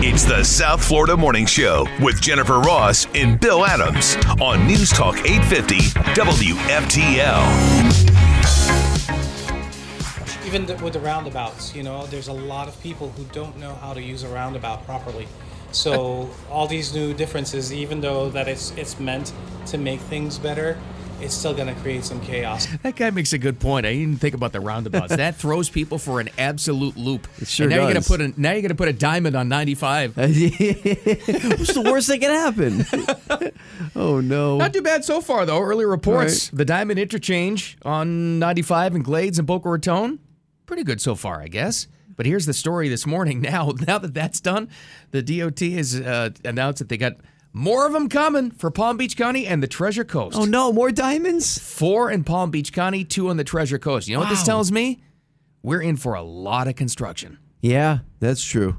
It's the South Florida Morning Show with Jennifer Ross and Bill Adams on News Talk 850 WFTL. even th- with the roundabouts, you know, there's a lot of people who don't know how to use a roundabout properly. So Uh, all these new differences, even though that it's it's meant to make things better, it's still going to create some chaos. That guy makes a good point. I didn't even think about the roundabouts. that throws people for an absolute loop. It sure and now you're does. gonna put a now you're gonna put a diamond on 95. What's the worst that can happen? oh no! Not too bad so far though. Early reports: Right. the diamond interchange on 95 and Glades and Boca Raton, pretty good so far, I guess. But here's the story this morning. Now, now that that's done, the DOT has uh, announced that they got more of them coming for Palm Beach County and the Treasure Coast. Oh no! More diamonds? Four in Palm Beach County, two on the Treasure Coast. You know what this Wow. tells me? We're in for a lot of construction. Yeah, that's true.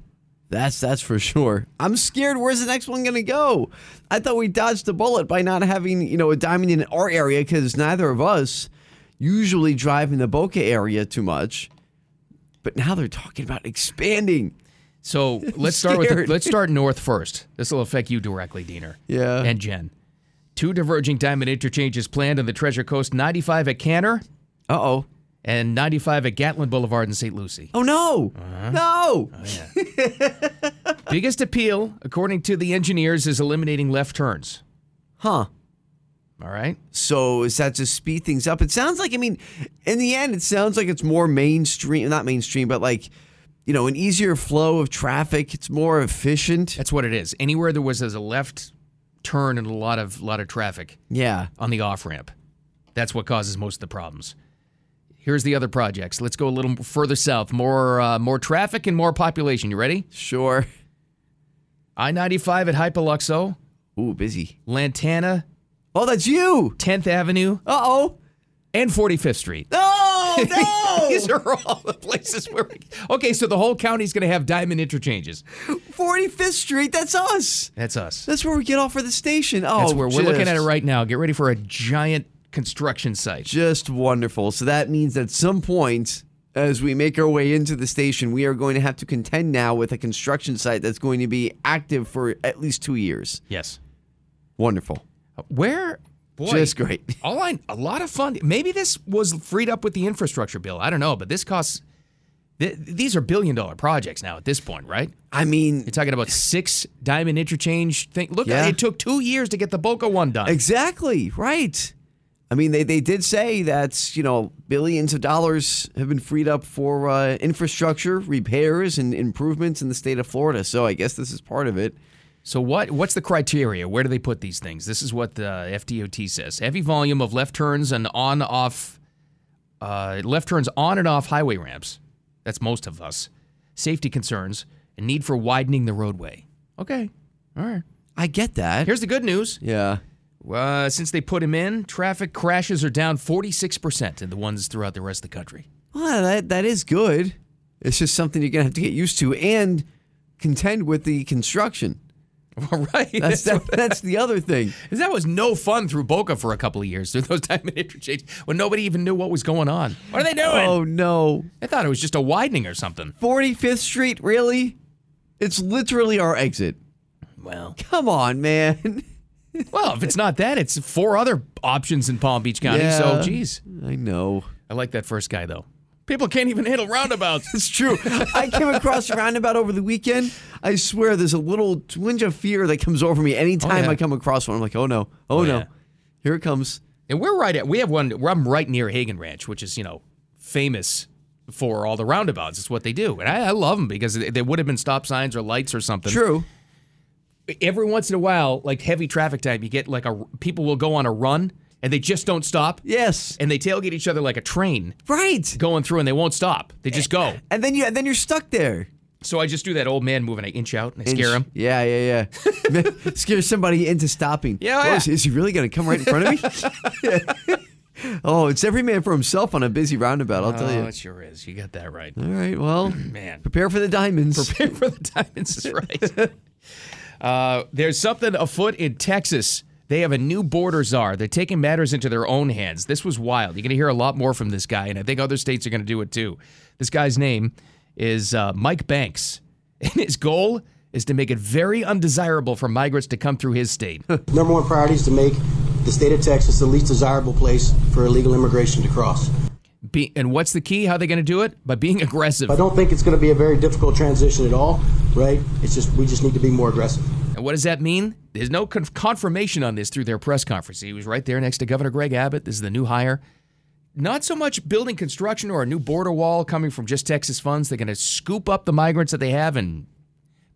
That's that's for sure. I'm scared. Where's the next one gonna go? I thought we dodged the bullet by not having you know a diamond in our area because neither of us usually drive in the Boca area too much. But now they're talking about expanding. So let's start with the, scared. let's start north first. This will affect you directly, Diener. Yeah. And Jen. Two diverging diamond interchanges planned on the Treasure Coast 95 at Canner Uh oh. and 95 at Gatlin Boulevard in St. Lucie. Oh no! No! Biggest appeal, according to the engineers, is eliminating left turns. Huh. All right. So is that to speed things up? It sounds like I mean, in the end, it sounds like it's more mainstream, not mainstream, but like you know, an easier flow of traffic. It's more efficient. That's what it is. Anywhere there was there's a left turn and a lot of lot of traffic. Yeah. on the off ramp. That's what causes most of the problems. Here's the other projects. Let's go a little further south. More uh, more traffic and more population. You ready? Sure. I 95 at Hypoluxo, Ooh, busy. Lantana, Oh, that's you. 10th Avenue, Uh oh. and 45th Street. No, no. These are all the places where we. Okay, so the whole county's going to have diamond interchanges. 45th Street. That's us. That's us. That's where we get off for the station. Oh, That's where we're looking just- at it right now. Get ready for a giant construction site. Just wonderful. So that means at some point, as we make our way into the station, we are going to have to contend now with a construction site that's going to be active for at least two years. Yes. Wonderful. Where? Boy, Just great. All I a lot of fun. Maybe this was freed up with the infrastructure bill. I don't know, but this costs. Th- these are billion dollar projects now at this point, right? I mean, You're talking about six diamond interchange thing. Look, Yeah. it took two years to get the Boca one done. exactly right. I mean, they, they did say that, you know, billions of dollars have been freed up for uh, infrastructure, repairs, and improvements in the state of Florida. So I guess this is part of it. so what? What's the criteria? Where do they put these things? This is what the FDOT says: heavy volume of left turns and on off, uh, left turns on and off highway ramps. That's most of us. Safety concerns and need for widening the roadway. Okay, all right. I get that. Here's the good news. yeah. Uh, since they put him in, traffic crashes are down 46% in the ones throughout the rest of the country. Well, that that is good. It's just something you're gonna have to get used to and contend with the construction. All right. That's, That's that, that's the other thing. that was no fun through Boca for a couple of years through those diamond interchanges when nobody even knew what was going on. What are they doing? Oh no, I thought it was just a widening or something. 45th Street, really? It's literally our exit. Well, Come on, man. well, if it's not that, it's four other options in Palm Beach County. Yeah. So, geez, I know. I like that first guy though. People can't even handle roundabouts. It's true. I came across a roundabout over the weekend. I swear, there's a little twinge of fear that comes over me anytime yeah. I come across one. I'm like, oh no, oh, Oh, no, yeah. here it comes. And we're right at we have one. I'm right near Hagen Ranch, which is you know famous for all the roundabouts. It's what they do, and I, I love them because they they would have been stop signs or lights or something. True. Every once in a while, like heavy traffic time, you get like a people will go on a run and they just don't stop. Yes. And they tailgate each other like a train Right. going through, and they won't stop. They just go. And then you and then you're stuck there. So I just do that old man move, and I inch out and I scare Inch- him. Yeah, yeah, yeah. scare somebody into stopping. Yeah, Oh, yeah. Is, is he really going to come right in front of me? oh, it's every man for himself on a busy roundabout. I'll tell Oh, you. it sure is. You got that right. All right. Well, Man. prepare for the diamonds. prepare for the diamonds is right. uh, there's something afoot in Texas. They have a new border czar. They're taking matters into their own hands. This was wild. You're going to hear a lot more from this guy, and I think other states are going to do it too. This guy's name is uh, Mike Banks, and his goal is to make it very undesirable for migrants to come through his state. Number one priority is to make the state of Texas the least desirable place for illegal immigration to cross. Be- and what's the key? How are they going to do it? By being aggressive. I don't think it's going to be a very difficult transition at all, right? It's just we just need to be more aggressive. And what does that mean? There's no con- confirmation on this through their press conference. He was right there next to Governor Greg Abbott. This is the new hire. Not so much building construction or a new border wall coming from just Texas funds. They're going to scoop up the migrants that they have and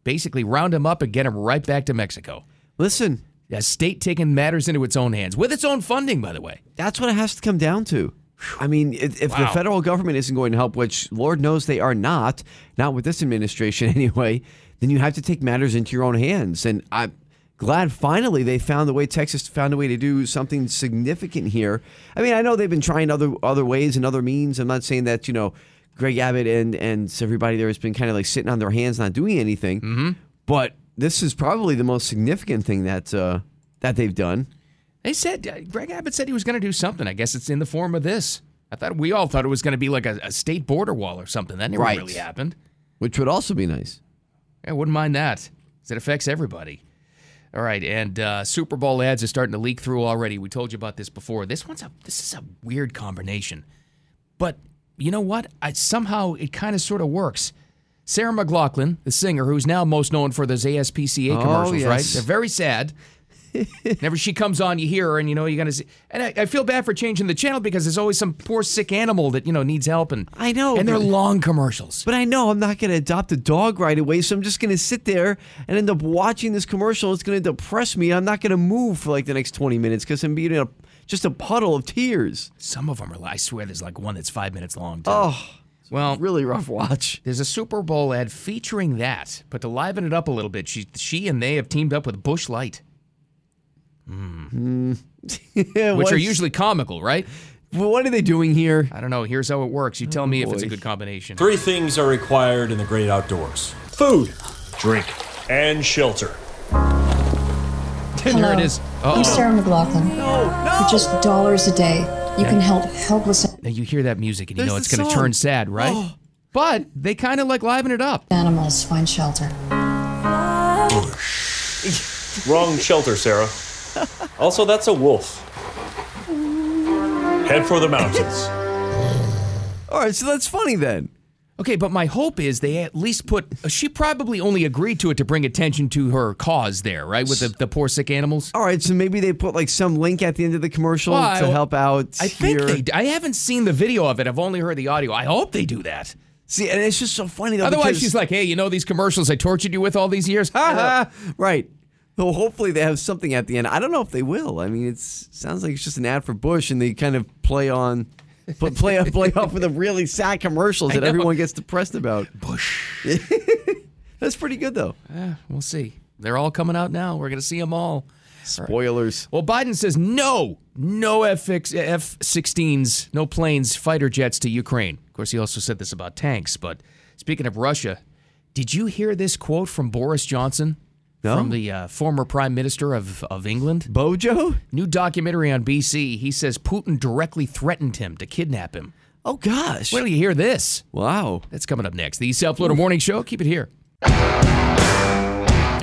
basically round them up and get them right back to Mexico. Listen, A state taking matters into its own hands with its own funding, by the way. that's what it has to come down to. I mean, if, if the Wow. federal government isn't going to help, which Lord knows they are not, not with this administration anyway, then you have to take matters into your own hands. And I'm glad finally they found the way Texas found a way to do something significant here. I mean, I know they've been trying other other ways and other means. I'm not saying that you know Greg Abbott and and everybody there has been kind of like sitting on their hands, not doing anything. Mm-hmm. But this is probably the most significant thing that uh, that they've done. They said uh, Greg Abbott said he was going to do something. I guess it's in the form of this. I thought we all thought it was going to be like a, a state border wall or something. That never Right. really happened. Which would also be nice. I wouldn't mind that 'cause it affects everybody. All right, and uh, Super Bowl ads are starting to leak through already. We told you about this before. This one's a this is a weird combination, but you know what? I, somehow it kind of sort of works. Sarah McLaughlin, the singer who's now most known for those ASPCA Oh, commercials, right? yes. They're very sad. Whenever she comes on, you hear her, and you know you're gonna see. And I, I feel bad for changing the channel because there's always some poor sick animal that you know needs help, and I know, and they're but- long commercials. But I know I'm not going to adopt a dog right away, so I'm just going to sit there and end up watching this commercial. It's going to depress me. I'm not going to move for like the next 20 minutes because I'm being in a, just a puddle of tears. Some of them are. I swear, there's like one that's five minutes long. too. Oh, well, really rough watch. There's a Super Bowl ad featuring that, but to liven it up a little bit, she she and they have teamed up with Bush Light, which are usually comical, right? Well, what are they doing here? I don't know. Here's how it works. You tell me if it's a boy. good combination. Three things are required in the great outdoors food, drink, and shelter. There it is. Oh, I'm Sarah McLaughlin. For just dollars a day, you can help helpless now you hear that music and you There's know it's the going to song. turn sad, right? But they kind of like liven it up. animals find shelter. Wrong shelter, Sarah. Also, that's a wolf. Head for the mountains. All right, so that's funny then. Okay, but my hope is they at least put. She probably only agreed to it to bring attention to her cause there, right? With the, the poor sick animals. All right, so maybe they put like some link at the end of the commercial Well, to I- help out. I think here. they. d- I haven't seen the video of it. I've only heard the audio. I hope they do that. See, and it's just so funny though. Otherwise, because- she's like, "Hey, you know these commercials I tortured you with all these years? Uh, Ha ha!" Right. Well, hopefully they have something at the end. I don't know if they will. I mean, it sounds like it's just an ad for Bush, and they kind of play on, but play up, play off with the really sad commercials that everyone gets depressed about. Bush. That's pretty good though. We'll see. They're all coming out now. We're gonna see them all. Spoilers. Well, Biden says no, no F F-16s, no planes, fighter jets to Ukraine. Of course, he also said this about tanks. But speaking of Russia, did you hear this quote from Boris Johnson, No. from the uh, former Prime Minister of of England? Bojo? New documentary on BC. He says Putin directly threatened him to kidnap him. Oh gosh. Where do you hear this? Wow. That's coming up next. The South Florida Morning Show. Keep it here.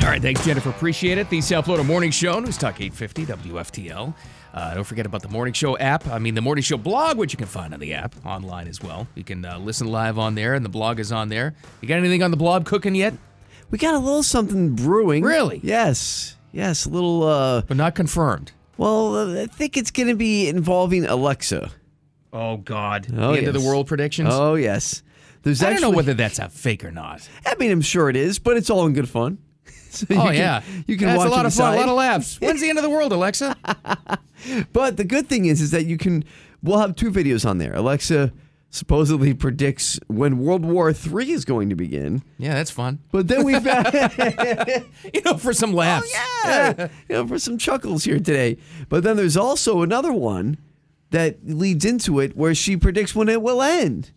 All right, thanks, Jennifer. Appreciate it. The South Florida Morning Show, News Talk 850 WFTL. Uh, don't forget about the Morning Show app. I mean, the Morning Show blog, which you can find on the app online as well. You can uh, listen live on there, and the blog is on there. You got anything on the blog cooking yet? We got a little something brewing. Really? Yes. Yes. A little. uh But not confirmed. Well, uh, I think it's going to be involving Alexa. Oh, God. Oh, the end of yes. the world predictions? Oh yes. There's I don't know actually- whether that's a fake or not. I mean, I'm sure it is, but it's all in good fun. So you Oh, can- yeah. you can That's watch a lot and of fun, a lot decide. of laughs. When's the end of the world, Alexa? But the good thing is, is that you can. We'll have two videos on there. Alexa supposedly predicts when World War III is going to begin. yeah, that's fun. But then we found, You know, for some laughs. yeah, you know, for some chuckles here today. But then there's also another one that leads into it where she predicts when it will end.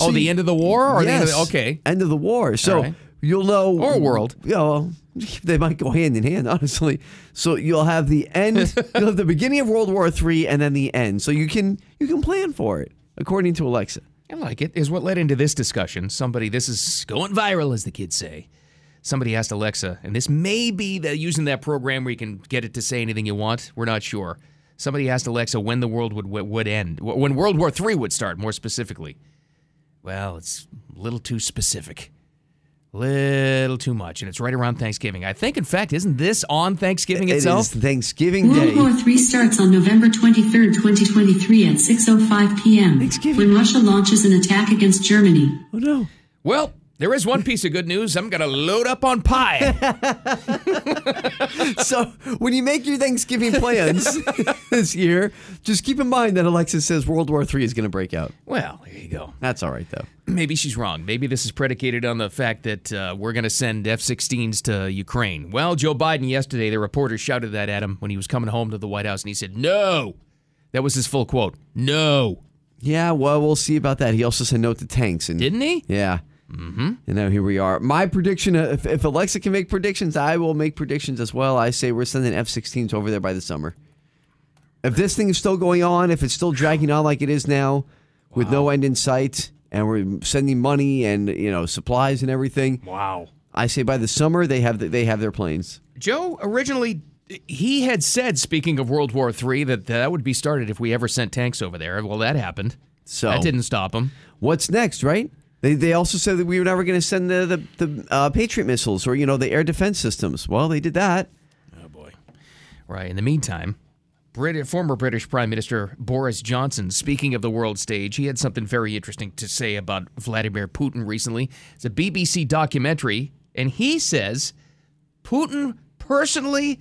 Oh, So the you- end of the war? Or the end of the, Yes, okay. End of the war. So All right. you'll know. Or world. Yeah, well, they might go hand in hand, honestly. So you'll have the end. you'll have the beginning of World War III and then the end. So you can you can plan for it according to Alexa. I like it. Is what led into this discussion. Somebody, this is going viral, as the kids say. somebody asked Alexa, and this may be that using that program where you can get it to say anything you want. We're not sure. Somebody asked Alexa when the world would would end, when World War III would start, more specifically. Well, it's a little too specific, little too much, and it's right around Thanksgiving. I think, in fact, isn't this on Thanksgiving It itself? is Thanksgiving Day. Oh, World War III starts on November 23, 2023 at 6.05 p.m. when Russia launches an attack against Germany. Oh no. Well, there is one piece of good news. I'm gonna load up on pie. So when you make your Thanksgiving plans this year, just keep in mind that Alexis says World War III is going to break out. Well, there you go. That's all right though. Maybe she's wrong. Maybe this is predicated on the fact that uh, we're going to send F 16s to Ukraine. Well, Joe Biden yesterday, the reporter shouted that at him when he was coming home to the White House, and he said, No. That was his full quote. No. Yeah, well, we'll see about that. He also said no to tanks and Didn't he? Yeah. Mm-hmm. And now here we are. My prediction: uh, if, if Alexa can make predictions, I will make predictions as well. I say we're sending F-16s over there by the summer. If this thing is still going on, if it's still dragging on like it is now, with no end in sight, and we're sending money and you know supplies and everything, Wow. I say by the summer they have the, they have their planes. Joe originally, he had said, speaking of World War III, that that would be started if we ever sent tanks over there. Well, that happened. So That didn't stop him. What's next, right? They, they also said that we were never going to send the the, the uh, Patriot missiles or you know the air defense systems. Well, they did that. Right. In the meantime, Brit- former British Prime Minister Boris Johnson, speaking of the world stage, he had something very interesting to say about Vladimir Putin recently. It's a BBC documentary, and he says Putin personally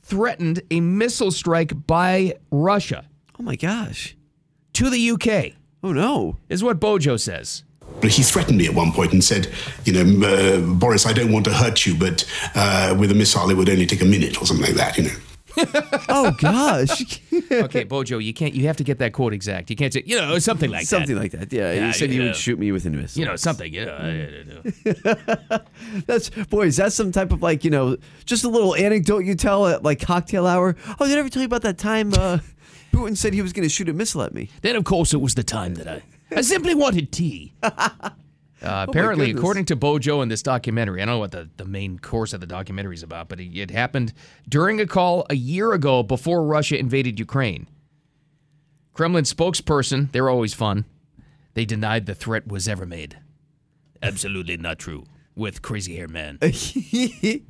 threatened a missile strike by Russia Oh my gosh! to the UK, Oh no! is what Bojo says. But he threatened me at one point and said, you know, uh, Boris, I don't want to hurt you, but uh, with a missile, it would only take a minute or something like that, you know. Oh gosh! Okay, Bojo, you can't. You have to get that quote exact. You can't say, you know, something like something that. like that. Yeah, Yeah, he said he yeah. would shoot me with a missile. you know, something. You know, I- I- I- I- that's boys. That's some type of like you know, just a little anecdote you tell at like cocktail hour. Oh, did I ever tell you about that time uh, Putin said he was going to shoot a missile at me? Then, of course, it was the time that I, I simply wanted tea. Uh, apparently, goodness. according to Bojo in this documentary, I don't know what the, the main course of the documentary is about, but it, it happened during a call a year ago before Russia invaded Ukraine. Kremlin spokesperson, they're always fun, they denied the threat was ever made. Absolutely not true. With crazy hair man. I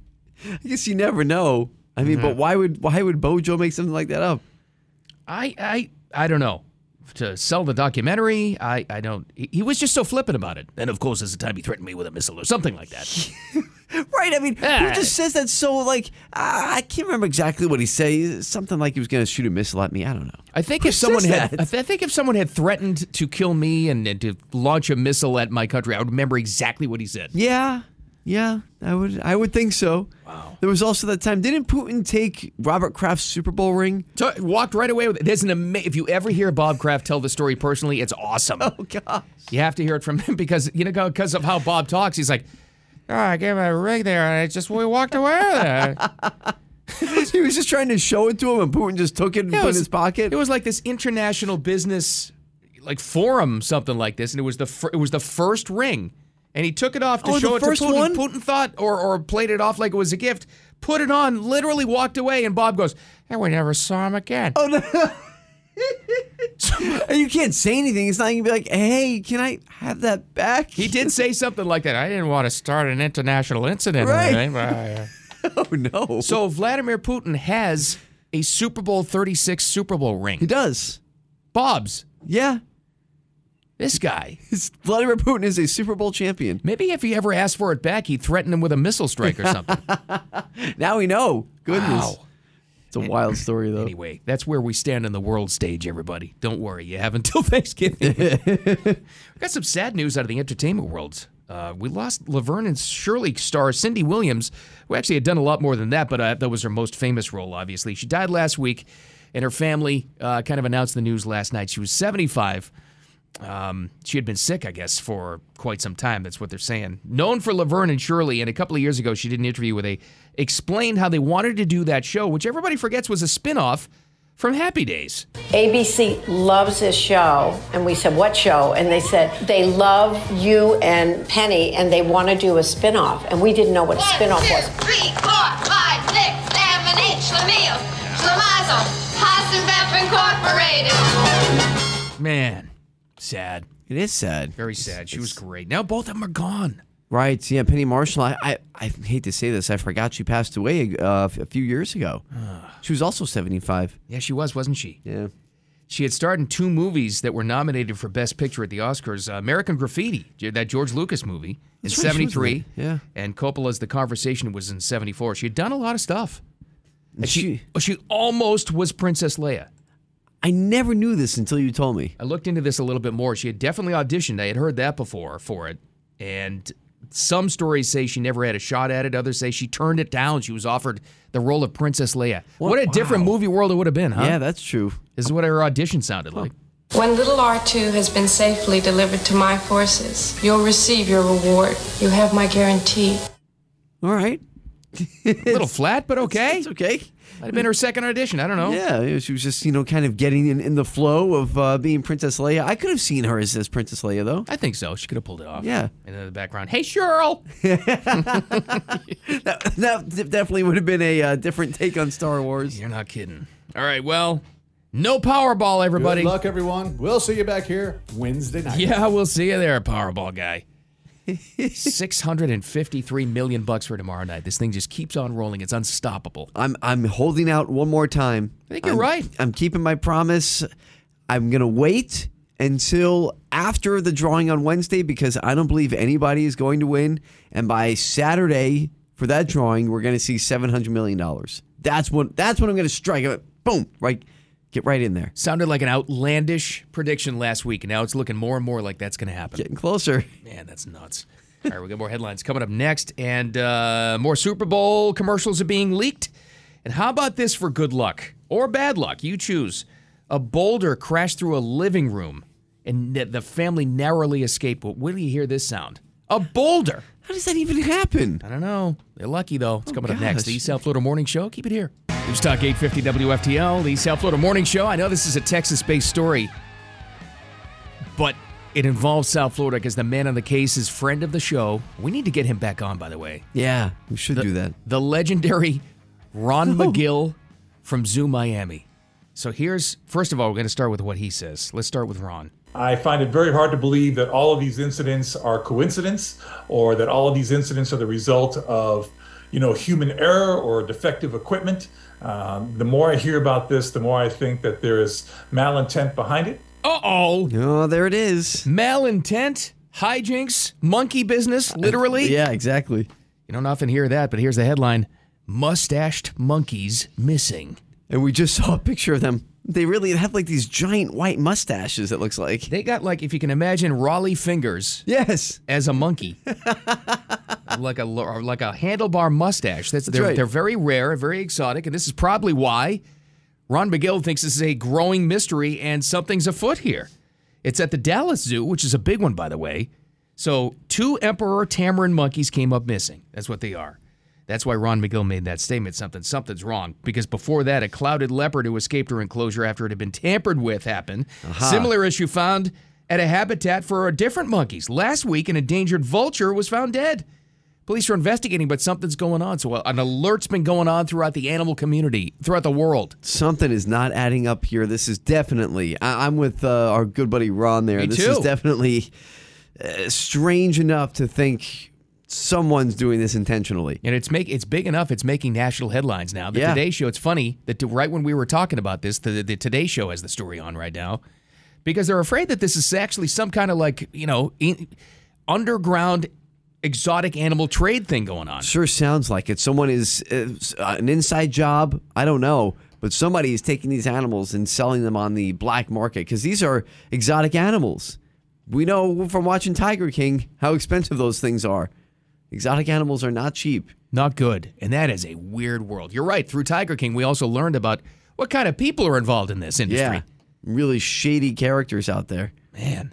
guess you never know. I mean, but why would why would Bojo make something like that up? I I I don't know. To sell the documentary, I I don't. He, he was just so flippant about it. And of course, there's a time he threatened me with a missile or something like that. Right? I mean, who Yeah. just says that so like I I can't remember exactly what he said. Something like he was going to shoot a missile at me. I don't know. I think if someone says had, that? I, th- I think if someone had threatened to kill me and, and to launch a missile at my country, I would remember exactly what he said. Yeah, yeah, I would, I would think so. Wow. There was also that time. Didn't Putin take Robert Kraft's Super Bowl ring? So, walked right away with it. There's an ama- if you ever hear Bob Kraft tell the story personally, it's awesome. Oh gosh. You have to hear it from him because you know because of how Bob talks. He's like, oh, I gave him a rig there, and I just we walked away with it. he was just trying to show it to him, and Putin just took it and Yeah, put it it was- in his pocket. It was like this international business like forum, something like this, and it was the fir- it was the first ring, and he took it off to Oh, the show it first to Putin. one? Putin thought or or played it off like it was a gift, put it on, literally walked away, and Bob goes, and we never saw him again. Oh, and you can't say anything. It's not gonna be like, "Hey, can I have that back?" He did say something like that. I didn't want to start an international incident. or Right. anything, but I- Oh no. so Vladimir Putin has a Super Bowl 36 Super Bowl he ring. does. Bob's Yeah, this guy. It's- Vladimir Putin is a Super Bowl champion. Maybe if he ever asked for it back, he'd threaten him with a missile strike or something. Now we know. Goodness, Wow. it's a wild story though. Anyway, that's where we stand on the world stage, everybody. Don't worry, you have until Thanksgiving. we got some sad news out of the entertainment world. Uh, we lost Laverne and Shirley star Cindy Williams, who actually had done a lot more than that, but uh, that was her most famous role, obviously. She died last week, and her family uh, kind of announced the news last night. She was 75. Um, she had been sick, I guess, for quite some time. That's what they're saying. Known for Laverne and Shirley, and a couple of years ago, she did an interview where they explained how they wanted to do that show, which everybody forgets was a spin-off from Happy Days. ABC loves this show. And we said, What show? And they said, They love you and Penny and they want to do a spin off. And we didn't know what a spin off was. Three, four, five, six, seven, eight. Schlemiel, Schlemazel, Hassenbeff Incorporated. Man, sad. It is sad. Very sad. She was great. Now both of them are gone. Right. Yeah, Penny Marshall. I, I, I hate to say this. I forgot she passed away uh, a few years ago. she was also 75. Yeah, she was, wasn't she? Yeah. She had starred in two movies that were nominated for Best Picture at the Oscars uh, American Graffiti, that George Lucas movie in That's right, she was in 73. that. Yeah. And Coppola's The Conversation was in 74. She had done a lot of stuff. And she- she, oh, she almost was Princess Leia. I never knew this until you told me. I looked into this a little bit more. She had definitely auditioned. I had heard that before for it. And some stories say she never had a shot at it. Others say she turned it down. She was offered the role of Princess Leia. What, a different movie world it would have been, huh? Yeah, that's true. This is what her audition sounded like. When little R2 has been safely delivered to my forces, you'll receive your reward. You have my guarantee. All right. a little flat, but okay. Oh. It's okay. Might have been her second audition. I don't know. Yeah, she was just, you know, kind of getting in, in the flow of uh, being Princess Leia. I could have seen her as, as Princess Leia, though. I think so. She could have pulled it off. Yeah. And then in the background, hey, Cheryl. That, that de- definitely would have been a uh, different take on Star Wars. You're not kidding. All right, well, no Powerball, everybody. Good luck, everyone. We'll see you back here Wednesday night. Yeah, we'll see you there, Powerball guy. 653 million bucks for tomorrow night. This thing just keeps on rolling. It's unstoppable. I'm I'm holding out one more time. I think you're I'm- right. I'm keeping my promise. I'm gonna wait until after the drawing on Wednesday because I don't believe anybody is going to win. And by Saturday for that drawing, we're gonna see seven hundred million dollars. That's what that's when I'm gonna strike. it. Boom! Right, get right in there. Sounded like an outlandish prediction last week, and now it's looking more and more like that's going to happen. Getting closer. Man, that's nuts. All right, we got more headlines coming up next, and uh, more Super Bowl commercials are being leaked. And how about this for good luck or bad luck? You choose. A boulder crashed through a living room, and the- the family narrowly escaped. But will you hear this sound? A boulder. How does that even happen? I don't know. They're lucky though. It's coming up next. gosh. The East South Florida Morning Show. Keep it here. Oh, News Talk 850 WFTL, the East South Florida Morning Show. I know this is a Texas-based story, but it involves South Florida because the man on the case is friend of the show. We need to get him back on, by the way. Yeah, we should do that. The legendary Ron McGill from Zoo Miami. So here's first of all, we're going to start with what he says. Let's start with Ron. I find it very hard to believe that all of these incidents are coincidence or that all of these incidents are the result of, you know, human error or defective equipment. Um, the more I hear about this, the more I think that there is malintent behind it. Uh oh. Oh, there it is. Malintent, hijinks, monkey business, literally. Yeah, exactly. You don't often hear that, but here's the headline Mustached monkeys missing. And we just saw a picture of them. They really have like these giant white mustaches. It looks like. They got like, if you can imagine, Raleigh fingers Yes. as a monkey, like a lo- or like a handlebar mustache. That's, they're, right. they're very rare, very exotic, and this is probably why Ron McGill thinks this is a growing mystery and something's afoot here. It's at the Dallas Zoo, which is a big one, by the way. So two emperor tamarin monkeys came up missing. That's what they are. That's why Ron McGill made that statement. Something, something's wrong. Because before that, a clouded leopard who escaped her enclosure after it had been tampered with happened. Similar issue found at a habitat for different monkeys last week. An endangered vulture was found dead. Police are investigating, but something's going on. So uh, an alert's been going on throughout the animal community, throughout the world. something is not adding up here. This is definitely. I, I'm with uh, our good buddy Ron there. Me this too. is definitely uh, strange enough to think someone's doing this intentionally. And it's make it's big enough. It's making national headlines now. The Yeah. Today Show. It's funny that the- right when we were talking about this, the, the Today Show has the story on right now because they're afraid that this is actually some kind of like you know in, underground exotic animal trade thing going on. Sure, sounds like it. Someone is uh, s- uh, an inside job. I don't know, but somebody is taking these animals and selling them on the black market because these are exotic animals. We know from watching Tiger King how expensive those things are. Exotic animals are not cheap. Not good. And that is a weird world. You're right. Through Tiger King, we also learned about what kind of people are involved in this industry. Yeah, really shady characters out there. Man.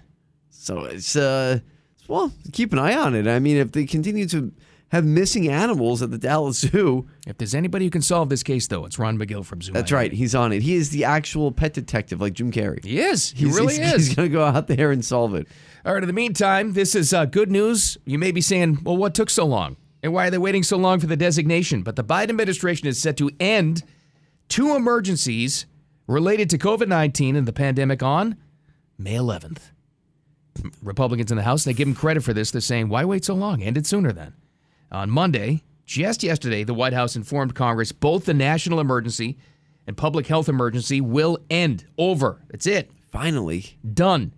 So it's uh, well, keep an eye on it. I mean, if they continue to have missing animals at the Dallas Zoo. If there's anybody who can solve this case, though, it's Ron McGill from Zoo. That's right. He's on it. He is the actual pet detective, like Jim Carrey. He is. He He's- really he's- is. He's going to go out there and solve it. All right. In the meantime, this is uh, good news. You may be saying, well, what took so long? And why are they waiting so long for the designation? But the Biden administration is set to end two emergencies related to COVID 19 and the pandemic on May 11th. Republicans in the House, they give them credit for this. They're saying, why wait so long? End it sooner then. On Monday, just yesterday, the White House informed Congress both the national emergency and public health emergency will end. Over. That's it. Finally. Done.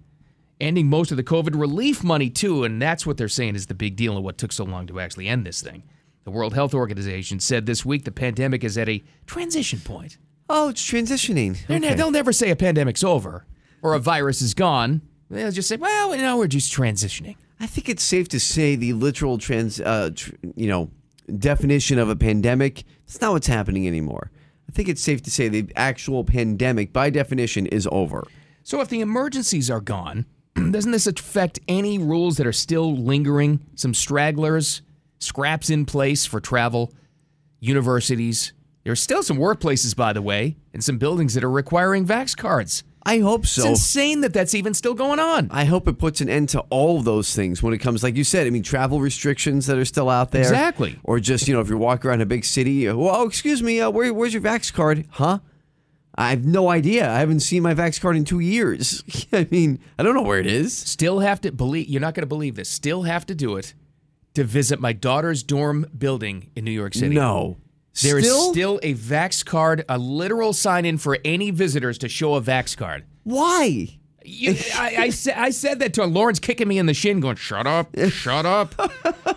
Ending most of the COVID relief money, too. And that's what they're saying is the big deal and what took so long to actually end this thing. The World Health Organization said this week the pandemic is at a transition point. Oh, it's transitioning. They're ne- Okay. they'll never say a pandemic's over or a virus is gone. They'll just say, well, you know, we're just transitioning. I think it's safe to say the literal trans, uh, tr- you know, definition of a pandemic. That's not what's happening anymore. I think it's safe to say the actual pandemic, by definition, is over. So if the emergencies are gone, doesn't this affect any rules that are still lingering? Some stragglers, scraps in place for travel, universities. There's still some workplaces, by the way, and some buildings that are requiring vax cards. I hope so. It's insane that that's even still going on. I hope it puts an end to all of those things when it comes, like you said. I mean, travel restrictions that are still out there, Exactly. Or just you know, if you walk around a big city, uh, well, oh, excuse me, uh, where, where's your vax card? Huh? I have no idea. I haven't seen my vax card in two years. I mean, I don't know where it is. Still have to believe. You're not going to believe this. Still have to do it to visit my daughter's dorm building in New York City. No. There is Still? still a vax card, a literal sign in for any visitors to show a vax card. Why? You, I, I, sa- I said that to her. Lauren's kicking me in the shin, going, "Shut up, shut up."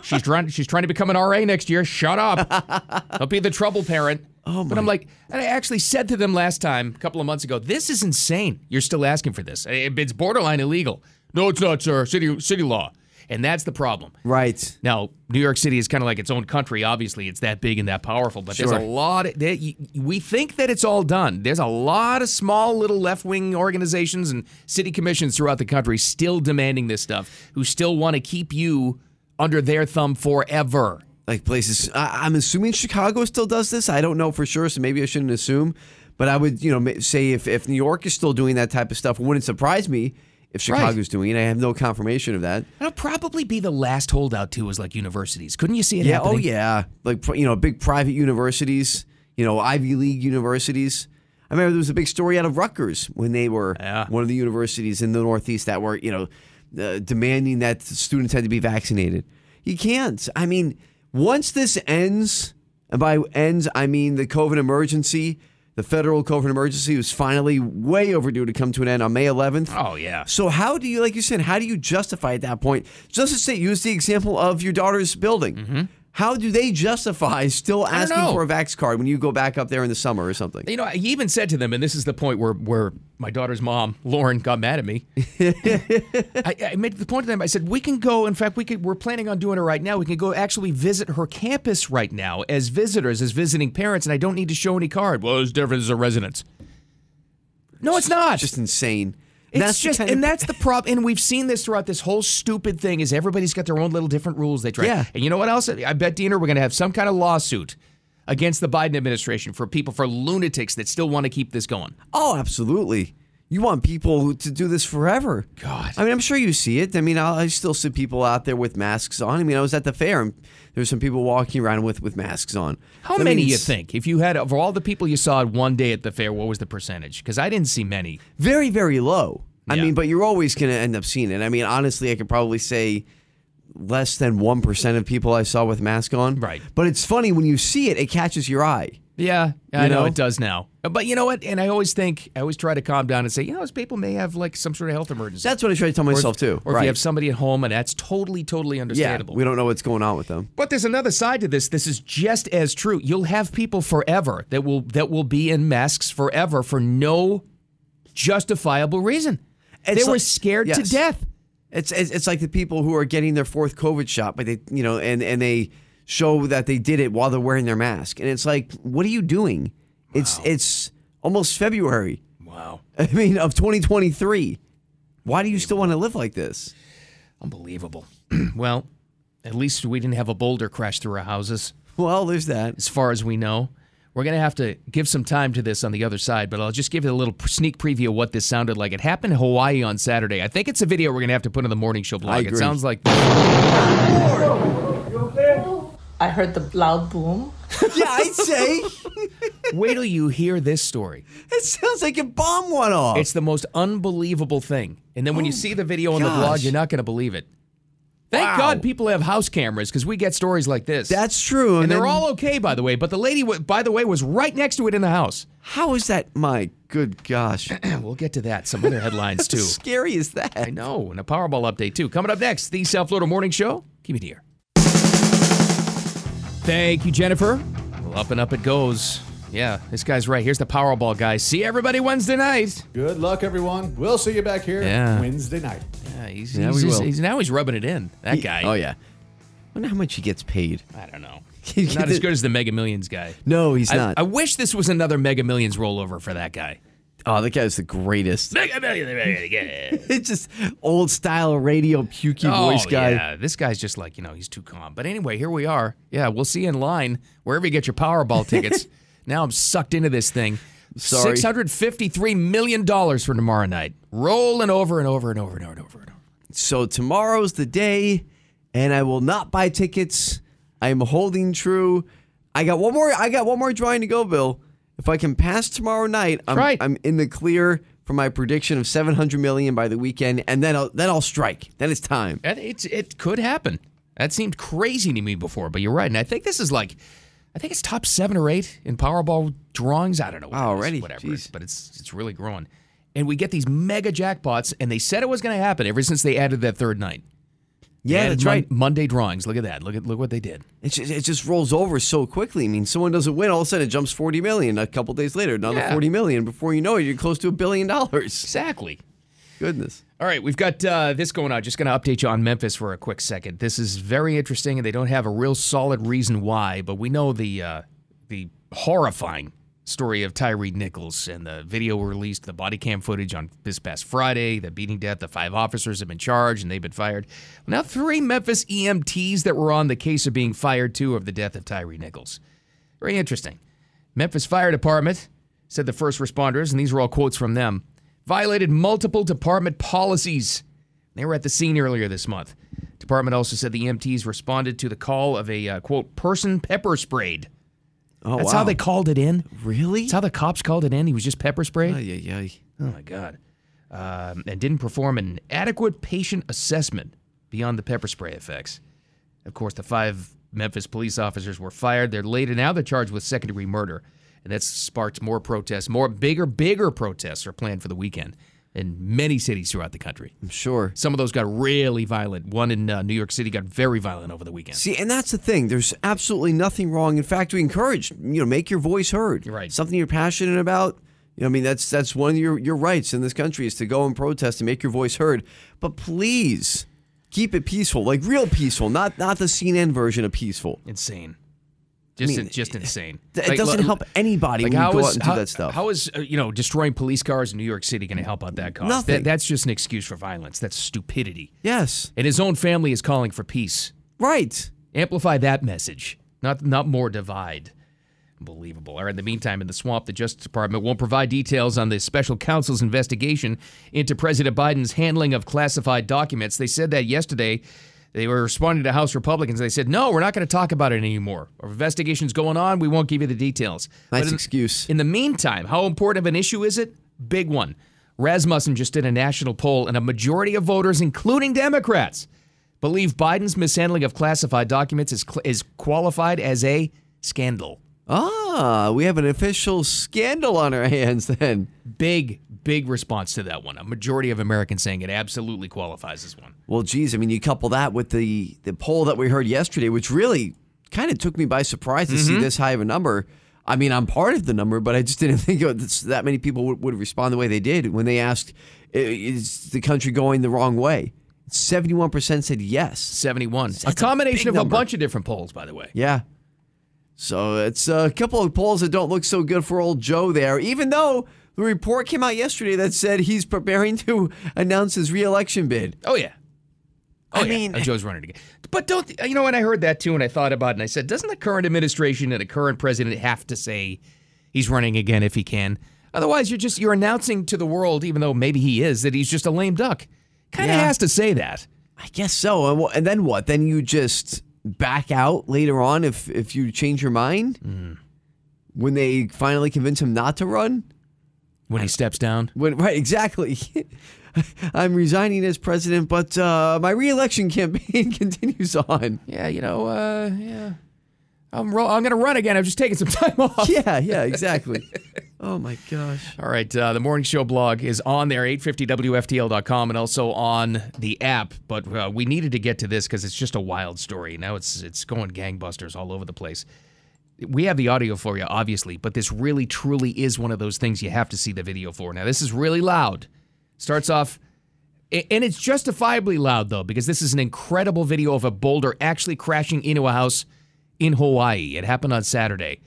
she's trying. She's trying to become an RA next year. Shut up. Don't be the trouble parent. Oh But I'm like, and I actually said to them last time, a couple of months ago, "This is insane. You're still asking for this. It- It's borderline illegal." No, it's not, sir. City city law, and that's the problem. Right. Now, New York City is kind of like its own country. Obviously, it's that big and that powerful, but there's a Sure. lot. Of, there, you, we think that it's all done. There's a lot of small, little left wing organizations and city commissions throughout the country still demanding this stuff, who still want to keep you under their thumb forever. like places. I, I'm assuming Chicago still does this. I don't know for sure, so maybe I shouldn't assume. But I would, you know, ma- say if, if New York is still doing that type of stuff, it wouldn't surprise me if Right. Chicago's doing it. I have no confirmation of that. It'll probably be the last holdout too, is like universities. Couldn't you see it? yeah. happening? Oh, yeah. Like pr- you know, big private universities. You know, Ivy League universities. I remember there was a big story out of Rutgers when they were one of the universities in the Northeast that were, you know, uh, demanding that students had to be vaccinated. You can't. I mean, once this ends, and by ends I mean the COVID emergency, the federal COVID emergency was finally way overdue to come to an end on May 11th. Oh yeah. So how do you, like you said, how do you justify at that point? Justice State used the example of your daughter's building. How do they justify still Mm-hmm. don't asking know. for a vax card when you go back up there in the summer or something? You know, I even said to them, and this is the point where where my daughter's mom, Lauren, got mad at me. I, I made the point to them. I said, "We can go. In fact, we could. We're planning on doing it right now. We can go actually visit her campus right now as visitors, as visiting parents, and I don't need to show any card. Well, there's different as a residence. No, it's not. Just insane. It's That's the just, kind of- and that's the problem. And we've seen this throughout this whole stupid thing. Is everybody's got their own little different rules they try. Yeah. And you know what else? I bet Diener we're going to have some kind of lawsuit against the Biden administration for people for lunatics that still want to keep this going. Oh, absolutely. You want people who- to do this forever. God. I mean, I'm sure you see it. I mean, I'll, I still see people out there with masks on. I mean, I was at the fair and there's some people walking around with, with masks on. How I mean, many you it's think? If you had of all the people you saw at one day at the fair, what was the percentage? Because I didn't see many. Very, very low. I mean, but you're always going to end up seeing it. I mean, honestly, I could probably say less than 1% of people I saw with mask on. Right. But it's funny when you see it, it catches your eye. Yeah, I You know? know? it does now. But you know what? And I always think I always try to calm down and say, you know, those people may have like some sort of health emergency. That's what I try to tell Or if- myself, too. Or if Right. you have somebody at home, and that's totally, totally Yeah, understandable. we don't know what's going on with them. But there's another side to this. This is just as true. You'll have people forever that will that will be in masks forever for no justifiable reason. they It's were like- scared yes. to death. It's, it's it's like the people who are getting their fourth COVID shot, but they you know, and and they show that they did it while they're wearing their mask, and it's like, what are you doing? It's it's almost February. Wow. I mean, of 2023. Why do you still want to live like this? Unbelievable. well, At least we didn't have a boulder crash through our houses. Well, there's that. As far as we know. We're going to have to give some time to this on the other side, but I'll just give you a little sneak preview of what this sounded like. It happened in Hawaii on Saturday. I think it's a video we're going to have to put in the morning show blog. I It agree. sounds like I heard the loud boom. yeah, I'd say. Wait till you hear this story. It sounds like a bomb went off. It's the most unbelievable thing. And then when you see the video on the blog, Oh gosh. you're not going to believe it. Thank God people have house cameras because we get stories like this. That's true. And, and they're then- all okay, by the way. But the lady, wa- by the way, was right next to it in the house. How is that? My good gosh. we'll get to that. Some other headlines, too. scary is that? I know. And a Powerball update, too. Coming up next, the South Florida Morning Show. Keep it here. Thank you, Jennifer. Well, up and up it goes. Yeah, this guy's right. Here's the Powerball guy. See everybody Wednesday night. Good luck, everyone. We'll see you back here Yeah. Wednesday night. Yeah, he's, he's just- he's- now he's rubbing it in. That guy. Oh yeah. Wonder how much he gets paid. I don't know. He's not as good as the Mega Millions guy. No, he's I- not. I wish this was another Mega Millions rollover for that guy. oh, that guy's the greatest. Mega Millions. it's just old style radio pukey oh, voice guy. Yeah, this guy's just like, you know, he's too calm. But anyway, here we are. Yeah, we'll see you in line wherever you get your Powerball tickets. now I'm sucked into this thing. Sorry. $653 million for tomorrow night. Rolling over and over and over and over and over. So tomorrow's the day, and I will not buy tickets. I am holding true. I got one more. I got one more drawing to go, Bill. If I can pass tomorrow night, I'm, right. I'm in the clear for my prediction of 700 million by the weekend, and then I'll then I'll strike. Then it's time. That- It's, it could happen. That seemed crazy to me before, but you're right. And I think this is like, I think it's top seven or eight in Powerball drawings. I don't know. Wow, already. Whatever. it is, But it's, it's really growing. And we get these mega jackpots, and they said it was going to happen ever since they added that third night. They Yeah, added that's Mon- right. Monday drawings. Look at that. Look at look what they did. It just, it just rolls over so quickly. I mean, someone doesn't win, all of a sudden it jumps 40 million. A couple days later, another Yeah. 40 million. Before you know it, you're close to a billion dollars. Exactly. Goodness. All right, we've got uh, this going on. Just going to update you on Memphis for a quick second. This is very interesting, and they don't have a real solid reason why, but we know the uh, the horrifying story of Tyree Nichols and the video released, the body cam footage on this past Friday, the beating death. The five officers have been charged and they've been fired. Now, three Memphis EMTs that were on the case are being fired too of the death of Tyree Nichols. Very interesting. Memphis Fire Department said the first responders, and these are all quotes from them, violated multiple department policies. They were at the scene earlier this month. Department also said the EMTs responded to the call of a uh, quote person pepper sprayed. Oh, That's wow. how they called it in. Really? That's how the cops called it in. He was just pepper sprayed. yeah, yeah. Oh my God. Um, and didn't perform an adequate patient assessment beyond the pepper spray effects. Of course, the five Memphis police officers were fired. They're later now they're charged with second degree murder, and that's sparked more protests. More bigger, bigger protests are planned for the weekend in many cities throughout the country. I'm sure some of those got really violent. One in uh, New York City got very violent over the weekend. See, and that's the thing. There's absolutely nothing wrong. In fact, we encourage you know make your voice heard. Right. Something you're passionate about. You know, I mean, that's that's one of your your rights in this country is to go and protest and make your voice heard. But please keep it peaceful, like real peaceful, not not the CNN version of peaceful. Insane. Just, I mean, just insane. It Like, doesn't l- help anybody Like when how you go is- out and how- do that stuff. How is uh, you know destroying police cars in New York City going to help out that cause? Nothing. That- that's just an excuse for violence. That's stupidity. Yes. And his own family is calling for peace. Right. Amplify that message. Not not more divide. Unbelievable. All right, in the meantime, in the swamp, the Justice Department won't provide details on the special counsel's investigation into President Biden's handling of classified documents. They said that yesterday. They were responding to House Republicans. They said, no, we're not going to talk about it anymore. Our investigation's going on. We won't give you the details. Nice in- excuse. In the meantime, how important of an issue is it? Big one. Rasmussen just did a national poll, and a majority of voters, including Democrats, believe Biden's mishandling of classified documents is, cl- is qualified as a scandal. Ah, we have an official scandal on our hands then. Big, big response to that one. A majority of Americans saying it absolutely qualifies as one. Well, geez, I mean, you couple that with the the poll that we heard yesterday, which really kind of took me by surprise to see Mhm. this high of a number. I mean, I'm part of the number, but I just didn't think it was- that many people would, would respond the way they did when they asked, "I- "Is the country going the wrong way?" Seventy-one percent said yes. Seventy-one. a a combination big of number. a bunch of different polls, by the way. Yeah. So it's a couple of polls that don't look so good for old Joe there, even though the report came out yesterday that said he's preparing to announce his reelection bid. Oh, yeah. Oh, I mean, Joe's running again. But don't you know? And I heard that too, and I thought about it, and I said, doesn't the current administration and the current president have to say he's running again if he can? Otherwise, you're just you're announcing to the world, even though maybe he is, that he's just a lame duck. Kind of Yeah. has to say that. I guess so. And, wha- and then what? Then you just back out later on if if you change your mind when they finally convince him not to run. When he steps down. When right exactly. I'm resigning as president, but uh, my reelection campaign continues on. Yeah, you know, uh, yeah. I'm ro- I'm gonna run again. I'm just taking some time off. Yeah, yeah, exactly. oh my gosh. All right, uh, the morning show blog is on there, 850wftl.com, and also on the app. But uh, we needed to get to this because it's just a wild story. Now it's it's going gangbusters all over the place. We have the audio for you, obviously, but this really truly is one of those things you have to see the video for. Now this is really loud. Starts off, a- and it's justifiably loud though, because this is an incredible video of a boulder actually crashing into a house in Hawaii. It happened on Saturday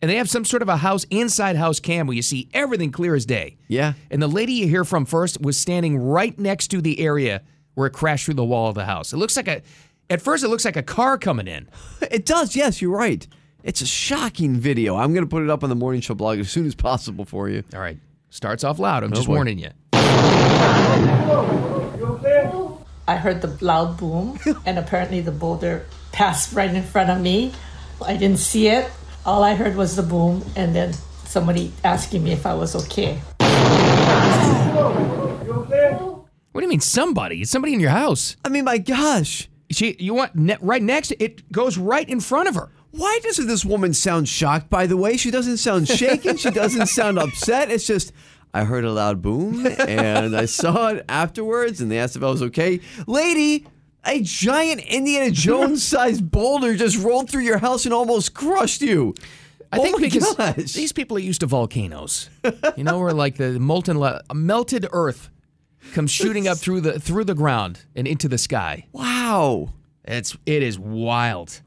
and they have some sort of a house inside house cam where you see everything clear as day. Yeah. And the lady you hear from first was standing right next to the area where it crashed through the wall of the house. It looks like a at first it looks like a car coming in. It does. Yes, you're right. It's a shocking video. I'm going to put it up on the morning show blog as soon as possible for you. All right. Oh, Starts off loud. I'm just warning you. I heard the loud boom, and apparently the boulder passed right in front of me. I didn't see it. All I heard was the boom, and then somebody asking me if I was okay. What do you mean somebody? It's somebody in your house. I mean, my gosh. She you want ne- right next it goes right in front of her. Why doesn't this woman sound shocked, by the way? She doesn't sound shaken. she doesn't sound upset. It's just, I heard a loud boom and I saw it afterwards and they asked if I was okay. Lady, a giant Indiana Jones sized boulder just rolled through your house and almost crushed you. I Oh think my because gosh. these people are used to volcanoes, you know, where like the molten le- melted earth comes shooting up through the through the ground and into the sky. Wow, it's it is wild.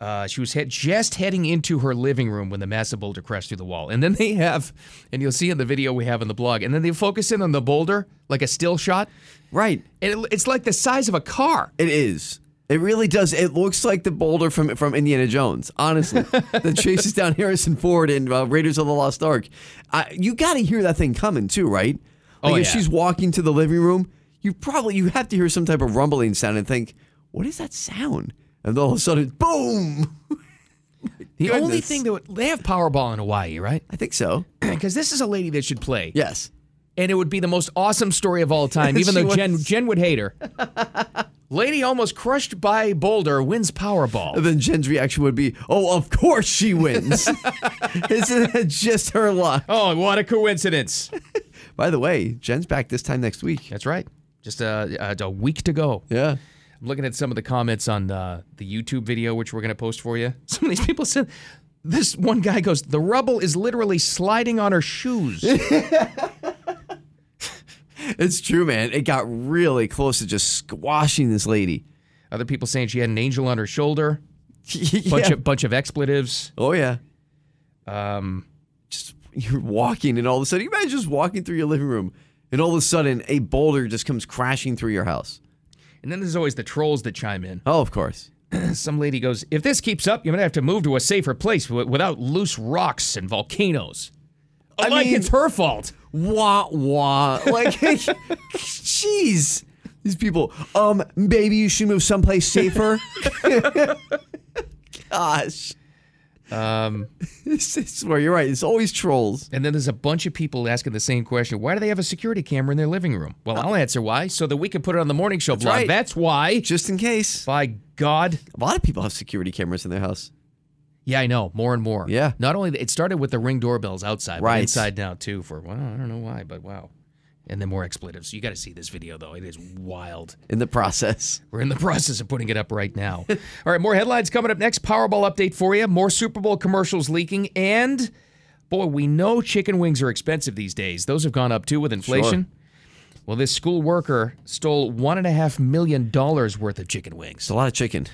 Uh, she was head, just heading into her living room when the massive boulder crashed through the wall, and then they have, and you'll see in the video we have on the blog, and then they focus in on the boulder like a still shot, right? And it, it's like the size of a car. It is. It really does. It looks like the boulder from from Indiana Jones, honestly, that chases down Harrison Ford in uh, Raiders of the Lost Ark. I, you got to hear that thing coming too, right? Like Oh, if yeah. she's walking to the living room, you probably you have to hear some type of rumbling sound and think, "What is that sound?" And all of a sudden, boom! The only Goodness. thing that would, they have Powerball in Hawaii, right? I think so. Because this is a lady that should play. Yes. And it would be the most awesome story of all time, even She though Jen Jen would hate her. lady almost crushed by boulder wins Powerball. And then Jen's reaction would be, "Oh, of course she wins! Isn't that just her luck?" Oh, what a coincidence! By the way, Jen's back this time next week. That's right. Just uh, a, a, a week to go. Yeah. I'm looking at some of the comments on the, the YouTube video, which we're going to post for you. Some of these people said, this one guy goes, the rubble is literally sliding on her shoes. It's true, man. It got really close to just squashing this lady. Other people saying she had an angel on her shoulder. Bunch of bunch of expletives. Oh yeah. Um, just you're walking, and all of a sudden, you imagine just walking through your living room, and all of a sudden, a boulder just comes crashing through your house. And then there's always the trolls that chime in. Oh, of course. Some lady goes, if this keeps up, you're going to have to move to a safer place w- without loose rocks and volcanoes. I like mean- it's her fault. Wah wah. Like, jeez. These people. Um, baby, you should move someplace safer. Gosh. Um, this is where you're right. It's always trolls. And then there's a bunch of people asking the same question. Why do they have a security camera in their living room? Well, I'll answer why, so that we can put it on the morning show blog. Uh, right. That's why. Just in case. By God. A lot of people have security cameras in their house. Yeah, I know. More and more. Yeah. Not only it started with the ring doorbells outside, but Right. inside now too. For well, I don't know why, but wow. And then more expletives. You got to see this video though. It is wild. In the process. We're in the process of putting it up right now. All right, more headlines coming up next. Powerball update for you. More Super Bowl commercials leaking, and boy, we know chicken wings are expensive these days. Those have gone up too with inflation. Well, this school worker stole one and a half million dollars worth of chicken wings. It's a lot of chicken.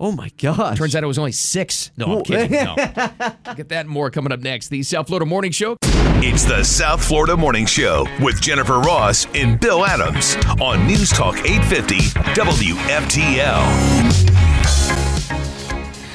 Oh my gosh. Turns out it was only six. No, I'm kidding. No. Get that and more coming up next. The South Florida Morning Show. It's the South Florida Morning Show with Jennifer Ross and Bill Adams on News Talk 850 WFTL.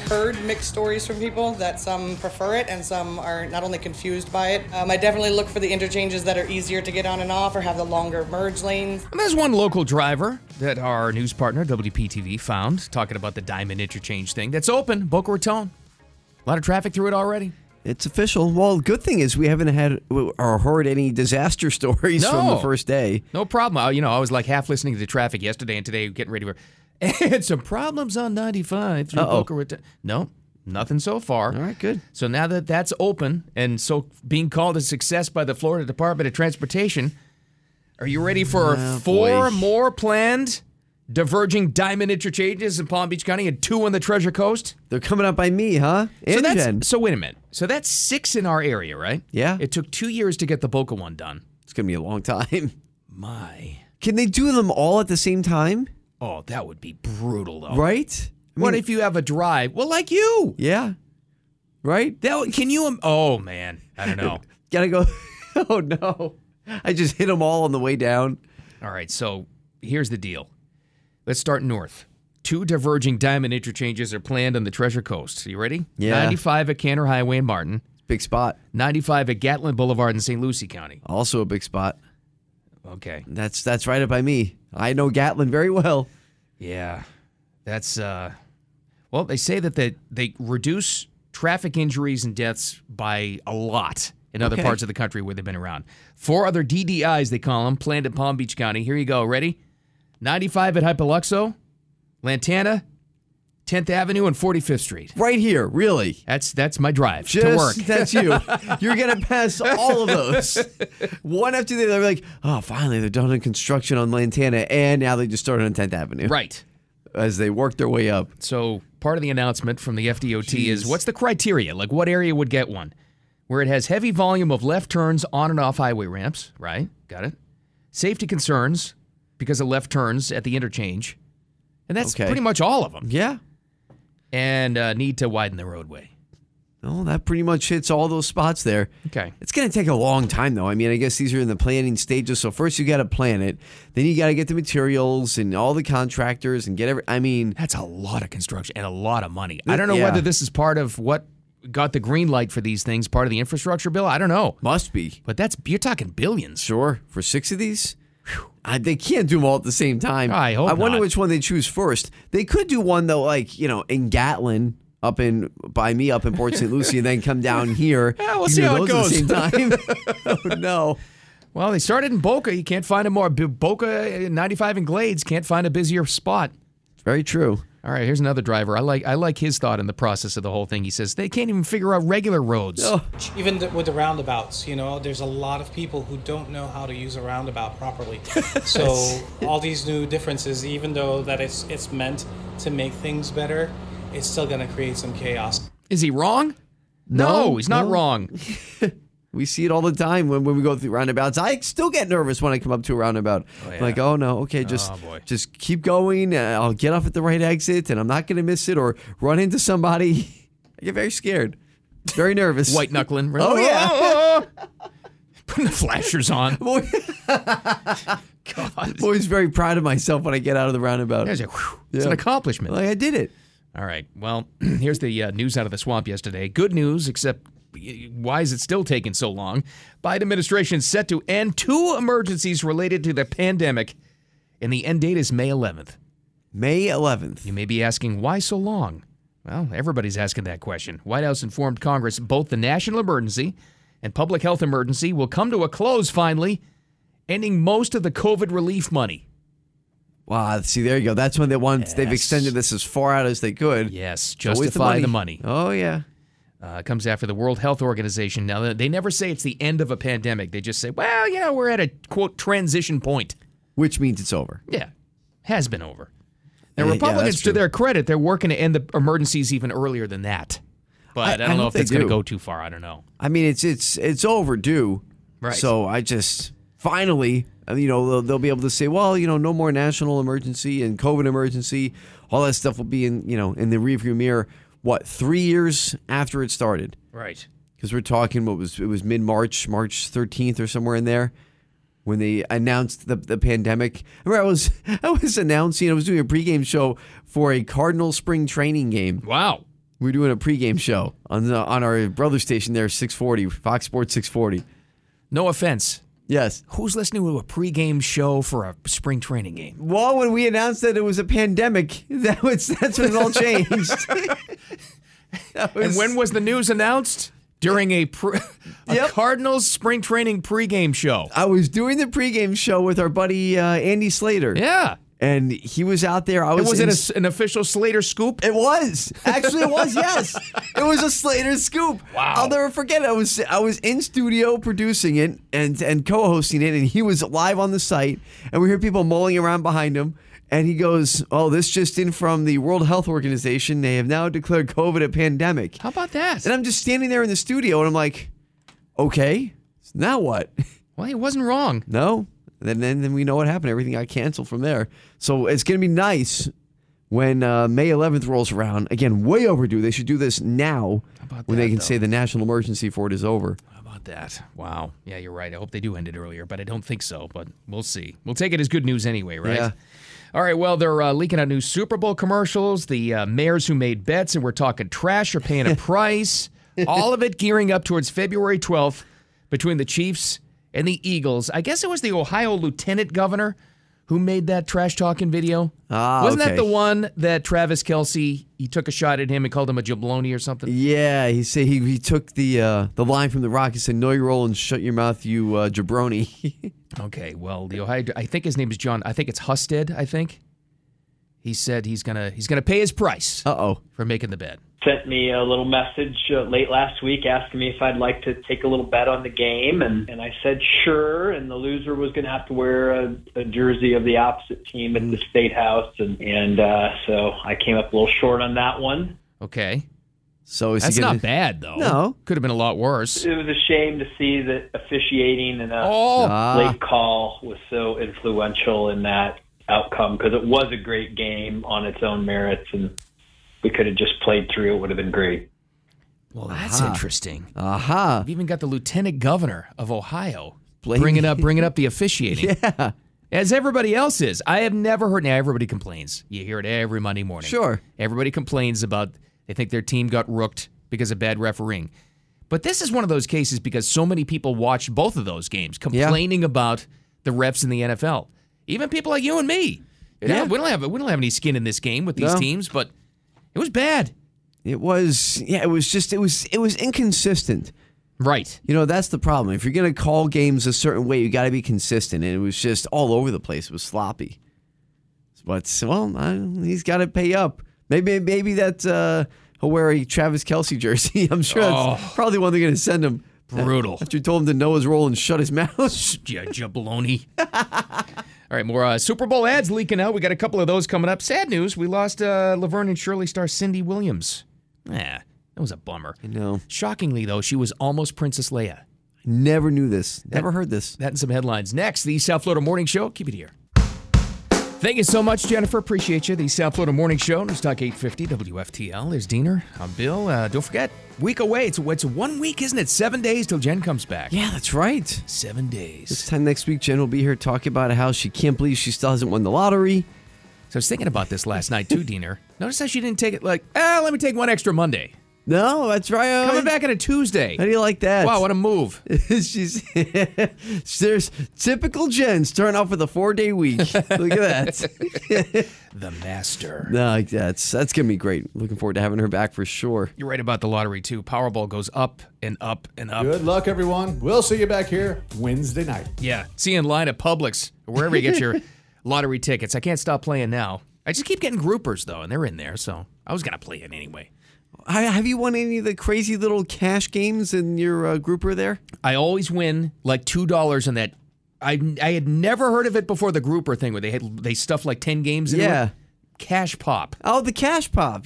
heard mixed stories from people that some prefer it and some are not only confused by it. Um, I definitely look for the interchanges that are easier to get on and off or have the longer merge lanes. And there's one local driver that our news partner, WPTV, found talking about the Diamond Interchange thing that's open, Boca Raton. A lot of traffic through it already. It's official. Well, good thing is we haven't had or heard any disaster stories from the No. first day. No problem. I, you know, I was like half listening to the traffic yesterday and today getting ready to and some problems on 95 through Uh-oh. Boca Raton. No, nothing so far. All right, good. So now that that's open and so being called a success by the Florida Department of Transportation, are you ready for Oh, four boy. more planned diverging diamond interchanges in Palm Beach County and two on the Treasure Coast? They're coming up by me, huh? so And that's Jen. so wait a minute. So that's six in our area, right? Yeah. It took two years to get the Boca one done. It's gonna be a long time. My, Can they do them all at the same time? oh, that would be brutal, though. Right? I what mean- if you have a drive? Well, like you. Yeah. Right? That would- can you? im- Oh man, I don't know. Gotta go. oh no! I just hit them all on the way down. All right, so here's the deal. Let's start north. Two diverging diamond interchanges are planned on the Treasure Coast. You ready? Yeah. 95 at Canner Highway in Martin. Big spot. 95 at Gatlin Boulevard in St. Lucie County. Also a big spot. Okay. That's that's right up by me. I know Gatlin very well. Yeah. That's uh well, they say that they, they reduce traffic injuries and deaths by a lot in other Okay. parts of the country where they've been around. Four other DDIs they call them planned in Palm Beach County. Here you go, ready? 95 at Hypoluxo, Lantana, 10th Avenue and 45th Street. Right here, really. That's that's my drive to Just work. that's you. You're gonna pass all of those, one after the other. Like, oh, finally they're done in construction on Lantana, and now they just started on Tenth Avenue. Right. As they work their way up. So part of the announcement from the FDOT is Jeez. what's the criteria? Like what area would get one? Where it has heavy volume of left turns on and off highway ramps, right? Got it. Safety concerns because of left turns at the interchange. And that's Okay. pretty much all of them. Yeah. And uh, need to widen the roadway. Oh, that pretty much hits all those spots there. Okay. It's going to take a long time, though. I mean, I guess these are in the planning stages. So first you got to plan it, then you got to get the materials and all the contractors and get every. I mean, That's a lot of construction and a lot of money. I don't know Yeah. whether this is part of what got the green light for these things, part of the infrastructure bill. I don't know. must be But that's you're talking billions. sure for six of these. I, they can't do them all at the same time. I hope wonder not. which one they choose first. They could do one though, like you know, in Gatlin, up in by me, up in Port St. Lucie, and then come down here. Yeah, we'll You see do how it those goes. at the same time. oh no. Well, they started in Boca. You can't find a more B- Boca uh, 95 and Glades can't find a busier spot. Very true. All right, here's another driver. I like I like his thought in the process of the whole thing. He says they can't even figure out regular roads. Oh. Even th- with the roundabouts, you know, there's a lot of people who don't know how to use a roundabout properly. So all these new differences, even though that it's it's meant to make things better, it's still going to create some chaos. Is he wrong? No, he's not no. wrong. We see it all the time when, when we go through roundabouts. I still get nervous when I come up to a roundabout. I'm yeah. Like, oh no, okay, just boy. just keep going. uh, I'll get off at the right exit, and I'm not going to miss it or run into somebody. I get very scared, very nervous. White knuckling. Oh yeah. putting the flashers on. Boy- God, I'm always very proud of myself when I get out of the roundabout. There's a- whew, it's an Yeah. accomplishment. Like I did it. All right. Well, here's the uh, news out of the swamp yesterday. Good news, except y- why is it still taking so long? Biden administration is set to end two emergencies related to the pandemic, and the end date is May 11th. May 11th. You may be asking, why so long? Well, everybody's asking that question. White House informed Congress both the national emergency and public health emergency will come to a close finally, ending most of the COVID relief money. Wow. See, there you go. That's when they want. They've extended this as far out as they could. Yes, Always justify the money. Oh yeah. uh, comes after the World Health Organization. Now, they never say it's the end of a pandemic. They just say, well, you know, we're at a quote transition point. Which means it's over. Yeah, has been over. Now, Yeah, yeah, Republicans, that's to true. their credit, they're working to end the emergencies even earlier than that. But I, I- don't I know hope if they that's going to do. go too far. I don't know. I mean, it's it's it's overdue. Right. So I just uh, finally, you know, they'll, they'll be able to say, well, you know, no more national emergency and COVID emergency. all that stuff will be in you know in the rearview mirror. What three years after it started? Right. Because we're talking what was it was mid March, March 13th or somewhere in there. When they announced the, the pandemic, I remember I was I was announcing I was doing a pregame show for a Cardinal spring training game. Wow, we were doing a pregame show on the, on our brother station there, 640 Fox Sports 640. No offense. Yes. Who's listening to a pregame show for a spring training game? Well, when we announced that it was a pandemic, that was that's when it all changed. and when was the news announced? During a, pre- a Cardinals spring training pregame show. I was doing the pregame show with our buddy uh, Andy Slater. Yeah. And he was out there. I It was was in an, an official Slater scoop. It was actually it was yes, it was a Slater scoop. Wow. I'll never forget. it. I was I was in studio producing it and and co-hosting it, and he was live on the site, and we heard people mulling around behind him. And he goes, "Oh, this just in from the World Health Organization. They have now declared COVID a pandemic." How about that? And I'm just standing there in the studio, and I'm like, "Okay, so now what?" Well, he wasn't wrong. No. Then, then then we know what happened. Everything got canceled from there. So it's going to be nice when uh, May 11th rolls around. Again, way overdue. They should do this now when they can say the national emergency for it is over. How about that? Wow. Yeah, you're right. I hope they do end it earlier, but I don't think so. But we'll see. We'll take it as good news anyway, right? Yeah. All right. Well, they're uh, leaking out new Super Bowl commercials. The uh, mayors who made bets, and we're talking trash, are paying a price. All of it gearing up towards February 12th between the Chiefs and the Eagles. I guess it was the Ohio lieutenant governor who made that trash talking video. Ah, Wasn't okay. that the one that Travis Kelsey he took a shot at him and called him a jabloni or something? Yeah, he said he, he took the uh, the line from the rock. He said, "Know your role and shut your mouth, you uh, jabroni." Okay, well, the Ohio, I think his name is John. I think it's Husted. I think he said he's gonna he's gonna pay his price. Uh oh, for making the bet. sent me a little message uh, late last week asking me if I'd like to take a little bet on the game, and, and I said sure. And the loser was going to have to wear a, a jersey of the opposite team at Mm-hmm. the state house, and and uh, so I came up a little short on that one. Okay, so is he that's not gonna- bad though. No. could have been a lot worse. It was a shame to see that officiating and a Ah, Oh. late call was so influential in that outcome because it was a great game on its own merits, and we could have just played through. It would have been great. Well, that's Aha. interesting. Aha! We've even got the lieutenant governor of Ohio Blame- bringing up bringing up the officiating. Yeah. As everybody else is, I have never heard. Now everybody complains. You hear it every Monday morning. Sure. everybody complains about they think their team got rooked because of bad refereeing. But this is one of those cases because so many people watched both of those games complaining about the refs in the NFL. Even people like you and me. You know, Yeah. we don't have we don't have any skin in this game with these No. teams, but it was bad. It was yeah, it was just it was it was inconsistent. Right. You know, that's the problem. If you're going to call games a certain way, you got to be consistent and it was just all over the place. It was sloppy. But well, I, he's got to pay up. Maybe maybe that uh he'll wear a Travis Kelsey jersey. I'm sure Oh. that's probably one they're going to send him. Brutal. After you told him to know his role and shut his mouth. Yeah, jabaloney. All right, more uh, Super Bowl ads leaking out. We got a couple of those coming up. Sad news: we lost uh, Laverne and Shirley star Cindy Williams. Yeah, that was a bummer. I know. Shockingly, though, she was almost Princess Leia. Never knew this. Never heard this. That and some headlines next. The South Florida Morning Show. Keep it here. Thank you so much, Jennifer. Appreciate you. The South Florida Morning Show, News Talk 850 WFTL. There's Diener. I'm Bill. Uh, don't forget, week away. It's, it's one week, isn't it? Seven days till Jen comes back. Yeah, that's right. Seven days. This time next week, Jen will be here talking about how she can't believe she still hasn't won the lottery. So I was thinking about this last night too, Diener. Notice how she didn't take it like, ah, let me take one extra Monday. No, that's right. Coming back on a Tuesday. How do you like that? Wow, what a move. She's there's typical Jen starting off with a four day week. Look at that. the master. no, that's that's gonna be great. Looking forward to having her back for sure. You're right about the lottery too. Powerball goes up and up and up. Good luck, everyone. We'll see you back here Wednesday night. Yeah. See you in line at Publix or wherever you get your lottery tickets. I can't stop playing now. I just keep getting groupers though, and they're in there, so I was gonna play it anyway. I, have you won any of the crazy little cash games in your uh, grouper there? I always win like two dollars on that. I I had never heard of it before the grouper thing where they had they stuff like ten games. Into Yeah. it. Cash pop. Oh, the cash pop.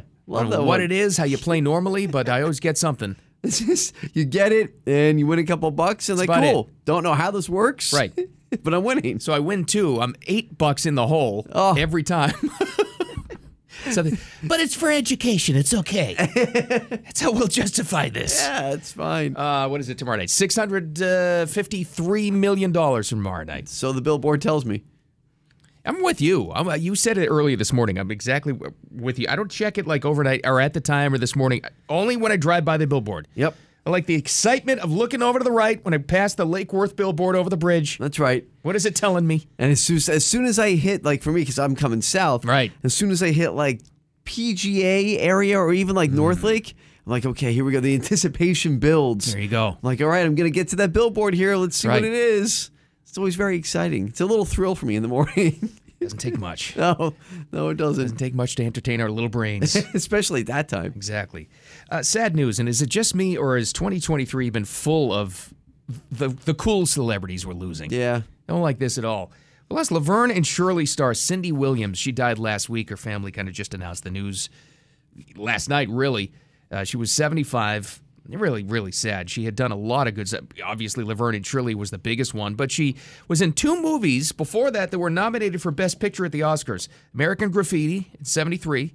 I love don't that know one. what it is, how you play normally, but I always get something. It's just you get it and you win a couple bucks and That's like about it. cool. Don't know how this works. Right. but I'm winning. Oh. So I win two. I'm eight bucks in the hole every time. Something. But it's for education. It's okay. That's how we'll justify this. Yeah, it's fine. Uh, what is it tomorrow night? Six hundred uh, fifty-three million dollars tomorrow night. So the billboard tells me. I'm with you. I'm, uh, you said it earlier this morning. I'm exactly w- with you. I don't check it like overnight or at the time or this morning. Only when I drive by the billboard. Yep. I like the excitement of looking over to the right when I pass the Lake Worth billboard over the bridge. That's right. What is it telling me? And as soon as, as soon as I hit, like for me, because I'm coming south, right? As soon as I hit like PGA area or even like North Lake, I'm like, okay, here we go. The anticipation builds. Mm. There you go. I'm like, all right, I'm gonna get to that billboard here. Let's see Right. what it is. It's always very exciting. It's a little thrill for me in the morning. Doesn't take much. no, no, it doesn't. Doesn't take much to entertain our little brains. Especially that time. Exactly. Uh, sad news. And is it just me, or has 2023 been full of the the cool celebrities we're losing? Yeah. Don't like this at all. Well, that's Laverne and Shirley star Cindy Williams. She died last week. Her family kind of just announced the news last night, really. Uh, she was 75. Really, really sad. She had done a lot of good stuff. Obviously, Laverne and Shirley was the biggest one, but she was in two movies before that that were nominated for Best Picture at the Oscars American Graffiti in 73,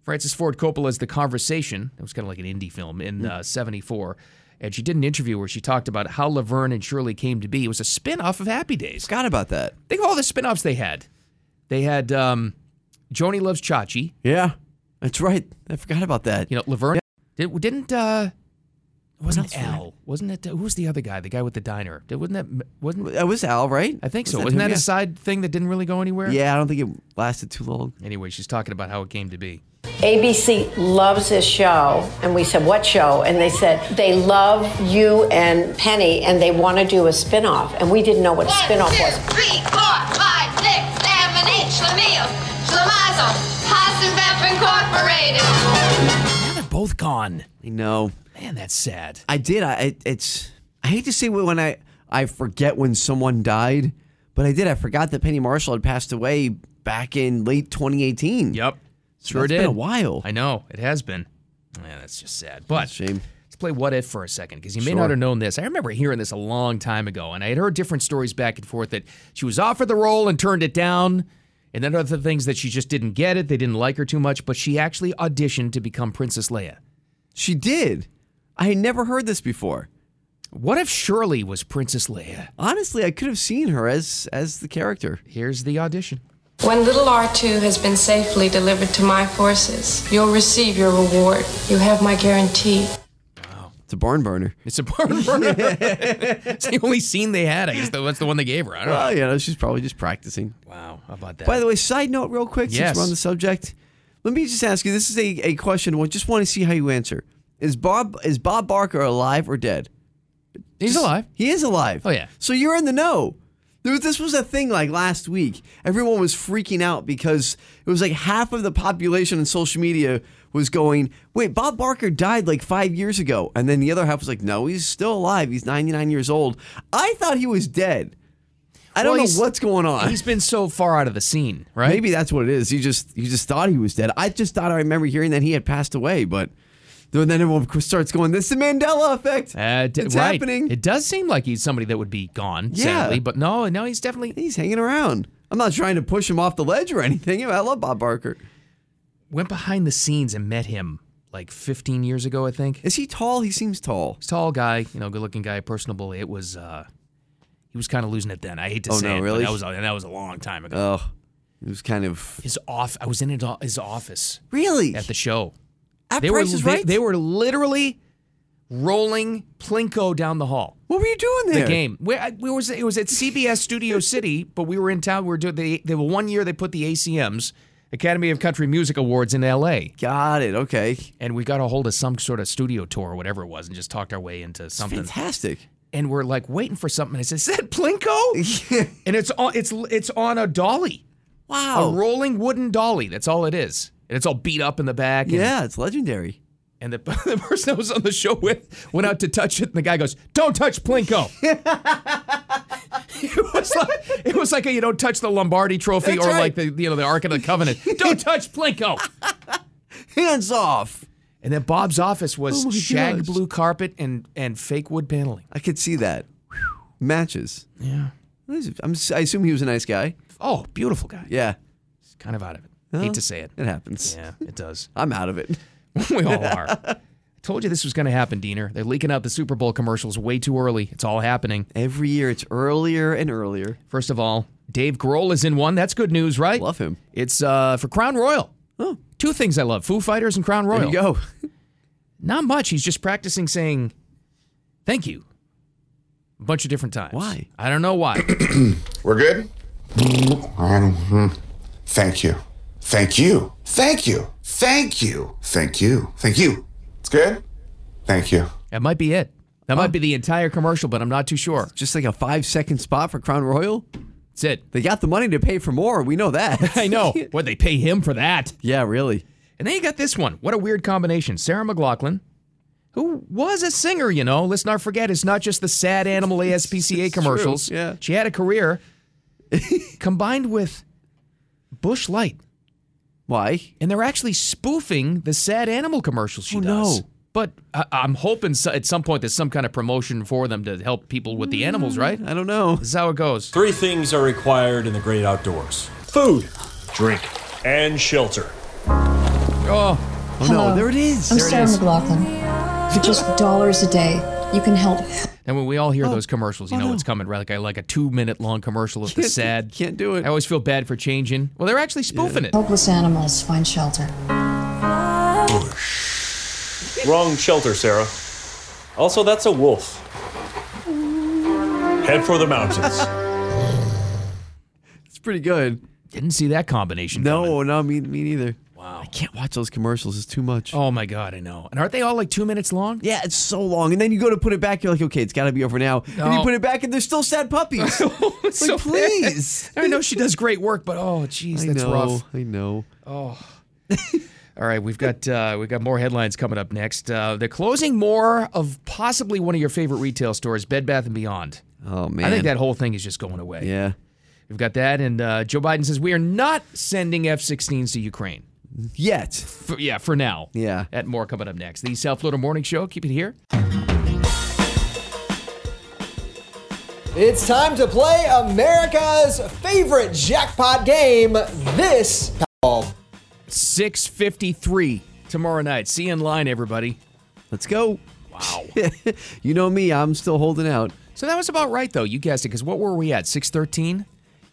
Francis Ford Coppola's The Conversation. It was kind of like an indie film in uh, 74. And she did an interview where she talked about how Laverne and Shirley came to be. It was a spin off of Happy Days. Forgot about that. Think of all the spin offs they had. They had um, Joni Loves Chachi. Yeah, that's right. I forgot about that. You know, Laverne did, didn't. Uh, it wasn't Al? Wasn't it? uh, Who was the other guy? The guy with the diner? Did- Wasn't that? Wasn't? That was Al, right? I think Was so. that Wasn't him? that Yeah. a side thing that didn't really go anywhere? Yeah, I don't think it lasted too long. Anyway, she's talking about how it came to be. ABC loves this show. And we said, What show? And they said, They love you and Penny and they want to do a spin off. And we didn't know what a spin off was. Three, four, five, six, seven, eight. Schlemiel, Schlemazel, Heisenberg Incorporated. Now they're both gone. I know. Man, that's sad. I did. I it, it's. I hate to say when I I forget when someone died, but I did. I forgot that Penny Marshall had passed away back in late 2018. Yep. So Sure it's did. Been a while. I know it has been. Yeah, that's just sad. But shame. Let's play what if for a second because you may Sure. not have known this. I remember hearing this a long time ago, and I had heard different stories back and forth that she was offered the role and turned it down, and then other things that she just didn't get it. They didn't like her too much, but she actually auditioned to become Princess Leia. She did. I had never heard this before. What if Shirley was Princess Leia? Honestly, I could have seen her as as the character. Here's the audition. When little R2 has been safely delivered to my forces, you'll receive your reward. You have my guarantee. It's a barn burner. It's a barn burner. it's the only scene they had. I guess that's the one they gave her. I don't Well, know. you know, she's probably just practicing. Wow, how about that? By the way, side note, real quick, Yes. since we're on the subject, let me just ask you. This is a, a question. I just want to see how you answer. Is Bob is Bob Barker alive or dead? he's Just- alive. He is alive. Oh, yeah. So you're in the know. There was, this was a thing like last week. Everyone was freaking out because it was like half of the population on social media was going, "Wait, Bob Barker died like five years ago," and then the other half was like, "No, he's still alive. He's 99 years old." I thought he was dead. I don't Well, he's- know what's going on. He's been so far out of the scene, right? Maybe that's what it is. You just you just thought he was dead. I just thought I remember hearing that he had passed away, but then everyone starts going, "This is the Mandela effect. Uh, d- it's right. happening." It does seem like he's somebody that would be gone, Yeah. sadly. But no, no, he's definitely. He's hanging around. I'm not trying to push him off the ledge or anything. I love Bob Barker. Went behind the scenes and met him like 15 years ago, I think. Is he tall? He seems tall. He's a tall guy, you know, good looking guy, personable. It was, uh, he was kind of losing it then. I hate to Oh, say no, it, but really? that was that was a long time ago. Oh, he was kind of his off, I was in his o- his office really at the show. At they Price were is they- Right? they, were literally rolling plinko down the hall. what were you doing there? The game. Where, I- where was it? It was at CBS Studio City, but we were in town. We were doing the, the one year they put the ACMs Academy of Country Music Awards in L.A. Got it. Okay. And we got a hold of some sort of studio tour or whatever it was, and just talked our way into something. Fantastic. And we're like waiting for something. And I said, "Is that Plinko?" and it's on it's it's on a dolly, Wow. a rolling wooden dolly. That's all it is. And it's all beat up in the back. and- yeah, it's legendary. and the, the person I was on the show with went out to touch it, and the guy goes, "Don't touch Plinko." it was like it was like a, you don't touch the Lombardi Trophy That's or right. like the you know the Ark of the Covenant. don't touch Plinko. Hands off. And then Bob's office was Oh my shag gosh. blue carpet and and fake wood paneling. I could see that. Matches. Yeah. I'm, I assume he was a nice guy. Oh, beautiful guy. Yeah. He's kind of out of it. Hate to say it. It happens. Yeah, it does. I'm out of it. we all are. I told you this was going to happen, Diener. They're leaking out the Super Bowl commercials way too early. It's all happening. Every year, it's earlier and earlier. First of all, Dave Grohl is in one. That's good news, right? Love him. It's uh, for Crown Royal. Oh. Two things I love Foo Fighters and Crown Royal. There you go. Not much. He's just practicing saying thank you a bunch of different times. Why? I don't know why. We're good? Thank you. Thank you. Thank you. Thank you. Thank you. Thank you. It's good? Thank you. that might be it. That might be the entire commercial, but I'm not too sure. Just like a five second spot for Crown Royal. That's it. They got the money to pay for more. We know that. I know. What they pay him for that. yeah, really. And then you got this one. What a weird combination. Sarah McLaughlin, who was a singer, you know. Let's not forget, it's not just the sad animal ASPCA commercials. yeah. She had a career combined with Bush Light. Why? And they're actually spoofing the sad animal commercials she does. Oh, no. But I- I'm hoping so- at some point there's some kind of promotion for them to help people with the animals, right? I don't know. This is how it goes. Three things are required in the great outdoors food, drink, and shelter. Oh, oh Hello. no, there it is. I'm There it Sarah is. McLaughlin. For just dollars a day, you can help. And when we all Oh. hear those commercials, you know what's coming, right? Like a, like a two minute long commercial of the sad. Can't do it. I always feel bad for changing. Well, they're actually spoofing it. Helpless animals find shelter. Wrong shelter, Sarah. Also, that's a wolf. Head for the mountains. It's pretty good. Didn't see that combination. No, no, me, me neither. Wow. I can't watch those commercials. It's too much. Oh my God, I know. And aren't they all like two minutes long? Yeah, it's so long. And then you go to put it back. You're like, okay, it's got to be over now. And you No. put it back, and there's still sad puppies. like, Oh, So- please. I know she does great work, but oh, geez, I that's know. rough. I know. Oh. All right, we've got uh, we've got more headlines coming up next. Uh, they're closing more of possibly one of your favorite retail stores, Bed Bath and Beyond. Oh, man. I think that whole thing is just going away. Yeah. We've got that, and uh, Joe Biden says we are not sending F-16s to Ukraine. Yet. For, yeah, for now. Yeah. That and more coming up next. The South Florida Morning Show. Keep it here. It's time to play America's favorite jackpot game, this Powerball. 6:53 tomorrow night. See you in line, everybody. Let's go. Wow. you know me. I'm still holding out. so that was about right, though. You guessed it, because what were we at? 6:13.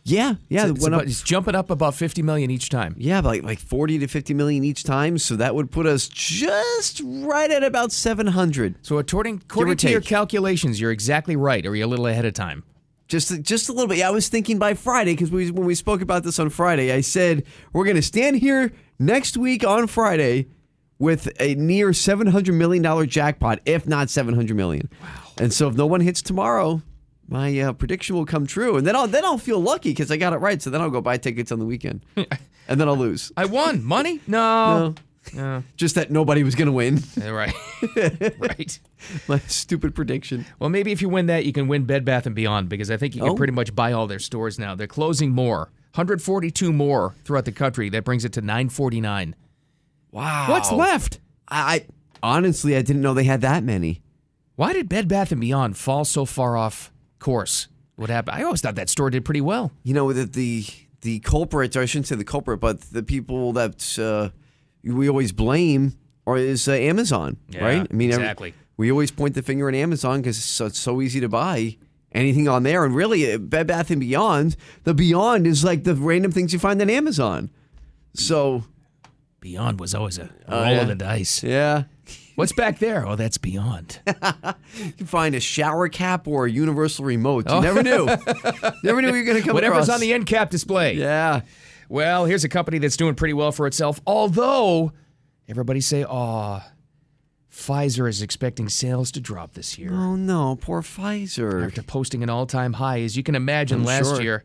Yeah. Yeah. it's, it it's went up- about- it's jumping up about 50 million each time. Yeah, like like 40 to 50 million each time, so that would put us just right at about 700. So according or According to your take. calculations, you're exactly right, or you're a little ahead of time. just just a little bit. Yeah, I was thinking by Friday because we when we spoke about this on Friday, I said we're going to stand here next week on Friday with a near 700 million dollar jackpot, if not 700 million. Wow. And so if no one hits tomorrow, my uh, prediction will come true, and then I'll then I'll feel lucky because I got it right. So then I'll go buy tickets on the weekend, and then I'll lose. I won money? No. No. Oh. Just that nobody was going to win. Yeah, Right. right. my stupid prediction. Well, maybe if you win that, you can win Bed Bath and Beyond because I think you can Oh. pretty much buy all their stores now. They're closing more, 142 more throughout the country. That brings it to 949. Wow. What's left? I, I honestly I didn't know they had that many. Why did Bed Bath and Beyond fall so far off course? What happened? I always thought that store did pretty well. you know that the the culprits or I shouldn't say the culprit, but the people that uh, we always blame are is uh, Amazon, Yeah, right? I mean, every- exactly. we always point the finger at Amazon because it's, so- it's so easy to buy anything on there, and really, uh, Bed Bath and Beyond, the Beyond is like the random things you find on Amazon. So Beyond was always a roll Oh, yeah. of the dice. yeah, What's back there? Oh, that's Beyond. you can find a shower cap or a universal remote. You Oh. never knew, never knew you were going to come. Whatever's across. on the end cap display. yeah. Well, here's a company that's doing pretty well for itself, although everybody say, "Aw, Pfizer is expecting sales to drop this year." Oh no, poor Pfizer. After posting an all-time high, as you can imagine I'm last sure. year,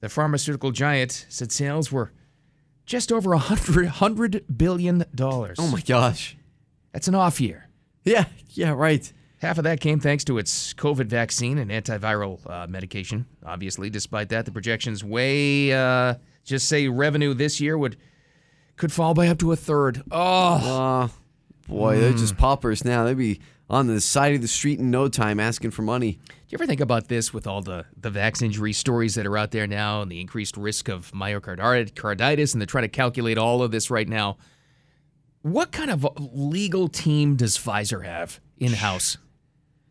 the pharmaceutical giant said sales were just over 100 100 billion dollars. Oh my gosh. That's an off year. Yeah, yeah, right. Half of that came thanks to its COVID vaccine and antiviral uh, medication. Obviously, despite that, the projections way uh, just say revenue this year would could fall by up to a third. Oh, Uh, boy, they're just Hmm. paupers now. They'd be on the side of the street in no time asking for money. Do you ever think about this with all the, the vax injury stories that are out there now and the increased risk of myocarditis and they're trying to calculate all of this right now? What kind of uh, legal team does Pfizer have in house?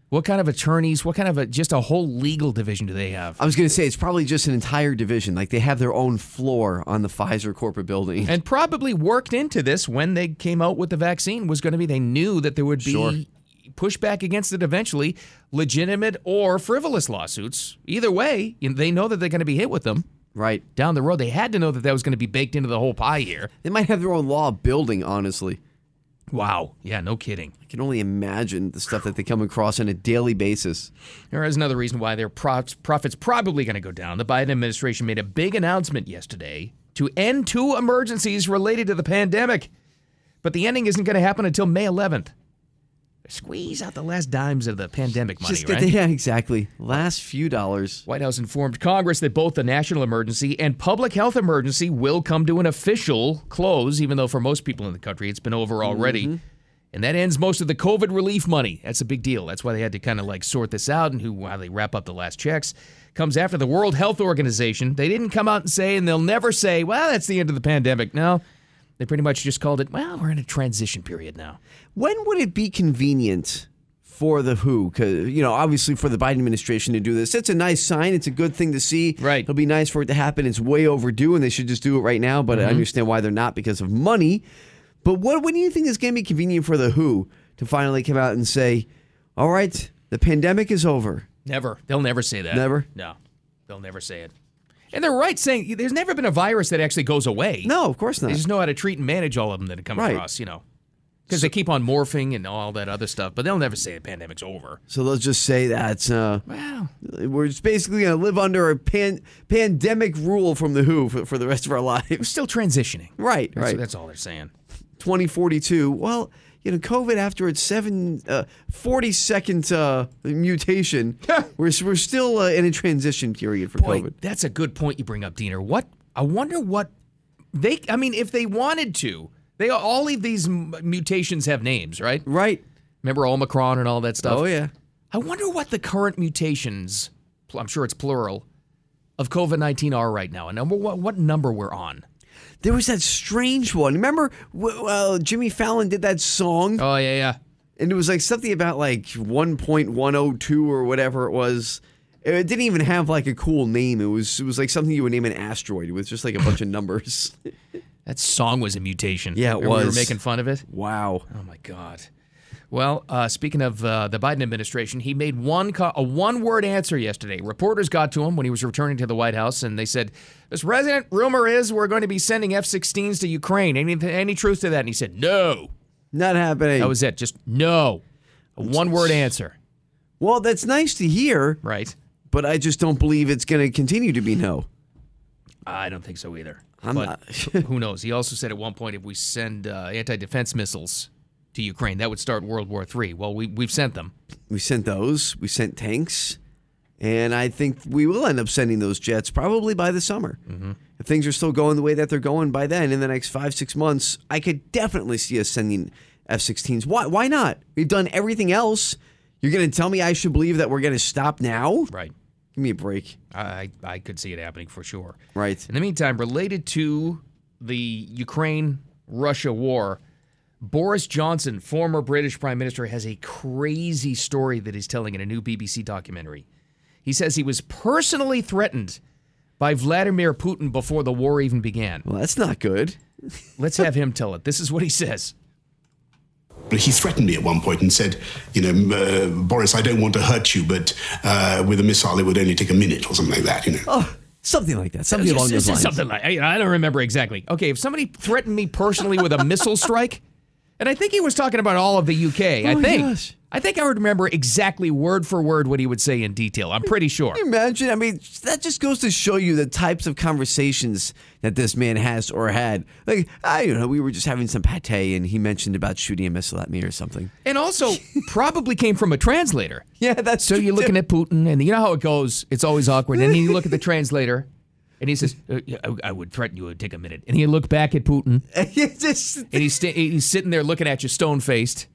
What kind of attorneys? What kind of a, just a whole legal division do they have? I was going to say it's probably just an entire division. Like they have their own floor on the Pfizer corporate building. And probably worked into this when they came out with the vaccine was going to be they knew that there would be Sure. pushback against it eventually, legitimate or frivolous lawsuits. Either way, you know, they know that they're going to be hit with them. Right. Down the road, they had to know that that was going to be baked into the whole pie here. They might have their own law building, honestly. Wow. Yeah, no kidding. I can only imagine the stuff that they come across on a daily basis. There is another reason why their profits, profits probably going to go down. The Biden administration made a big announcement yesterday to end two emergencies related to the pandemic, but the ending isn't going to happen until May 11th. Squeeze out the last dimes of the pandemic money, Just get right? the- yeah, exactly. Last few dollars. White House informed Congress that both the national emergency and public health emergency will come to an official close, even though for most people in the country it's been over already. And that ends most of the COVID relief money. That's a big deal. That's why they had to kind of like sort this out and who how they wrap up the last checks. Comes after the World Health Organization. They didn't come out and say, and they'll never say, well, that's the end of the pandemic. No, they pretty much just called it, well, we're in a transition period now. When would it be convenient for the WHO? 'Cause, you know, obviously for the Biden administration to do this, it's a nice sign. It's a good thing to see. Right. It'll be nice for it to happen. It's way overdue, and they should just do it right now. But I Mhm. understand why they're not because of money. But what when do you think it's going to be convenient for the WHO to finally come out and say, "All right, the pandemic is over"? Never. They'll never say that. Never? No. They'll never say it. And they're right saying there's never been a virus that actually goes away. No, of course not. They just know how to treat and manage all of them that come Right. across, you know. Because they keep on morphing and all that other stuff, but they'll never say the pandemic's over. So they'll just say that uh, wow. we're just basically going to live under a pan- pandemic rule from the WHO for, for the rest of our lives. We're still transitioning. Right, That's, right. That's all they're saying. 2042. Well, you know, COVID after its seven, uh, 40 second uh, mutation, we're, we're still uh, in a transition period for Boy, COVID. that's a good point you bring up, Diener. What I wonder what they. I mean, if they wanted to, they all of these m- mutations have names, right? Right. Remember Omicron and all that stuff. Oh, yeah. I wonder what the current mutations. pl- I'm sure it's plural of COVID nineteen are right now. And number what what number we're on? There was that strange one. Remember, w- uh, Jimmy Fallon did that song? Oh, yeah, yeah. And it was like something about like 1.102 or whatever it was. It didn't even have like a cool name. It was it was like something you would name an asteroid with just like a bunch of numbers. That song was a mutation. Yeah, it Remember We were was. making fun of it. Wow. Oh my God. Well, uh, speaking of uh, the Biden administration, he made one co- a one-word answer yesterday. Reporters got to him when he was returning to the White House, and they said, "Mr. President, rumor is we're going to be sending F-16s to Ukraine. Any any truth to that?" And he said, "No, not happening." That was it. Just no. A one-word answer. Well, that's nice to hear. Right. But I just don't believe it's going to continue to be no. I don't think so either. I'm but not- who knows? He also said at one point, if we send uh, anti-defense missiles to Ukraine, that would start World War III. Well, we we've sent them. We sent those. We sent tanks. And I think we will end up sending those jets probably by the summer. If things are still going the way that they're going by then, in the next five, six months, I could definitely see us sending F 16s. Why, why not? We've done everything else. You're going to tell me I should believe that we're going to stop now? Right. Give me a break. I I I could see it happening for sure. Right. In the meantime, related to the Ukraine Russia war, Boris Johnson, former British Prime Minister, has a crazy story that he's telling in a new BBC documentary. He says he was personally threatened by Vladimir Putin before the war even began. Well, that's not good. Let's have him tell it. This is what he says. But he threatened me at one point and said, you know, uh, Boris, I don't want to hurt you, but uh, with a missile it would only take a minute or something like that, you know. Oh, something like that. Something along those lines. Something like I I don't remember exactly. Okay, if somebody threatened me personally with a missile strike, and I think he was talking about all of the UK. Oh I my think gosh. I think I would remember exactly word for word what he would say in detail. I'm pretty sure. Can you imagine? I mean, that just goes to show you the types of conversations that this man has or had. Like, I don't know, we were just having some pate and he mentioned about shooting a missile at me or something. And also, probably came from a translator. Yeah, that's so. You're looking at Putin, and you know how it goes. It's always awkward. And then you look at the translator, And he says, "Uh, yeah, I- I would threaten you. It would take a minute. And he looked back at Putin. and he's, sta- he's sitting there looking at you, stone faced.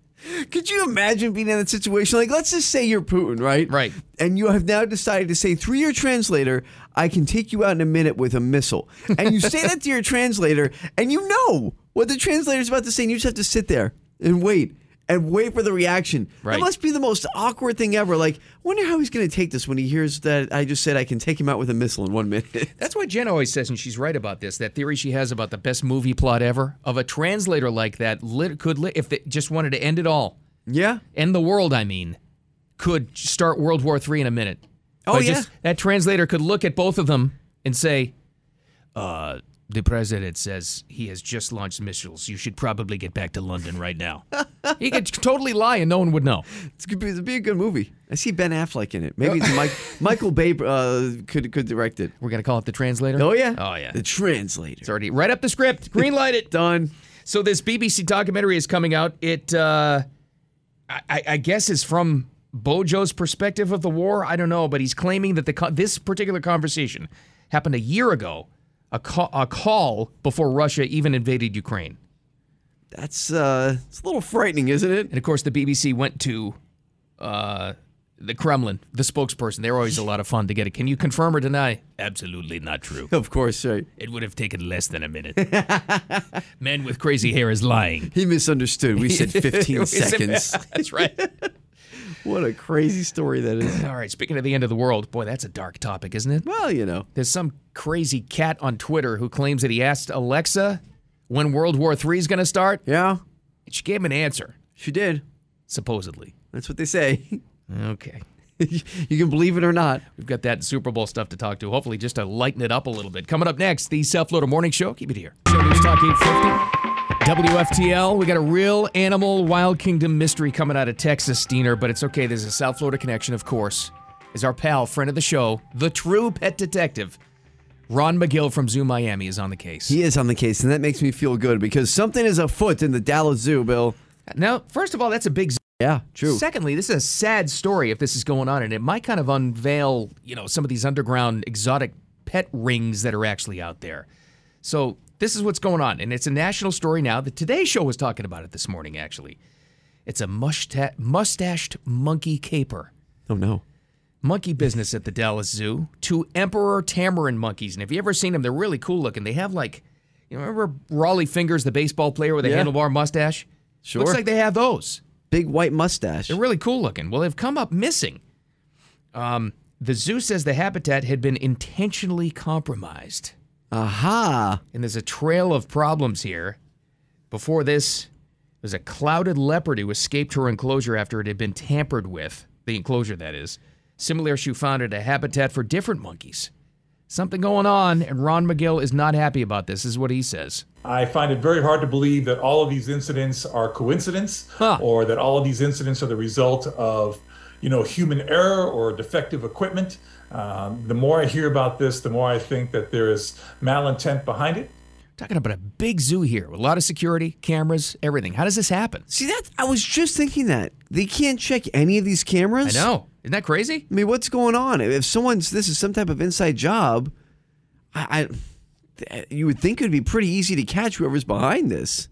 Could you imagine being in that situation? Like, let's just say you're Putin, right? Right. And you have now decided to say through your translator, I can take you out in a minute with a missile. And you say that to your translator, and you know what the translator's about to say, and you just have to sit there and wait and wait for the reaction. That Right. must be the most awkward thing ever. Like, I wonder how he's going to take this when he hears that I just said I can take him out with a missile in one minute. That's what Jen always says, and she's right about this. That theory she has about the best movie plot ever of a translator like that lit, could, lit, if they just wanted to end it all, yeah, end the world. I mean, could start World War III in a minute. Oh, But yeah. that translator could look at both of them and say, uh, "The president says he has just launched missiles. You should probably get back to London right now." he could totally lie, and no one would know. It's gonna be, it'd be a good movie. I see Ben Affleck in it. Maybe it's Mike, Michael Bay uh, could could direct it. We're gonna call it the translator. Oh yeah. Oh yeah. The translator. It's already right up the script. Green light it. Done. So this BBC documentary is coming out. It, uh, I, I- I guess, is from Bojo's perspective of the war. I don't know, but he's claiming that the co- this particular conversation happened a year ago, a, ca- a call before Russia even invaded Ukraine. That's uh, it's a little frightening, isn't it? And of course, the BBC went to uh, the Kremlin, the spokesperson. They're always a lot of fun to get it. Can you confirm or deny? Absolutely not true. Of course, right. It would have taken less than a minute. Man with crazy hair is lying. He misunderstood. We said 15 We said- seconds. That's right. what a crazy story that is. All right, speaking of the end of the world, boy, that's a dark topic, isn't it? Well, you know. There's some crazy cat on Twitter who claims that he asked Alexa when World War III is going to start. Yeah. And she gave him an answer. She did. Supposedly. That's what they say. Okay. you can believe it or not. We've got that Super Bowl stuff to talk to. Hopefully, just to lighten it up a little bit. Coming up next, the Self Loader Morning Show. Keep it here. Show News Talk 850. WFTL. We got a real animal wild kingdom mystery coming out of Texas, Steiner, but it's okay. There's a South Florida connection, of course. Is our pal, friend of the show, the true pet detective, Ron McGill from Zoo Miami, is on the case. He is on the case, and that makes me feel good because something is afoot in the Dallas Zoo, Bill. Now, first of all, that's a big. Yeah, true. Secondly, this is a sad story if this is going on, and it might kind of unveil, you know, some of these underground exotic pet rings that are actually out there. So this is what's going on, and it's a national story now. The Today Show was talking about it this morning, actually. It's a musta- mustached monkey caper. Oh no. Monkey business at the Dallas Zoo. Two emperor tamarin monkeys, and if you ever seen them, they're really cool looking. They have like, you know, remember Raleigh Fingers, the baseball player with a Yeah. handlebar mustache? Sure. Looks like they have those. Big white mustache. They're really cool looking. Well, they've come up missing. Um, the zoo says the habitat had been intentionally compromised. Aha. And there's a trail of problems here. Before this, there's a clouded leopard who escaped her enclosure after it had been tampered with. The enclosure, that is. Similar issue found at a habitat for different monkeys. Something going on, and Ron McGill is not happy about this, is what he says. I find it very hard to believe that all of these incidents are coincidence or that all of these incidents are the result of, you know, human error or defective equipment. Um, the more I hear about this, the more I think that there is malintent behind it. Talking about a big zoo here with a lot of security, cameras, everything. How does this happen? See that? I was just thinking that they can't check any of these cameras. I know. Isn't that crazy? I mean, what's going on? If someone's this is some type of inside job, I, I you would think it would be pretty easy to catch whoever's behind this,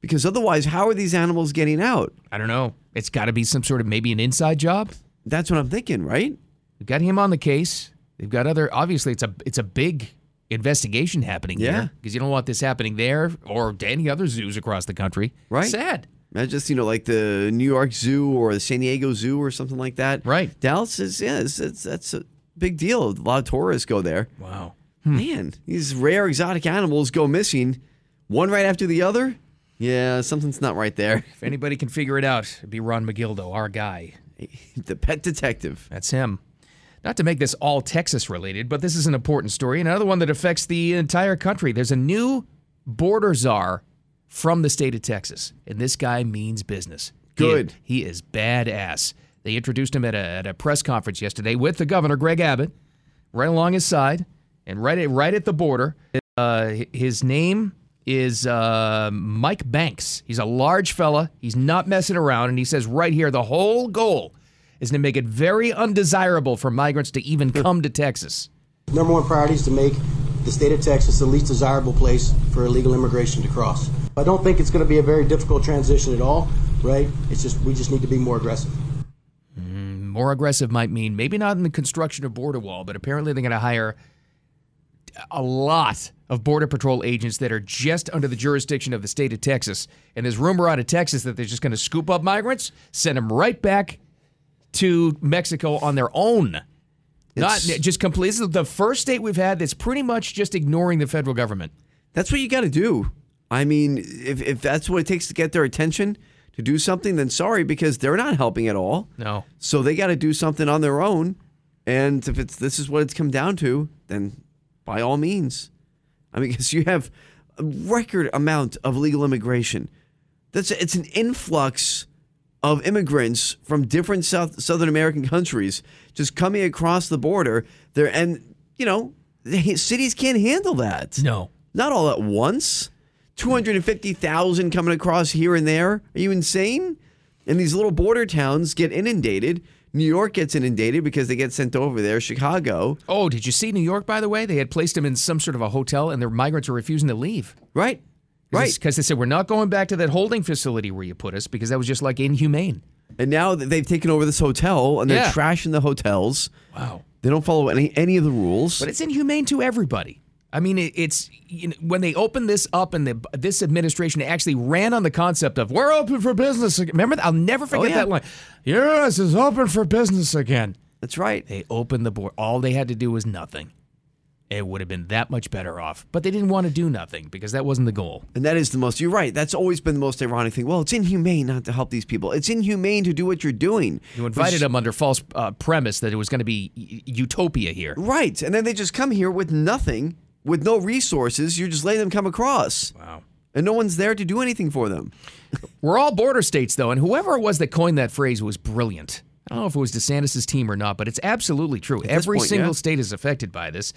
because otherwise, how are these animals getting out? I don't know. It's got to be some sort of maybe an inside job. That's what I'm thinking, right? We've got him on the case. They've got other. Obviously, it's a it's a big investigation happening Yeah. here because you don't want this happening there or to any other zoos across the country. Right? Sad. Imagine just you know like the New York Zoo or the San Diego Zoo or something like that. Right. Dallas is yeah, it's, it's, that's a big deal. A lot of tourists go there. Hmm. Wow. Man, these rare exotic animals go missing, one right after the other. Yeah, something's not right there. If anybody can figure it out, it'd be Ron McGildo, our guy, the pet detective. That's him. Not to make this all Texas related, but this is an important story. Another one that affects the entire country. There's a new border czar from the state of Texas, and this guy means business. He- Good. He, is badass. They introduced him at a, at a press conference yesterday with the governor, Greg Abbott, right along his side, and right at, right at the border. Uh, h- his name is uh, Mike Banks. He's a large fella. He's not messing around, and he says right here the whole goal is to make it very undesirable for migrants to even come to Texas. Number one priority is to make the state of Texas the least desirable place for illegal immigration to cross. I don't think it's going to be a very difficult transition at all, right? It's just we just need to be more aggressive. More aggressive might mean maybe not in the construction of border wall, but apparently they're going to hire a lot of border patrol agents that are just under the jurisdiction of the state of Texas. And there's rumor out of Texas that they're just going to scoop up migrants, send them right back to Mexico on their own. Not It's- just complete. This is the first state we've had that's pretty much just ignoring the federal government. That's what you got to do. I mean, if, if that's what it takes to get their attention to do something, then sorry, because they're not helping at all. No. So they got to do something on their own. And if it's this is what it's come down to, then by all means. I mean, because you have a record amount of illegal immigration. That's it's an influx of immigrants from different South Southern American countries just coming across the border. There and you know, the cities can't handle that. No. Not all at once. 250,000 coming across here and there. Are you insane? And these little border towns get inundated. New York gets inundated because they get sent over there. Chicago. Oh, did you see New York, by the way? They had placed them in some sort of a hotel and their migrants were refusing to leave. Right. Right. Because they said, we're not going back to that holding facility where you put us because that was just like inhumane. And now that they've taken over this hotel and they're Yeah. trashing the hotels. Wow. They don't follow any, any of the rules. But it's inhumane to everybody. I mean, it, it's you know, when they opened this up and the, this administration actually ran on the concept of we're open for business. Again. Remember, that? I'll never forget Oh, yeah. that line. Yes, it's open for business again. That's right. They opened the board. All they had to do was nothing. It would have been that much better off. But they didn't want to do nothing because that wasn't the goal. And that is the most, you're right. That's always been the most ironic thing. Well, it's inhumane not to help these people. It's inhumane to do what you're doing. You invited them under false uh, premise that it was going to be y- utopia here. Right. And then they just come here with nothing, with no resources. You're just letting them come across. Wow. And no one's there to do anything for them. We're all border states, though, and whoever it was that coined that phrase was brilliant. I don't know if it was DeSantis' team or not, but it's absolutely true. At this Every point, single yeah. state is affected by this.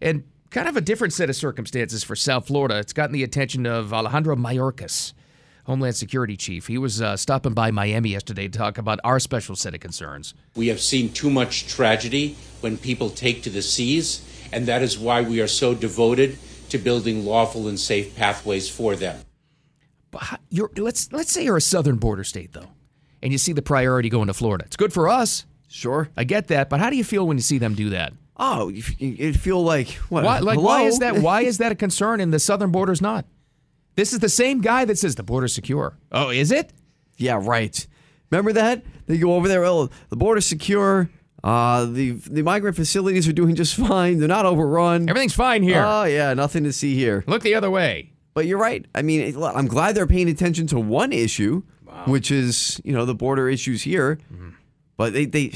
And kind of a different set of circumstances for South Florida. It's gotten the attention of Alejandro Mayorkas, Homeland Security Chief. He was uh, stopping by Miami yesterday to talk about our special set of concerns. We have seen too much tragedy when people take to the seas, and that is why we are so devoted to building lawful and safe pathways for them. But how- you're, let's, let's say you're a southern border state, though, and you see the priority going to Florida. It's good for us. Sure. I get that, but how do you feel when you see them do that? Oh, you, f- you it'd feel like what? Why, like, why hello? is that? Why is that a concern? And the southern border's not. This is the same guy that says the border's secure. Oh, is it? Yeah, right. Remember that? They go over there. Well, the border's secure. Uh, the the migrant facilities are doing just fine. They're not overrun. Everything's fine here. Oh yeah, nothing to see here. Look the other way. But you're right. I mean, it- I'm glad they're paying attention to one issue, which is you know the border issues here. Mm-hmm. But they they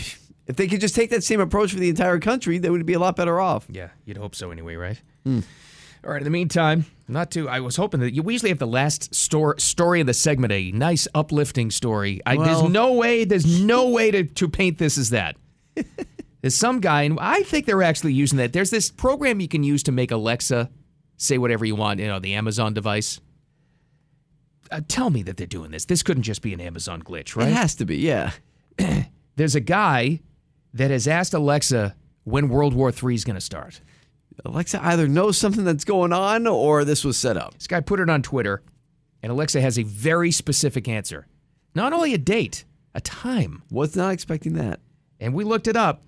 if they could just take that same approach for the entire country, they would be a lot better off. Yeah, you'd hope so anyway, right? Hmm. All right. In the meantime, not too. I was hoping that you we usually have the last store, story of the segment, a nice uplifting story. I, Well- there's no way. There's no way to to paint this as that. there's some guy, and I think they're actually using that. There's this program you can use to make Alexa say whatever you want. You know, the Amazon device. Uh, tell me that they're doing this. This couldn't just be an Amazon glitch, right? It has to be. Yeah. There's a guy that has asked Alexa when World War III is going to start. Alexa either knows something that's going on or this was set up. This guy put it on Twitter, and Alexa has a very specific answer. Not only a date, a time. Was not expecting that. And we looked it up.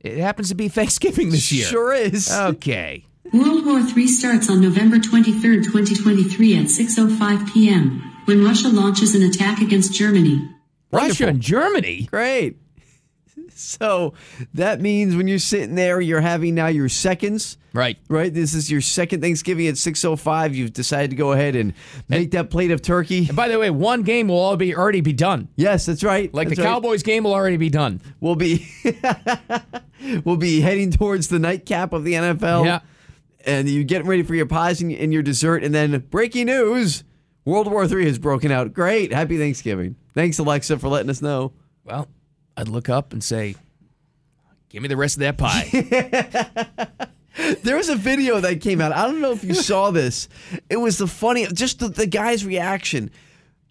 It happens to be Thanksgiving this year. Oh. Sure is. Okay. World War III starts on November 23, 2023 at 6:05 p.m. when Russia launches an attack against Germany. Russia and Germany. Great. So that means when you're sitting there, you're having now your seconds. Right. Right. This is your second Thanksgiving at 6:05. You've decided to go ahead and make that plate of turkey. By the way, one game will all be already be done. Yes, that's right. Like That's the right. Cowboys game will already be done. We'll be we'll be heading towards the nightcap of the NFL. Yeah. And you're getting ready for your pies and, and your dessert, and then breaking news: World War III has broken out. Great. Happy Thanksgiving. Thanks, Alexa, for letting us know. Well, I'd look up and say, "Give me the rest of that pie." There was a video that came out. I don't know if you saw this. It was the funny, just the, the guy's reaction.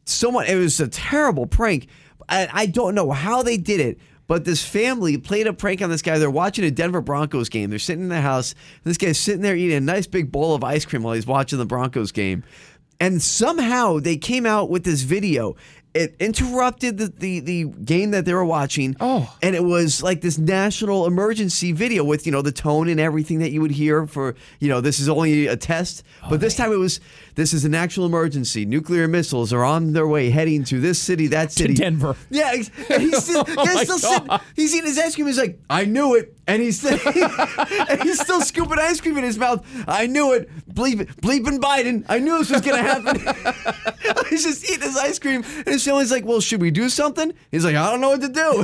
Someone, it was a terrible prank. I, I don't know how they did it, But this family played a prank on this guy. They're watching a Denver Broncos game. They're sitting in the house. This guy's sitting there eating a nice big bowl of ice cream while he's watching the Broncos game. And somehow they came out with this video. It interrupted the, the, the game that they were watching. Oh. And it was like this national emergency video with, you know, the tone and everything that you would hear for, you know, this is only a test. but this time it was, this is an actual emergency. Nuclear missiles are on their way heading to this city, that city. Denver. Yeah. ex- And he's still, Oh he's my still sitting, he's eating his ice cream. He's like, I knew it. And he's, still, and he's still scooping ice cream in his mouth. I knew it. Bleep, bleeping Biden. I knew this was going to happen. he's just eating his ice cream. And someone's like, Well, should we do something? He's like, I don't know what to do.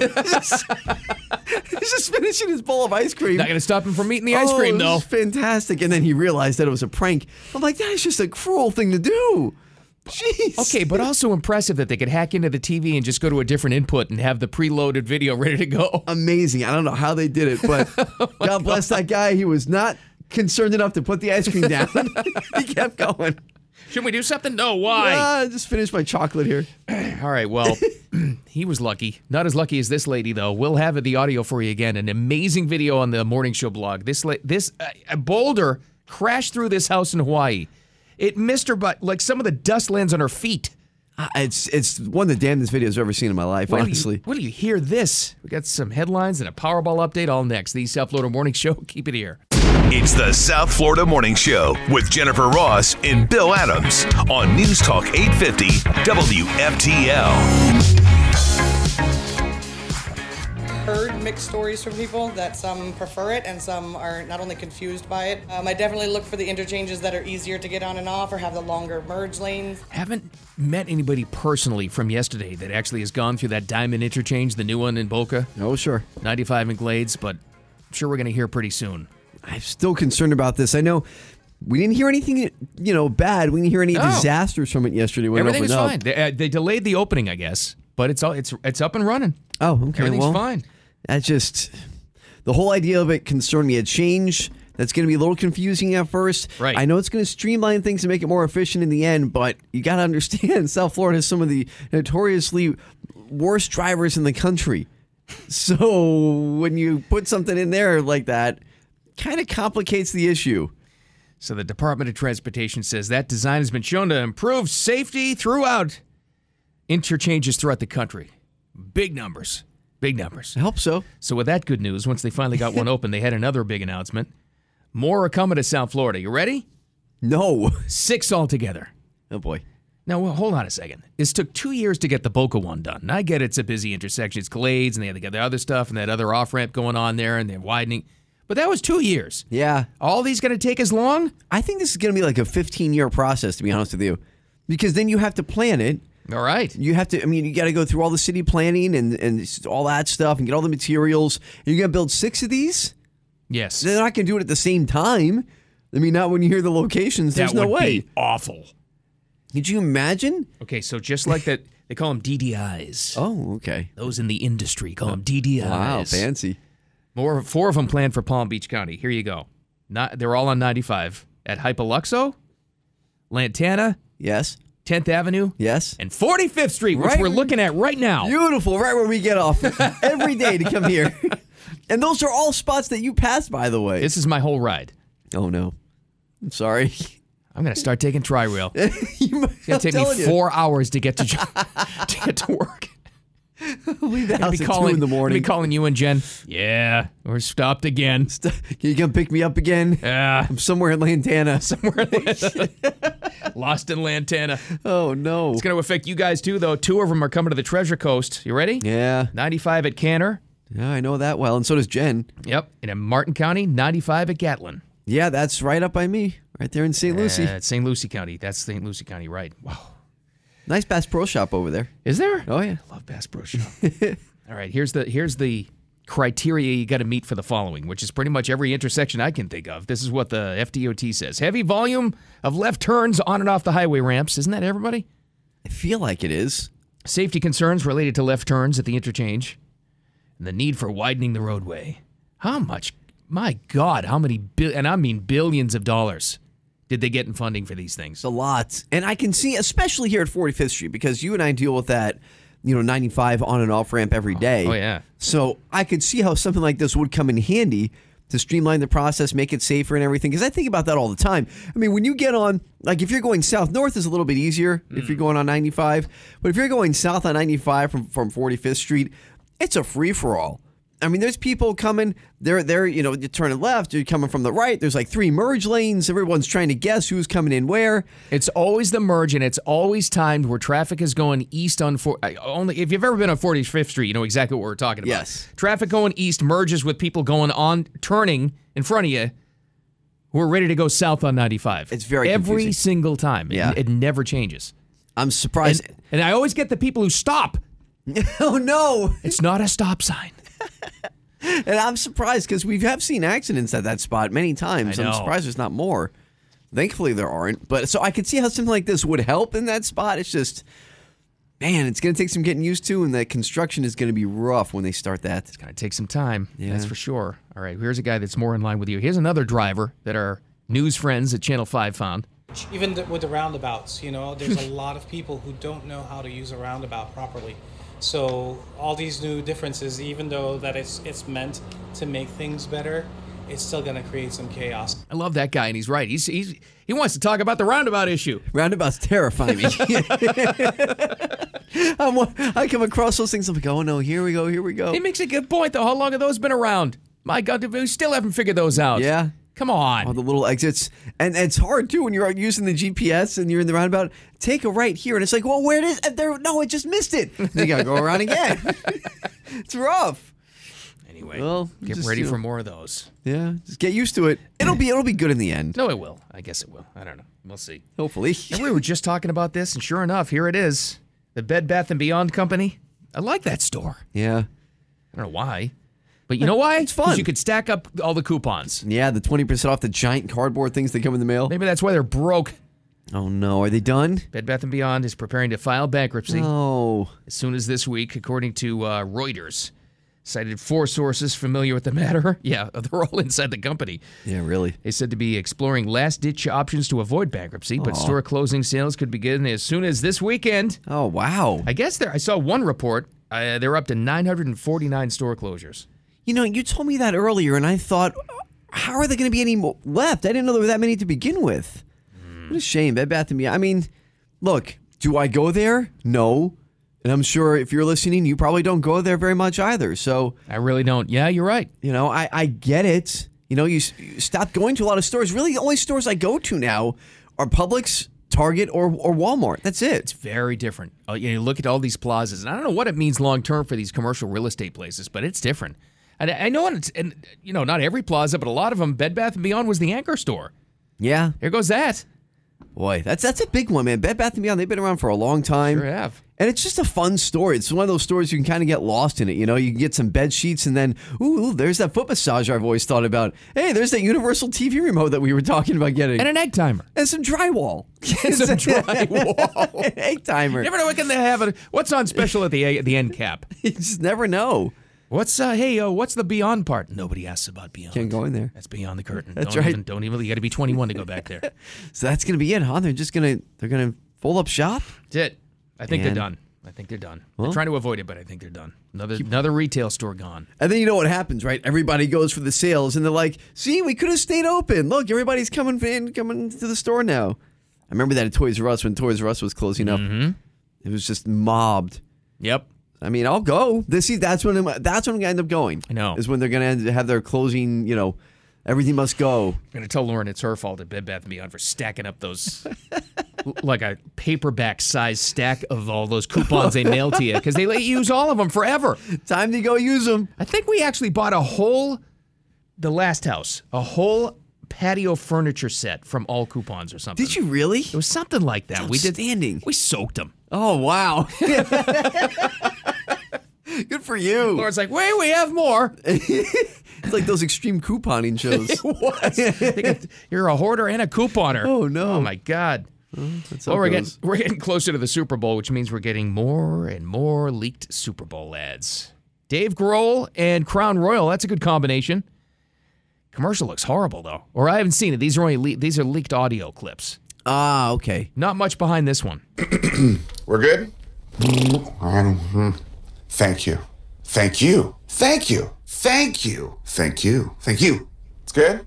he's just finishing his bowl of ice cream. Not gonna stop him from eating the ice Oh, cream, it was though. fantastic. And then he realized that it was a prank. I'm like, That is just a cruel thing to do. Jeez. Okay, but also impressive that they could hack into the TV and just go to a different input and have the preloaded video ready to go. Amazing. I don't know how they did it, but Oh God bless that guy. He was not concerned enough to put the ice cream down. he kept going. Should we do something? No, why? Ah, I just finished my chocolate here. All right, well, he was lucky. Not as lucky as this lady, though. We'll have the audio for you again. An amazing video on the morning show blog. This la- this uh, a boulder crashed through this house in Hawaii. It missed her, but like some of the dust lands on her feet. Ah, It's it's one of the damnedest videos I've ever seen in my life, Wait till you- honestly. wait till you hear this? We got some headlines and a Powerball update all next. The South Florida Morning Show. Keep it here. It's the South Florida Morning Show with Jennifer Ross and Bill Adams on News Talk 850 WFTL. heard mixed stories from people that some prefer it and some are not only confused by it. Um, I definitely look for the interchanges that are easier to get on and off or have the longer merge lanes. Haven't met anybody personally from yesterday that actually has gone through that diamond interchange, the new one in Boca. Oh, sure. 95 in Glades, but I'm sure we're going to hear pretty soon. I'm still concerned about this. I know we didn't hear anything, you know, bad. We didn't hear any No. disasters from it yesterday when Everything it is opened fine. They, up. uh, they delayed the opening, I guess, but it's all it's it's up and running. Oh, okay. Everything's well, fine. That's just the whole idea of it concerned me. A change that's going to be a little confusing at first. Right. I know it's going to streamline things and make it more efficient in the end, but you got to understand South Florida has some of the notoriously worst drivers in the country. So when you put something in there like that, kind of complicates the issue. So the Department of Transportation says that design has been shown to improve safety throughout interchanges throughout the country. Big numbers. Big numbers. I hope so. So with that good news, once they finally got one open, they had another big announcement. More are coming to South Florida. You ready? No. Six altogether. Oh boy. Now well, hold on a second. This took two years to get the Boca one done. And I get it's a busy intersection. It's Glades, and they had to get the other stuff and that other off ramp going on there, and they're widening. But that was two years. Yeah. All these going to take as long? I think this is going to be like a 15 year process, to be honest with you, because then you have to plan it. All right. You have to, I mean, you got to go through all the city planning and, and all that stuff and get all the materials. And you're going to build six of these? Yes. They're not going to do it at the same time. I mean, not when you hear the locations. There's that no would way. Be awful. Could you imagine? Okay, so just like that, they call them DDIs. Oh, okay. Those in the industry call them DDIs. Wow, fancy. More, four of them planned for Palm Beach County. Here you go. Not, they're all on 95 at Hypoluxo, Lantana. Yes. 10th Avenue. Yes. And 45th Street, which Right- we're looking at right now. Beautiful, right where we get off every day to come here. and those are all spots that you passed, by the way. This is my whole ride. Oh, no. I'm sorry. I'm going to start taking tri rail. It's going to take telling me you. four hours to get to, jo- to get to work. Leave the I'd house be at calling two in the I'd morning. Be calling you and Jen. Yeah, we're stopped again. Can you come pick me up again? Yeah. I'm somewhere in Lantana. Somewhere in Lost in Lantana. Oh, no. It's going to affect you guys too, though. Two of them are coming to the Treasure Coast. You ready? Yeah. 95 at Canner. Yeah, I know that well. And so does Jen. Yep. And in Martin County, 95 at Gatlin. Yeah, that's right up by me, right there in St. Lucie. Uh, St. Lucie County. That's St. Lucie County, right? Wow. Nice Bass Pro Shop over there. Is there? Oh yeah, love Bass Pro Shop. All right. Here's the here's the criteria you got to meet for the following, which is pretty much every intersection I can think of. This is what the FDOT says: heavy volume of left turns on and off the highway ramps. Isn't that everybody? I feel like it is. Safety concerns related to left turns at the interchange, and the need for widening the roadway. How much? My God, how many? Bi- and I mean billions of dollars. Did they get in funding for these things? A lot. And I can see, especially here at 45th Street, because you and I deal with that you know 95 on and off ramp every day. oh, yeah. So I could see how something like this would come in handy to streamline the process, make it safer and everything. Because I think about that all the time. I mean, when you get on, like if you're going south, north is a little bit easier if Mm. you're going on 95. But if you're going south on 95 from, from 45th Street, it's a free for all. I mean, there's people coming. They're they're you know you're turning left. You're coming from the right. There's like three merge lanes. Everyone's trying to guess who's coming in where. It's always the merge, and it's always timed where traffic is going east on four. I- Only if you've ever been on 45th Street, you know exactly what we're talking about. Yes, traffic going east merges with people going on turning in front of you, who are ready to go south on 95. It's very every confusing. single time. It- Yeah. it, never changes. I'm surprised, and, and I always get the people who stop. Oh no! It's not a stop sign. And I'm surprised because we have seen accidents at that spot many times. I I'm know. surprised there's not more. Thankfully, there aren't. But so I could see how something like this would help in that spot. It's just, man, it's going to take some getting used to, and the construction is going to be rough when they start that. It's going to take some time. That's for sure. All right, here's a guy that's more in line with you. Here's another driver that our news friends at Channel Five found. Even th- with the roundabouts, you know, there's a lot of people who don't know how to use a roundabout properly. So all these new differences, even though that it's it's meant to make things better, it's still going to create some chaos. I love that guy, and he's right. He's, he's he wants to talk about the roundabout issue. Roundabouts terrify me. I'm, I come across those things. I'm like, oh no, here we go, here we go. He makes a good point, though. How long have those been around? My God, we still haven't figured those out. Yeah. Come on. All the little exits. And it's hard too when you're out using the GPS and you're in the roundabout. Take a right here. And it's like, well, where it is? And there, no, I just missed it. And you got to go around again. it's rough. Anyway, well, Get just, ready you know, for more of those. Yeah, just get used to it. It'll be it'll be good in the end. No, it will. I guess it will. I don't know. We'll see. Hopefully. And we were just talking about this, and sure enough, here it is. The Bed Bath and Beyond Company. I like that store. Yeah. I don't know why. But you know why? It's fun. You could stack up all the coupons. Yeah, the twenty percent off the giant cardboard things that come in the mail. Maybe that's why they're broke. Oh no, are they done? Oh. Bed Bath and Beyond is preparing to file bankruptcy. No. As soon as this week, according to uh, Reuters, cited four sources familiar with the matter. Yeah, they're all inside the company. Yeah, really. They said to be exploring last ditch options to avoid bankruptcy, but Aw. store closing sales could begin as soon as this weekend. Oh, wow. I guess there, I saw one report. Uh, they're up to 949 store closures. You know, you told me that earlier, and I thought, how are there going to be any more left? I didn't know there were that many to begin with. What a shame. Bed Bath and Beyond. I mean, look, do I go there? No. And I'm sure if you're listening, you probably don't go there very much either. So I really don't. Yeah, you're right. You know, I, I get it. You know, you, s- you stop going to a lot of stores. Really, the only stores I go to now are Publix, Target, or, or Walmart. That's it. It's very different. Uh, you, know, you look at all these plazas, and I don't know what it means long term for these commercial real estate places, but it's different. And I I know, it's, and you know, not every plaza, but a lot of them. Bed Bath and Beyond was the anchor store. Yeah. Here goes that. Boy, that's that's a big one, man. Bed Bath and Beyond, they've been around for a long time. Sure have. And it's just a fun story. It's one of those stories you can kind of get lost in it. You know, you can get some bed sheets and then, ooh, there's that foot massager I've always thought about. Hey, there's that universal TV remote that we were talking about getting. And an egg timer. And some drywall. And some drywall. An egg timer. Oh. You never know what can they have. a- What's on special at the at the end cap? you just never know. What's uh, hey, uh, what's the beyond part? Nobody asks about beyond. Can't go in there. That's beyond the curtain. That's don't right. Even, don't even. You got to be 21 to go back there. So that's gonna be it, huh? They're just gonna they're gonna fold up shop. That's it. I think And- they're done. I think they're done. Well- they're trying to avoid it, but I think they're done. Another another retail store gone. And then you know what happens, right? Everybody goes for the sales, and they're like, "See, we could have stayed open. Look, everybody's coming in, coming to the store now." I remember that at Toys R Us when Toys R Us was closing Mm-hmm. up, it was just mobbed. Yep. I mean, I'll go. This see, that's when I'm, that's when I'm gonna end up going. I know is when they're gonna end- have their closing. You know, everything must go. I'm gonna tell Lauren it's her fault at Bed Bath and Beyond for stacking up those l- like a paperback size stack of all those coupons they nail to you because they let you use all of them forever. Time to go use them. I think we actually bought a whole the last house a whole patio furniture set from all coupons or something. Did you really? It was something like that. We did standing. We soaked them. Oh wow! Good for you. Lauren's like, wait, we have more. It's like those extreme couponing shows. It was. They got- You're a hoarder and a couponer. Oh no! Oh my God! how well, we're it getting goes. we're getting closer to the Super Bowl, which means we're getting more and more leaked Super Bowl ads. Dave Grohl and Crown Royal. That's a good combination. Commercial looks horrible though, or I haven't seen it. These are only le- these are leaked audio clips. Ah, okay. Not much behind this one. We're good? Thank you. Thank you. Thank you. Thank you. Thank you. Thank you. It's good?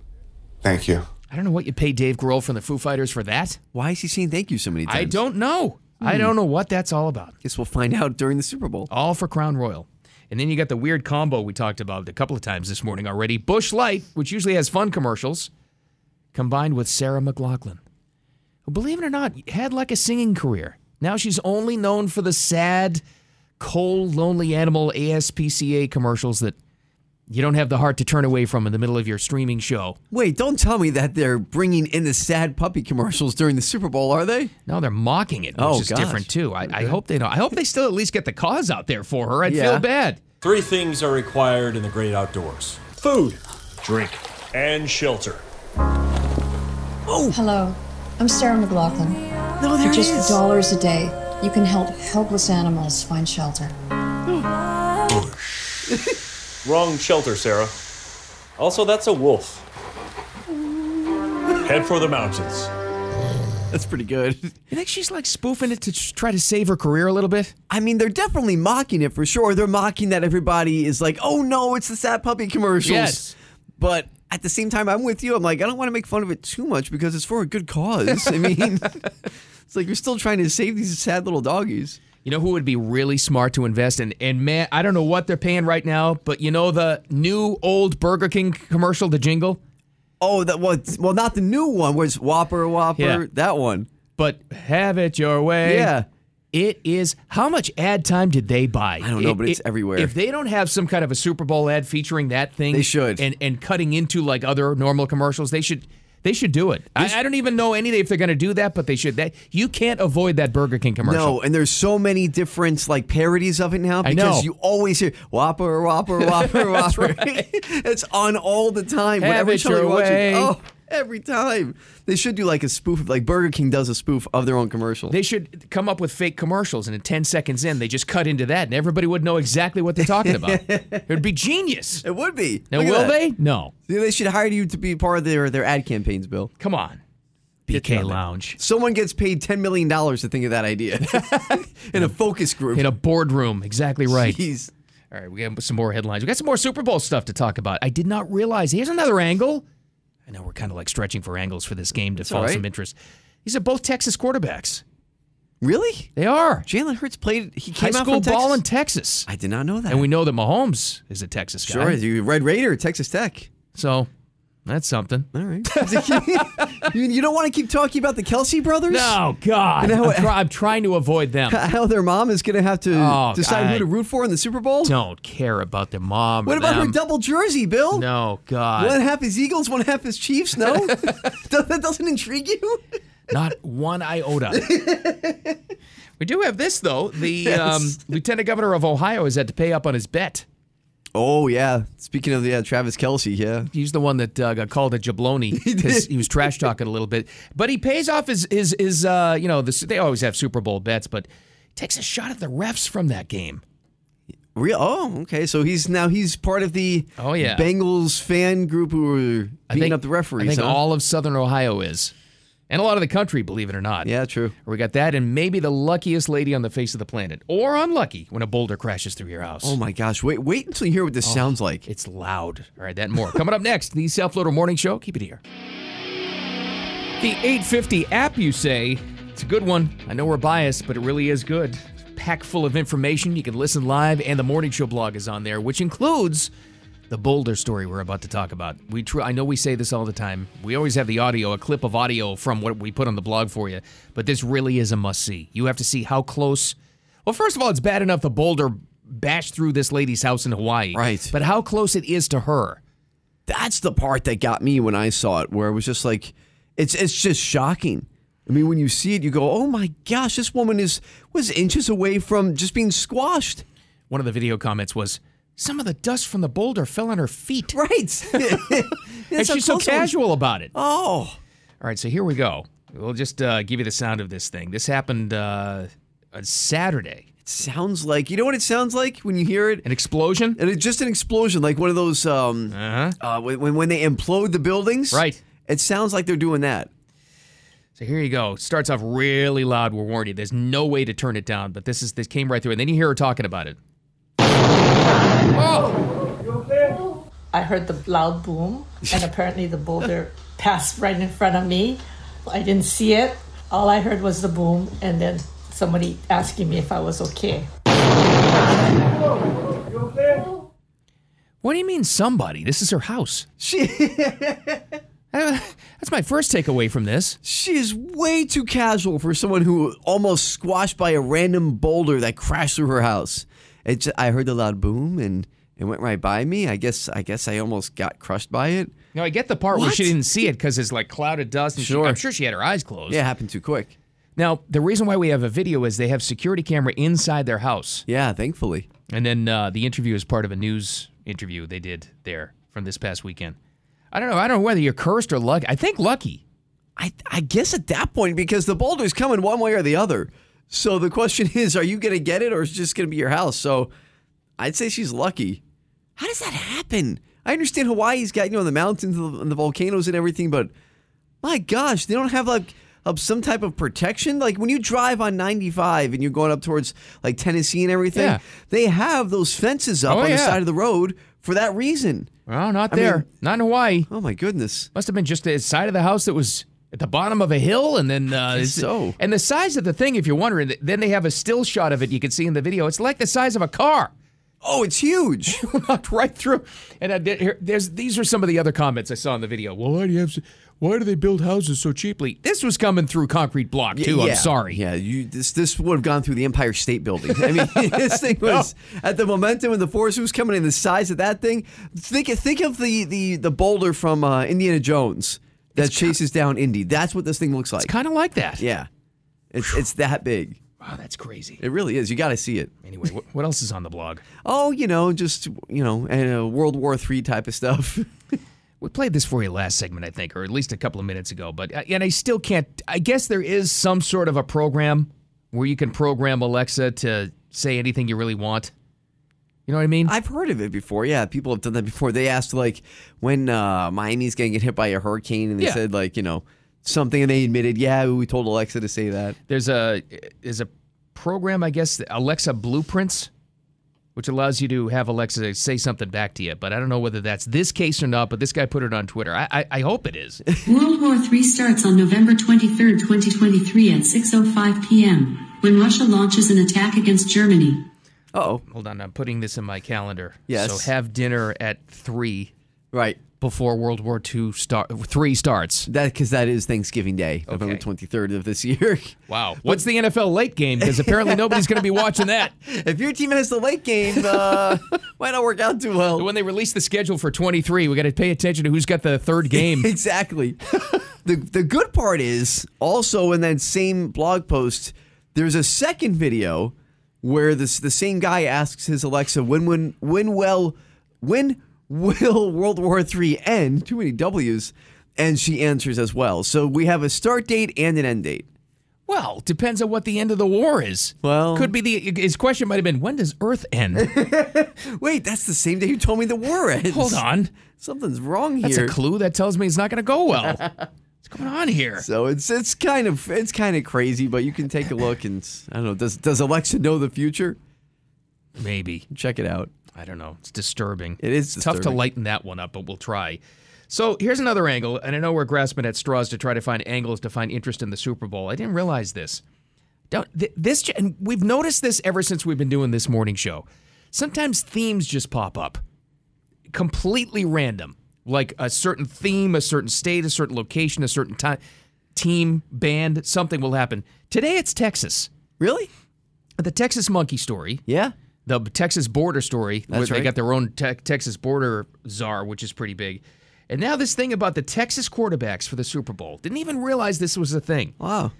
Thank you. I don't know what you pay Dave Grohl from the Foo Fighters for that. Why is he saying thank you so many times? I don't know. I Hmm. don't know what that's all about. Guess we'll find out during the Super Bowl. All for Crown Royal. And then you got the weird combo we talked about a couple of times this morning already. Bush Light, which usually has fun commercials, combined with Sarah McLaughlin, who, believe it or not, had like a singing career. Now she's only known for the sad, cold, lonely animal ASPCA commercials that you don't have the heart to turn away from in the middle of your streaming show. Wait, don't tell me that they're bringing in the sad puppy commercials during the Super Bowl, are they? No, they're mocking it, which oh, is gosh. different too. I, I hope they don't. I hope they still at least get the cause out there for her. I'd feel bad. Three things are required in the great outdoors food, drink, and shelter. Oh. Hello, I'm Sarah McLaughlin. No, there For it just is. dollars a day, you can help helpless animals find shelter. Wrong shelter, Sarah. Also, that's a wolf. Head for the mountains. That's pretty good. You think she's like spoofing it to try to save her career a little bit? I mean, they're definitely mocking it for sure. They're mocking that everybody is like, oh no, it's the sad puppy commercials. Yes. But at the same time, I'm with you. I'm like, I don't want to make fun of it too much because it's for a good cause. I mean, it's like you're still trying to save these sad little doggies. You know who would be really smart to invest in? And man, I don't know what they're paying right now, but you know the new old Burger King commercial, the jingle? Oh, that was well, not the new one was Whopper Whopper, Yeah. that one. But have it your way. Yeah. It is how much ad time did they buy? I don't know, but it's everywhere. If they don't have some kind of a Super Bowl ad featuring that thing, They should. and and cutting into like other normal commercials, they should they should do it. I, I don't even know any if they're going to do that, but they should. That you can't avoid that Burger King commercial. No, and there's so many different like parodies of it now I because know. you always hear Whopper Whopper Whopper That's Whopper. it's on all the time. Have Whatever it show you're your watching. way. Oh, every time. They should do like a spoof of like Burger King does a spoof of their own commercial. They should come up with fake commercials, and in 10 seconds in, they just cut into that, and everybody would know exactly what they're talking about. it would be genius. It would be. Now, Look at will that. they? No. See, They should hire you to be part of their, their ad campaigns, Bill. Come on. BK Lounge. Someone gets paid $10 million to think of that idea in a focus group. In a boardroom. Exactly right. Jeez. All right, we got some more headlines. We got some more Super Bowl stuff to talk about. I did not realize. Here's another angle. I know we're kind of like stretching for angles for this game to all follow right. some interest. These are both Texas quarterbacks. Really? They are. Jalen Hurts played, he High came out school from Texas? ball in Texas. I did not know that. And we know that Mahomes is a Texas guy. Sure, you Red Raider, Texas Tech. So that's something. All right. you, you don't want to keep talking about the Kelsey brothers? No, God. You know I'm, try- I'm trying to avoid them. How their mom is going to have to Oh, decide I who to root for in the Super Bowl? Don't care about their mom. or What about her them. double jersey, Bill? No, God. One half is Eagles, one half is Chiefs. No, Does- that doesn't intrigue you. Not one iota. we do have this, though. The um, Yes. lieutenant governor of Ohio has had to pay up on his bet. Oh yeah. Speaking of the uh, Travis Kelsey, yeah. He's the one that uh, got called a jabloni because he was trash talking a little bit. But he pays off his his his. Uh, you know, this, they always have Super Bowl bets, but takes a shot at the refs from that game. Real. Oh, okay. So he's now he's part of the Oh, yeah. Bengals fan group who were beating up the referees. I think huh? all of Southern Ohio is, and a lot of the country, believe it or not. Yeah, true. We got that, and maybe the luckiest lady on the face of the planet, or unlucky, when a boulder crashes through your house. Oh my gosh! Wait, wait until you hear what this Oh. sounds like. It's loud. All right, that and more. Coming up next, the South Florida Morning Show. Keep it here. The 850 app, you say, it's a good one. I know we're biased, but it really is good. It's packed full of information. You can listen live, and the morning show blog is on there, which includes the Boulder story we're about to talk about. We tr- I know we say this all the time. We always have the audio, a clip of audio from what we put on the blog for you, but this really is a must see. You have to see how close. Well, first of all, it's bad enough the Boulder bashed through this lady's house in Hawaii. Right. But how close it is to her. That's the part that got me when I saw it, where it was just like, it's it's just shocking. I mean, when you see it, you go, "Oh my gosh, this woman is was inches away from just being squashed." One of the video comments was, Some of the dust from the boulder fell on her feet. Right. and she's so casual about it. Oh. All right, so here we go. We'll just uh, give you the sound of this thing. This happened uh, on Saturday. It sounds like you know what it sounds like when you hear it. An explosion, and it's just an explosion, like one of those um, uh when when they implode the buildings. Right. It sounds like they're doing that. So here you go. Starts off really loud. We're warning you. There's no way to turn it down, but this is this came right through. And then you hear her talking about it. I heard the loud boom, and apparently the boulder passed right in front of me. I didn't see it. All I heard was the boom, and then somebody asking me if I was okay. What do you mean somebody? This is her house. She That's my first takeaway from this. She's way too casual for someone who almost squashed by a random boulder that crashed through her house. It ju- I heard the loud boom and it went right by me. I guess I guess I almost got crushed by it. No, I get the part where she didn't see it because it's like clouded dust. And Sure. she, I'm sure she had her eyes closed. Yeah, it happened too quick. Now, the reason why we have a video is they have security camera inside their house. Yeah, thankfully. And then uh, the interview is part of a news interview they did there from this past weekend. I don't know. I don't know whether you're cursed or lucky. I think lucky. I I guess at that point because the boulder's coming one way or the other. So the question is, are you going to get it or is it just going to be your house? So I'd say she's lucky. How does that happen? I understand Hawaii's got you know the mountains and the, and the volcanoes and everything, but my gosh, they don't have like of some type of protection. Like when you drive on 95 and you're going up towards like Tennessee and everything, Yeah. they have those fences up Oh, on the yeah. side of the road for that reason. Well, not I mean- there. not in Hawaii. Oh my goodness. Must have been just the side of the house that was at the bottom of a hill, and then uh, guess it's- so. And the size of the thing, if you're wondering, th- then they have a still shot of it. You can see in the video. It's like the size of a car. Oh, it's huge. Knocked right through. And I did, here, there's these are some of the other comments I saw in the video. Well, why do you have? s- Why do they build houses so cheaply? This was coming through concrete block Y- too. yeah. I'm sorry. Yeah, you this this would have gone through the Empire State Building. I mean, this thing was at the momentum and the force it was coming in the size of that thing. Think think of the the the boulder from uh, Indiana Jones that chases down Indy. That's what this thing looks like. It's kind of like that. Yeah, it's it's that big. Wow, that's crazy. It really is. You got to see it. Anyway, wh- what else is on the blog? Oh, you know, just you know, and uh, World War Three type of stuff. We played this for you last segment, I think, or at least a couple of minutes ago. But uh, and I still can't. I guess there is some sort of a program where you can program Alexa to say anything you really want. You know what I mean? I've heard of it before. Yeah, people have done that before. They asked like when uh, Miami's going to get hit by a hurricane, and they Yeah. said like you know something, and they admitted, yeah, we told Alexa to say that. There's a there's a program, I guess, the Alexa Blueprints, which allows you to have Alexa say something back to you. But I don't know whether that's this case or not. But this guy put it on Twitter. I I, I hope it is. World War III starts on November 23, 2023 at 6.05 p.m. when Russia launches an attack against Germany. Oh, hold on. I'm putting this in my calendar. Yes. So have dinner at three. Right. Before World War II start, three starts. That because that is Thanksgiving Day, November twenty third of this year. Wow. What's the NFL late game? Because apparently nobody's going to be watching that. If your team has the late game, uh, might not work out too well. When they release the schedule for 23, we got to pay attention to who's got the third game. exactly. the The good part is also in that same blog post. There's a second video where this the same guy asks his Alexa when when when well when will World War III end? Too many W's, and she answers as well. So we have a start date and an end date. Well, depends on what the end of the war is. Well, Could be the his question might have been when does Earth end? Wait, that's the same day you told me the war ends. Hold on. Something's wrong here. That's a clue that tells me it's not going to go well. What's going on here? So it's it's kind of it's kind of crazy, but you can take a look and I don't know. Does does Alexa know the future? Maybe check it out. I don't know. It's disturbing. It is It's tough to disturbing. lighten that one up, but we'll try. So here's another angle, and I know we're grasping at straws to try to find angles to find interest in the Super Bowl. I didn't realize this. Don't, th- this j- and we've noticed this ever since we've been doing this morning show. Sometimes themes just pop up, completely random, like a certain theme, a certain state, a certain location, a certain time, team, band, something will happen. Today it's Texas. Really? The Texas monkey story. Yeah. The Texas border story. That's where They right. got their own te- Texas border czar, which is pretty big. And now this thing about the Texas quarterbacks for the Super Bowl. Didn't even realize this was a thing. Wow.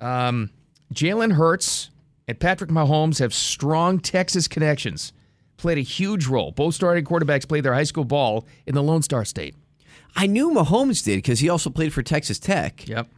Um, Jalen Hurts and Patrick Mahomes have strong Texas connections. Played a huge role. Both starting quarterbacks played their high school ball in the Lone Star State. I knew Mahomes did because he also played for Texas Tech. Yep.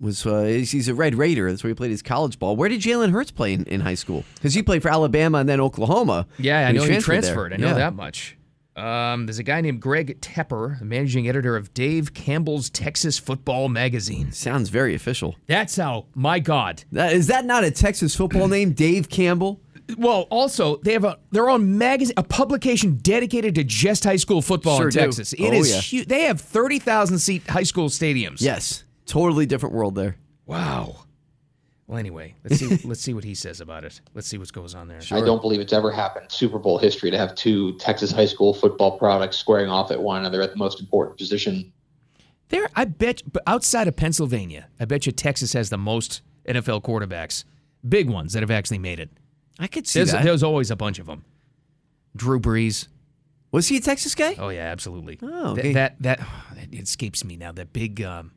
Was uh, he's, he's a Red Raider. That's where he played his college ball. Where did Jalen Hurts play in, in high school? Because he played for Alabama and then Oklahoma. Yeah, I when know he there. transferred. I know Yeah. that much. Um, there's a guy named Greg Tepper, the managing editor of Dave Campbell's Texas Football Magazine. Sounds very official. That's how. My God, That, is that not a Texas football name, Dave Campbell? Well, also they have a their own magazine, a publication dedicated to just high school football Sure in do. Texas. It Oh, is yeah. huge. They have thirty thousand seat high school stadiums. Yes, totally different world there. Wow. Well, anyway, let's see. let's see what he says about it. Let's see what goes on there. I don't believe it's ever happened in Super Bowl history to have two Texas high school football products squaring off at one another at the most important position. There, I bet, but outside of Pennsylvania, I bet you Texas has the most NFL quarterbacks, big ones that have actually made it. I could see there's, that. There's always a bunch of them. Drew Brees. Was he a Texas guy? Oh yeah, absolutely. Oh, Th- okay. that that, it escapes me now. That big, um,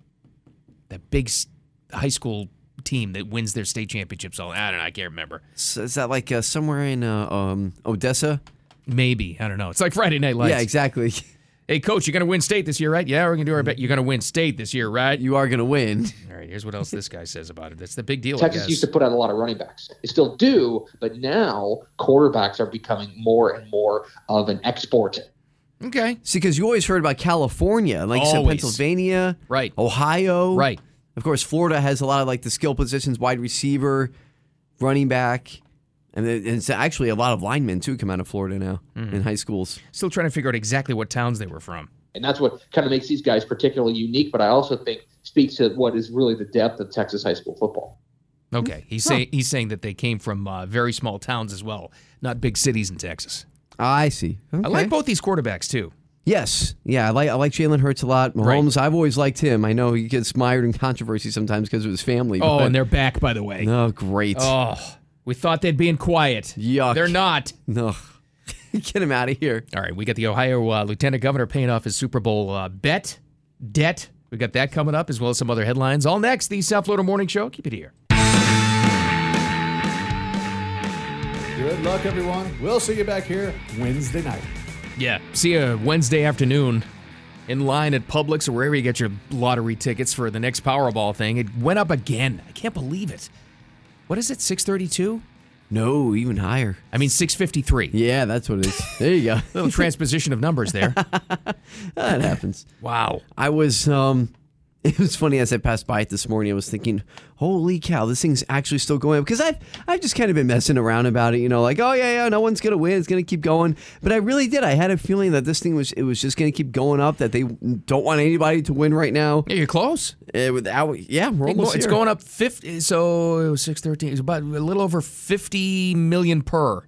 that big s- high school team that wins their state championships. All I don't know. I can't remember. So is that like uh, somewhere in uh, um, Odessa? Maybe I don't know. It's like Friday Night Lights. Yeah, exactly. Hey, coach, you're going to win state this year, right? Yeah, we're going Mm-hmm. to do our bet. You're going to win state this year, right? You are going to win. All right. Here's what else this guy says about it. That's the big deal. I Texas guess. used to put out a lot of running backs. They still do, but now quarterbacks are becoming more and more of an export. Okay. See, because you always heard about California, like you said, Always. Pennsylvania, right? Ohio, right? Of course, Florida has a lot of like the skill positions: wide receiver, running back, and then- and it's actually a lot of linemen too come out of Florida now Hmm. Mhm. in high schools. Still trying to figure out exactly what towns they were from. And that's what kind of makes these guys particularly unique, but I also think speaks to what is really the depth of Texas high school football. Okay, he's Huh. saying he's saying that they came from uh, very small towns as well, not big cities in Texas. I see. I Okay. like both these quarterbacks too. Yes, yeah, I like I like Jalen Hurts a lot. Mahomes, I've always liked him. I know he gets mired in controversy sometimes because of his family. Oh, but- and they're back by the way. oh great. Oh, we thought they'd be in quiet. Yuck. They're not. No. Get him out of here. All right, we got the Ohio uh, Lieutenant Governor paying off his Super Bowl uh, bet debt. We got that coming up as well as some other headlines. All next, the South Florida Morning Show. Keep it here. Good luck, everyone. We'll see you back here Wednesday night. Yeah. See you Wednesday afternoon in line at Publix or wherever you get your lottery tickets for the next Powerball thing. It went up again. I can't believe it. What is it? 632? No, even higher. I mean 653. Yeah, that's what it is. There you go. Little transposition of numbers there. that happens. Wow. I was um it was funny as I passed by it this morning, I was thinking, holy cow, this thing's actually still going up. Because I've I've just kind of been messing around about it, you know, like, oh yeah, yeah, no one's gonna win, it's gonna keep going. But I really did. I had a feeling that this thing was it was just gonna keep going up, that they don't want anybody to win right now. Yeah, eh, you're close. without yeah, we're almost It's here. going up 50 so it was 613. It's about a little over 50 million per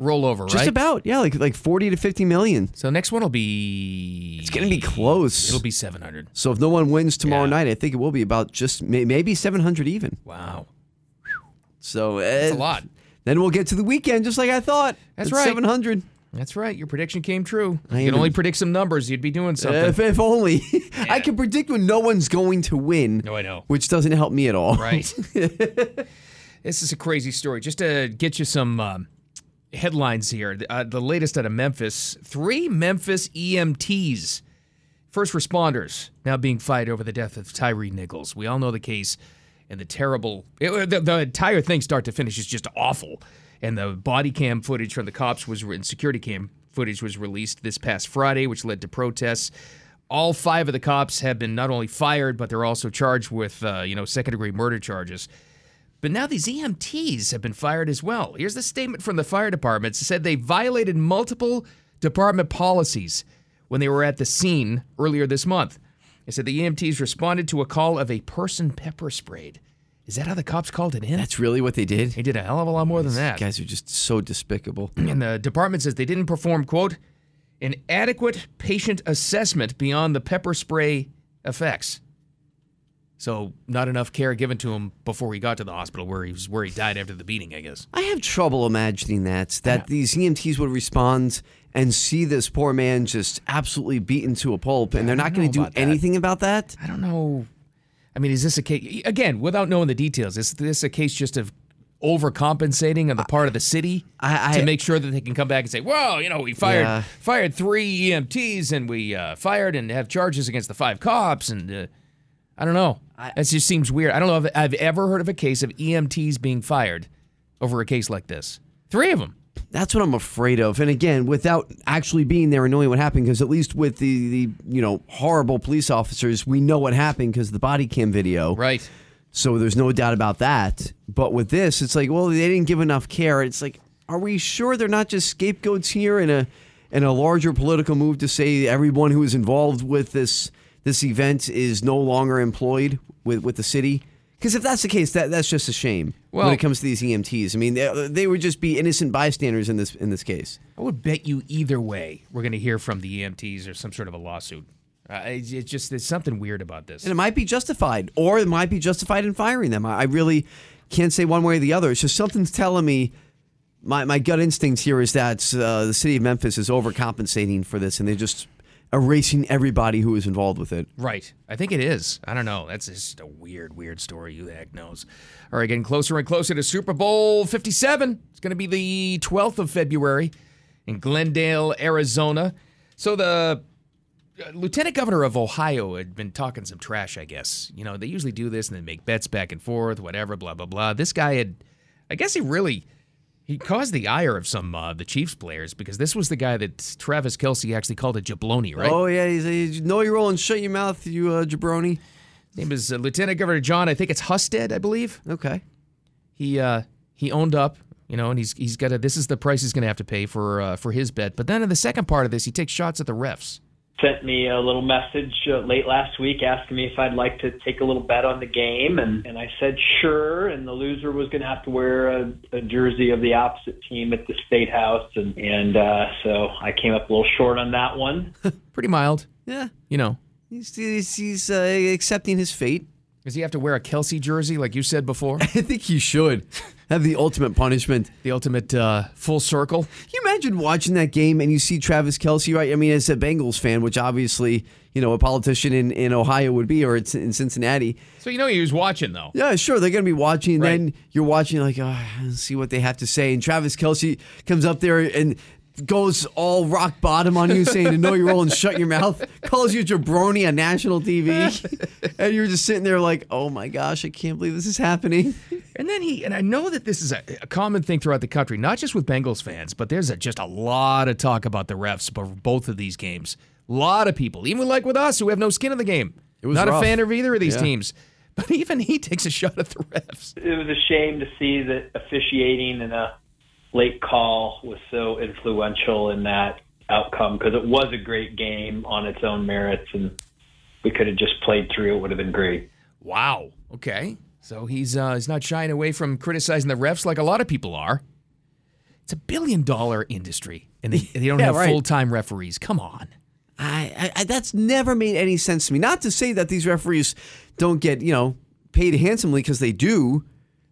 rollover, right? Just about, yeah, like like forty to fifty million. So next one will be it's gonna be close. It'll be 700. So if no one wins tomorrow night, I think it will be about just may- maybe seven hundred even. Wow. So That's a eh, lot. Then we'll get to the weekend just like I thought. That's At right. 700. That's right. Your prediction came true. I Uh, you can am- only predict some numbers. You'd be doing something. If, if only. I can predict when no one's going to win. No, I know. Which doesn't help me at all. Right. this is a crazy story. Just to get you some um, headlines here. Uh, the latest out of Memphis three Memphis E EMTs, first responders, now being fired over the death of Tyree Nichols. We all know the case and the terrible, it- the, the entire thing, start to finish, is just awful. And the body cam footage from the cops was, and security cam footage was released this past Friday, which led to protests. All five of the cops have been not only fired, but they're also charged with, uh, you know, second degree murder charges. But now these EMTs have been fired as well. Here's the statement from the fire department. It said they violated multiple department policies when they were at the scene earlier this month. It said the EMTs responded to a call of a person pepper sprayed. Is that how the cops called it in? That's really what they did. They did a hell of a lot more than These that. guys are just so despicable. And the department says they didn't perform, quote, an adequate patient assessment beyond the pepper spray effects. So not enough care given to him before he got to the hospital where he was where he died after the beating, I guess. I have trouble imagining that that these EMTs would respond and see this poor man just absolutely beaten to a pulp, and they're not going to do anything about that. I don't know. I mean, is this a case again, without knowing the details, is this a case just of overcompensating on the part of the city I- I- to make sure that they can come back and say, "Well, you know, we fired Yeah. fired three EMTs and we uh, fired and have charges against the five cops and uh, I don't know. that just seems weird. I don't E know if I've ever heard of a case of EMTs being fired over a case like this. Three of them. That's what I'm afraid of. And again, without actually being there and knowing what happened, because at least with the, the you know horrible police officers, we know what happened because the body cam video. Right. So there's no doubt about that. But with this, it's like, well, they didn't give enough care. It's like, are we sure they're not just scapegoats here in a in a larger political move to say everyone who is involved with this this event is no longer employed with, with the city? Because if that's the case, that that's just a shame Well- when it comes to these EMTs. I mean, they, they would just be innocent bystanders in this in this case. I would bet you either way, we're going to hear from the EMTs or some sort of a lawsuit. Uh, it's, it's just there's something weird about this. And it might be justified, or it might be justified in firing them. I, I really can't say one way or the other. It's just something's telling me my, my gut instinct here is that uh, the city of Memphis is overcompensating for this, and they're just erasing everybody who was involved with it. Right. I think it is. I don't know. That's just a weird, weird story. Who the heck knows? All right, getting closer and closer to Super Bowl 57. It's going to be the 12th of February in Glendale, Arizona. So the uh, Lieutenant Governor of Ohio had been talking some trash, I guess. You know, they usually do this and they make bets back and forth, whatever, blah, blah, blah. This guy had, I guess he really. He caused the ire of some uh, the Chiefs players because this was the guy that Travis Kelsey actually called a jabloni, right? Oh yeah, he's, he's know your role and shut your mouth, you uh, jabroni. name is uh, Lieutenant Governor John. I think it's Husted, I believe. Okay. He uh, he owned up, you know, and he's he's got to. This is the price he's going to have to pay for uh, for his bet. But then in the second part of this, he takes shots at the refs. sent me a little message uh, late last week asking me if I'd like to take a little bet on the game, and, and I said sure. And the loser was going to have to wear a, a jersey of the opposite team at the state house, and and uh, so I came up a little short on that one. Pretty mild, Yeah, you know. he's he's, he's uh, accepting his fate. Does he have to wear a Kelsey jersey like you said before? I think he should have the ultimate punishment, the ultimate uh, full circle. Can you imagine watching that game and you see Travis Kelsey, right? I mean, as a Bengals fan, which obviously you know a politician in, in Ohio would be, or it's in Cincinnati. So you know he was watching though. Yeah, sure. They're going to be watching. And Then you're watching, like, oh, see what they have to say. And Travis Kelsey comes up there and goes all rock bottom on you, saying, to know your role and shut your mouth, calls you jabroni on national TV. and you're just sitting there, like, oh my gosh, I can't believe this is happening. And then he, and I know that this is a, a common thing throughout the country, not just with Bengals fans, but there's a, just a lot of talk about the refs for both of these games. A lot of people, even like with us who have no skin in the game. It was not rough. a fan of either of these Yeah. teams. But even he takes a shot at the refs. It was a shame to see that officiating and a late call was so influential in that outcome because it was a great game on its own merits, and we could have just played through. It would have been great. Wow. Okay. So he's uh, he's not shying away from criticizing the refs like a lot of people are. It's a billion dollar industry, and they, they don't Yeah, have right. full time referees. Come on. I, I, I that's never made any sense to me. Not to say that these referees don't get you know paid handsomely because they do.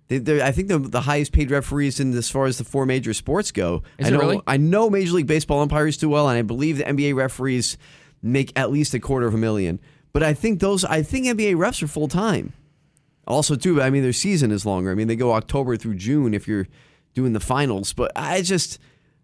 They, they're- I think they're the highest paid referees in as far as the four major sports go. Is I it know really? I know Major League Baseball umpires do well, and I believe the NBA referees make at least a quarter of a million. But I think those I think NBA refs are full time. Also, too, I mean their season is longer. I mean they go October through June if you're doing the finals. But I just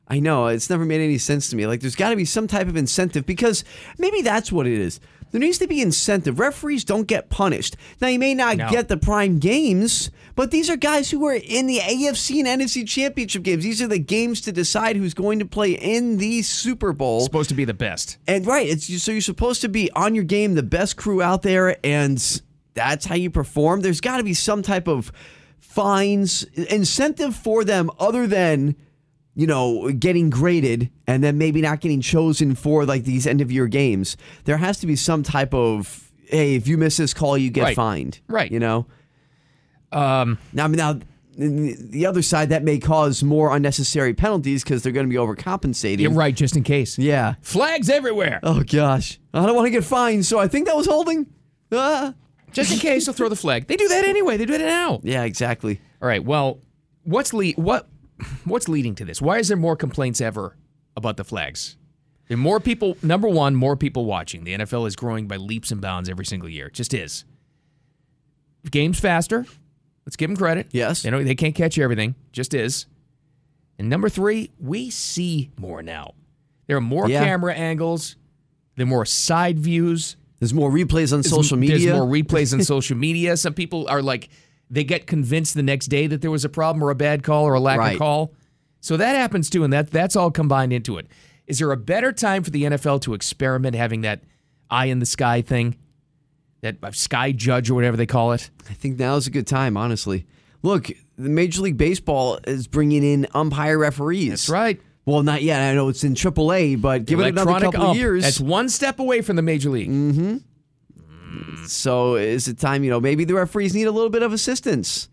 I know it's never made any sense to me. Like there's got to be some type of incentive because maybe that's what it is. There needs to be incentive. Referees don't get punished. Now you may not No. get the prime games, but these are guys who are in the AFC and NFC championship games. These are the games to decide who's going to play in the Super Bowl. Supposed to be the best. And right, it's so you're supposed to be on your game, the best crew out there, and that's how you perform. There's got to be some type of fines incentive for them, other than you know getting graded and then maybe not getting chosen for like these end of year games. There has to be some type of hey, if you miss this call, you get Right. fined. Right. You know. Um. Now, now. The other side that may cause more unnecessary penalties because they're going to be overcompensating. You're right, just in case. Yeah. Flags everywhere. Oh gosh, I don't want to get fined, so I think that was holding. Ah. Just in case, they'll throw the flag. They do that anyway. They do it now. Yeah, exactly. All right. Well, what's le- what what's leading to this? Why is there more complaints ever about the flags? And more people. Number one, more people watching. The NFL is growing by leaps and bounds every single year. It just is. Games faster. Let's give them credit. Yes. They know they can't catch everything. Just is. And number three, we see more now. There are more Yeah. camera angles. There are more side views. There's more replays on There's- social media. There's more replays on social media. Some people are like, they get convinced the next day that there was a problem or a bad call or a lack Right. of call. So that happens too, and that that's all combined into it. Is there a better time for the NFL to experiment having that eye in the sky thing, that uh, sky judge or whatever they call it? I think now's a good time, honestly. Look, the Major League Baseball is bringing in umpire referees. That's right. Well, not yet. I know it's in AAA, but give it another Electronic couple of ump. years. That's one step away from the Major League. Mm-hmm. So is it time? You know, maybe the referees need a little bit of assistance.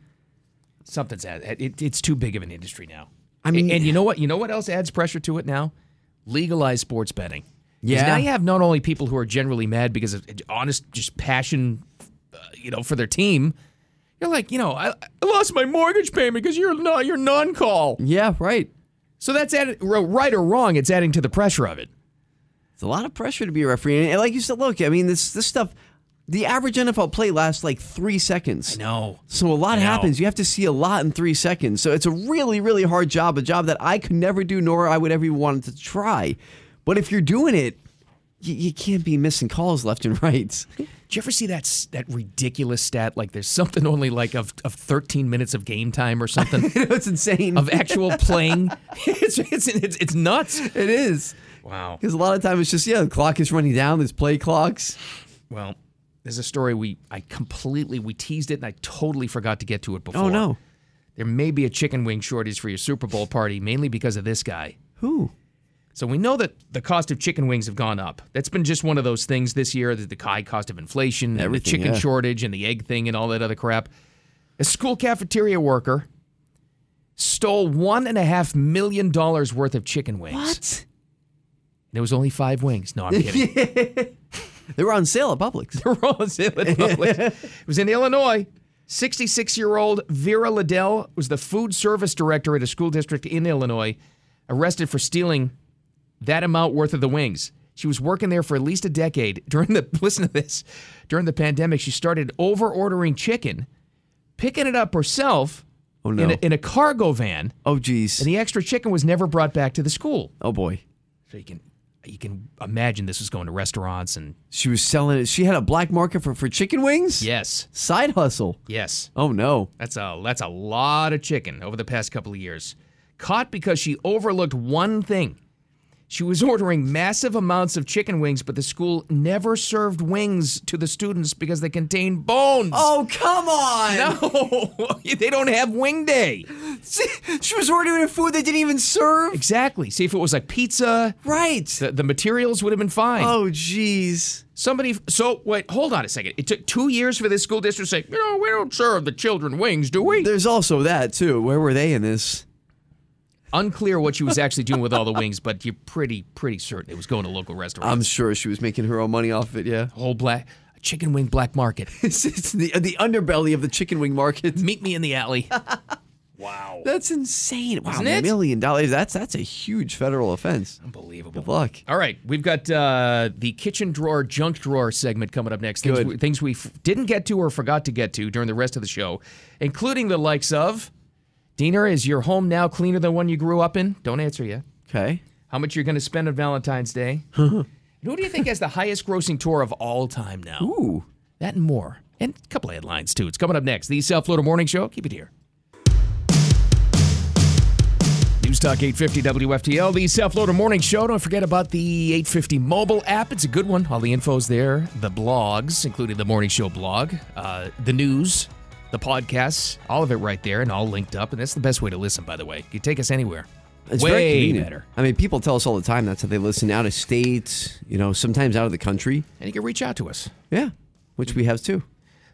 Something's at it, it's too big of an industry now. I mean, and, you know what? You know what else adds pressure to it now? Legalize sports betting. 'Cause Yeah. Now you have not only people who are generally mad because of uh, honest, just passion, uh, you know, for their team. You're like, you know, I, I lost my mortgage payment because you're not you're non-call. Yeah, right. So that's added, r- right or wrong. It's adding to the pressure of it. It's a lot of pressure to be a referee, and like you said, look, I mean, this this stuff. The average NFL play lasts like three seconds. I know. So a lot I know. happens. You have to see a lot in three seconds. So it's a really, really hard job, a job that I could never do, nor I would ever even want to try. But if you're doing it, you, you can't be missing calls left and right. Did you ever see that s- that ridiculous stat? Like there's something only like of, of 13 minutes of game time or something. it's insane of actual playing. it's, it's it's it's nuts. It is. Wow. Because a lot of time it's just yeah, the clock is running down. There's play clocks. Well, there's a story we I completely we teased it and I totally forgot to get to it before. Oh, no. There may be a chicken wing shortage for your Super Bowl party mainly because of this guy. Who? So we know that the cost of chicken wings have gone up. That's been just one of those things this year, the, the high cost of inflation and the Everything, chicken yeah. shortage and the egg thing and all that other crap. A school cafeteria worker stole one and a half million dollars worth of chicken wings. What? There was only five wings. No, I'm kidding. They were on sale at Publix. They were on sale at Publix. it was in Illinois. 66 year old Vera Liddell was the food service director at a school district in Illinois, arrested for stealing that amount worth of the wings. She was working there for at least a decade. During the listen to this, during the pandemic, she started over ordering chicken, picking it up herself Oh, in, no. a, in a cargo van. Oh geez. And the extra chicken was never brought back to the school. Oh boy. So you can you can imagine this was going to restaurants and She was selling it. She had a black market for, for chicken wings? Yes. Side hustle. yes. Oh no. That's a that's a lot of chicken over the past couple of years. Caught because she overlooked one thing. She was ordering massive amounts of chicken wings, but the school never served wings to the students because they contained bones. Oh, come on. No, they don't have wing day. she was ordering food they didn't even serve. Exactly. See if it was like pizza. Right. The, the materials would have been fine. Oh jeez. Somebody. So wait, hold on a second. It took two years for this school district to say, you know, we don't serve the children wings, do we? There's also that too. Where were they in this? Unclear what she was actually doing with all the wings, but you're pretty pretty certain it was going to local restaurants. I'm sure she was making her own money off it, yeah. Whole black chicken wing black market. it's it's the the underbelly of the chicken wing market. Meet me in the alley. wow. That's insane. Wow, Isn't a it? million dollars. That's that's a huge federal offense. Unbelievable. Good luck. All right, we've got uh, the kitchen drawer junk drawer segment coming up next. Things Good. we, things we f- didn't get to or forgot to get to during the rest of the show, including the likes of Diener, is your home now cleaner than one you grew up in? Don't answer yet. Okay. How much you're going to spend on Valentine's Day? Who do you think has the highest grossing tour of all time now? Ooh. That and more. And a couple of headlines, too. It's coming up next. The South Florida Morning Show. Keep it here. News Talk 850 WFTL, the South Florida Morning Show. Don't forget about the 850 mobile app. It's a good one. All the info's there. The blogs, including the Morning Show blog, uh, the news, the podcasts, all of it right there and all linked up. And that's the best way to listen, by the way. You take us anywhere. It's Way very convenient. better. I mean, people tell us all the time that's how they listen out of state, you know, sometimes out of the country. And you can reach out to us. Yeah, which we have too.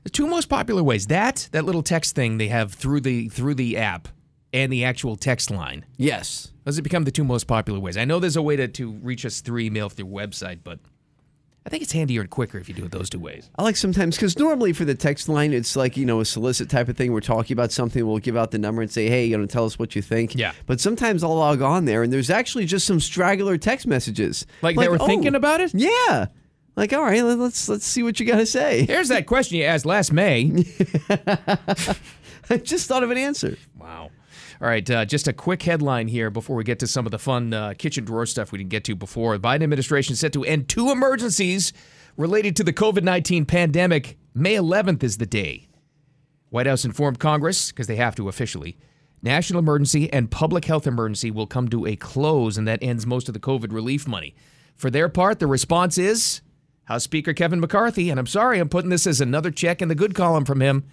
The two most popular ways that that little text thing they have through the through the app and the actual text line. Yes, those have become the two most popular ways. I know there's a way to, to reach us through email through website, but I think it's handier and quicker if you do it those two ways. I like sometimes because normally for the text line, it's like, you know, a solicit type of thing. We're talking about something, we'll give out the number and say, hey, you know, tell us what you think. Yeah. But sometimes I'll log on there and there's actually just some straggler text messages. Like they were oh. thinking about it? Yeah. Like, all right, let- let's let's see what you got to say. Here's that question you asked last May. I just thought of an answer. Wow. All right, uh, just a quick headline here before we get to some of the fun uh, kitchen drawer stuff we didn't get to before. The Biden administration set to end two emergencies related to the COVID 19 pandemic. May 11th is the day. White House informed Congress, because they have to officially, National emergency and public health emergency will come to a close, and that ends most of the COVID relief money. For their part, the response is House Speaker Kevin McCarthy, and I'm sorry I'm putting this as another check in the good column from him.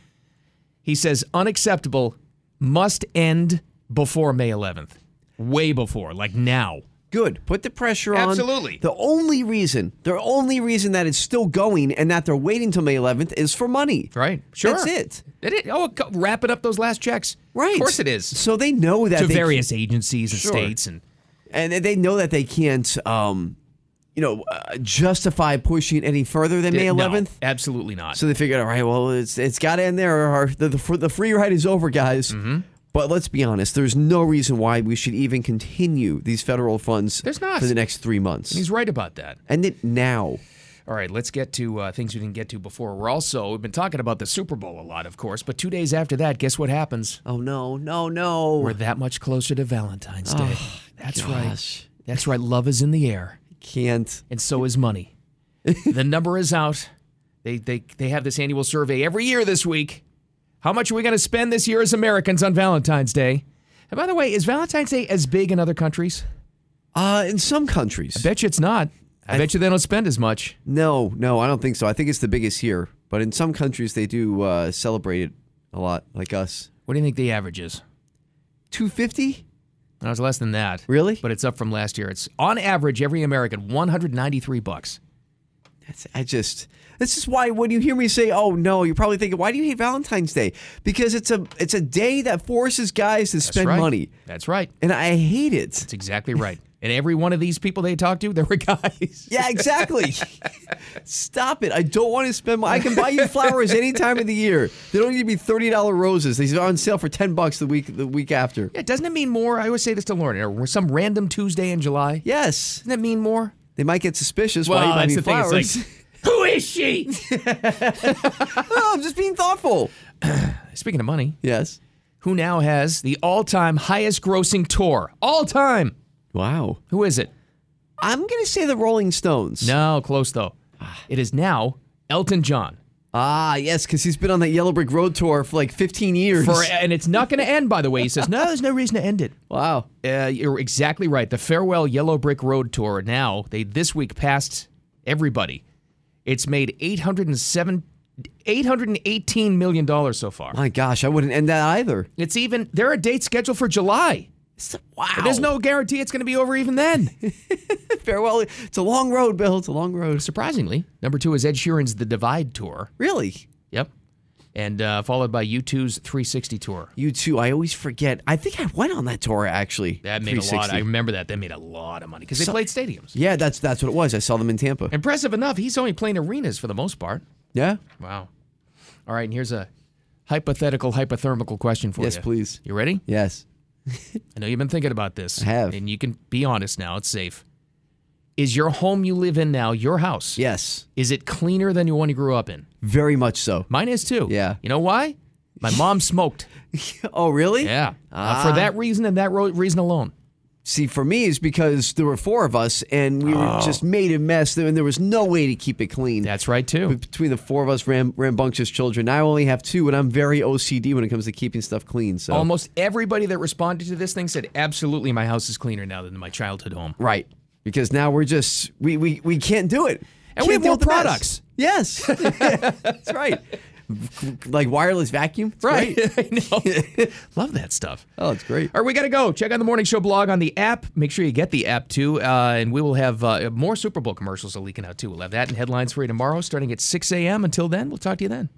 He says, unacceptable, must end before May 11th. Way before, like now. Good. Put the pressure on. Absolutely. The only reason, the only reason that it's still going and that they're waiting till May 11th is for money. Right. Sure. That's it. It is- oh, co- wrapping up those last checks. Right. Of course it is. So they know that to they- various agencies and Sure. states and and they know that they can't, um, you know, uh, justify pushing it any further than May No, 11th. absolutely not. So they figured, all right, well, it's it's got to end there. Or the, the fr- the free ride is over, guys. Mm-hmm. But let's be honest, there's no reason why we should even continue these federal funds. There's not. for the next three months. And he's right about that. End it now. All right, let's get to uh, things we didn't get to before. We're also we've been talking about the Super Bowl a lot, of course, but two days after that, guess what happens? Oh no, no, no! We're that much closer to Valentine's Day. Oh, That's gosh. right. That's right. Love is in the air. Can't. And so is money. the number is out. They they they have this annual survey every year this week. How much are we going to spend this year as Americans on Valentine's Day? And by the way, is Valentine's Day as big in other countries? Uh, in some countries. I bet you it's not. I, bet you they don't spend as much. No, no, I don't think so. I think it's the biggest here, but in some countries they do uh, celebrate it a lot, like us. What do you think the average is? 250? No, it's less than that. Really? But it's up from last year. It's on average every American 193 bucks. That's I just this is why when you hear me say, "Oh no," you're probably thinking, "Why do you hate Valentine's Day?" Because it's a it's a day that forces guys to spend right. money. That's right. And I hate it. That's exactly right. and every one of these people they talked to, there were guys. Yeah, exactly. Stop it. I don't want to spend money. I can buy you flowers any time of the year. They don't need to be $30 roses. These are on sale for 10 bucks the week the week after. Yeah, doesn't it mean more? I always say this to Lauren. or Some random Tuesday in July. Yes. Doesn't that mean more? They might get suspicious Well, why you buy that's me the thing, it's flowers. like- Who is she? oh, I'm just being thoughtful. Speaking of money. Yes. Who now has the all-time highest grossing tour? All time. Wow. Who is it? I'm going to say the Rolling Stones. No, close though. It is now Elton John. Ah, yes, because he's been on that Yellow Brick Road tour for like 15 years. For, and it's not going to end, by the way. He says, no, there's no reason to end it. Wow. Uh, you're exactly right. The Farewell Yellow Brick Road Tour now, they this week passed everybody. It's made 807 $818 million so far. My gosh, I wouldn't end that either. It's even, there are dates scheduled for July. Wow. There's no guarantee it's going to be over even then. Farewell. It's a long road, Bill. It's a long road. Surprisingly, number two is Ed Sheeran's The Divide Tour. Really? Yep. And uh, followed by U2's 360 Tour. You too. I always forget. I think I went on that tour actually. That made a lot. 360. I remember that. That made a lot of money because they So- played stadiums. Yeah, that's that's what it was. I saw them in Tampa. Impressive enough, he's only playing arenas for the most part. Yeah. Wow. All right, and here's a hypothetical, hypothermical question for Yes, you. please. You ready? Yes. I know you've been thinking about this. I have. And you can be honest now. It's safe. Is your home you live in now your house? Yes. Is it cleaner than the one you grew up in? Very much so. Mine is too. Yeah. You know why? My mom smoked. Oh, really? Yeah. Uh, for Ah. that reason and that ro- reason alone. See, for me, is because there were four of us and we Oh. were just made a mess, and there was no way to keep it clean. That's right, too. But between the four of us, ram- rambunctious children, I only have two, and I'm very OCD when it comes to keeping stuff clean. So Almost everybody that responded to this thing said, absolutely, my house is cleaner now than my childhood home. right, because now we're just we we, we can't do it, And we have Can't more deal with the mess. products. Yes, that's right. Like wireless vacuum, It's Right. great. I know. Love that stuff. Oh, it's great. All right, we got to go. Check out the Morning Show blog on the app. Make sure you get the app, too. Uh, and we will have uh, more Super Bowl commercials are leaking out, too. We'll have that and headlines for you tomorrow starting at 6 a.m. Until then, we'll talk to you then.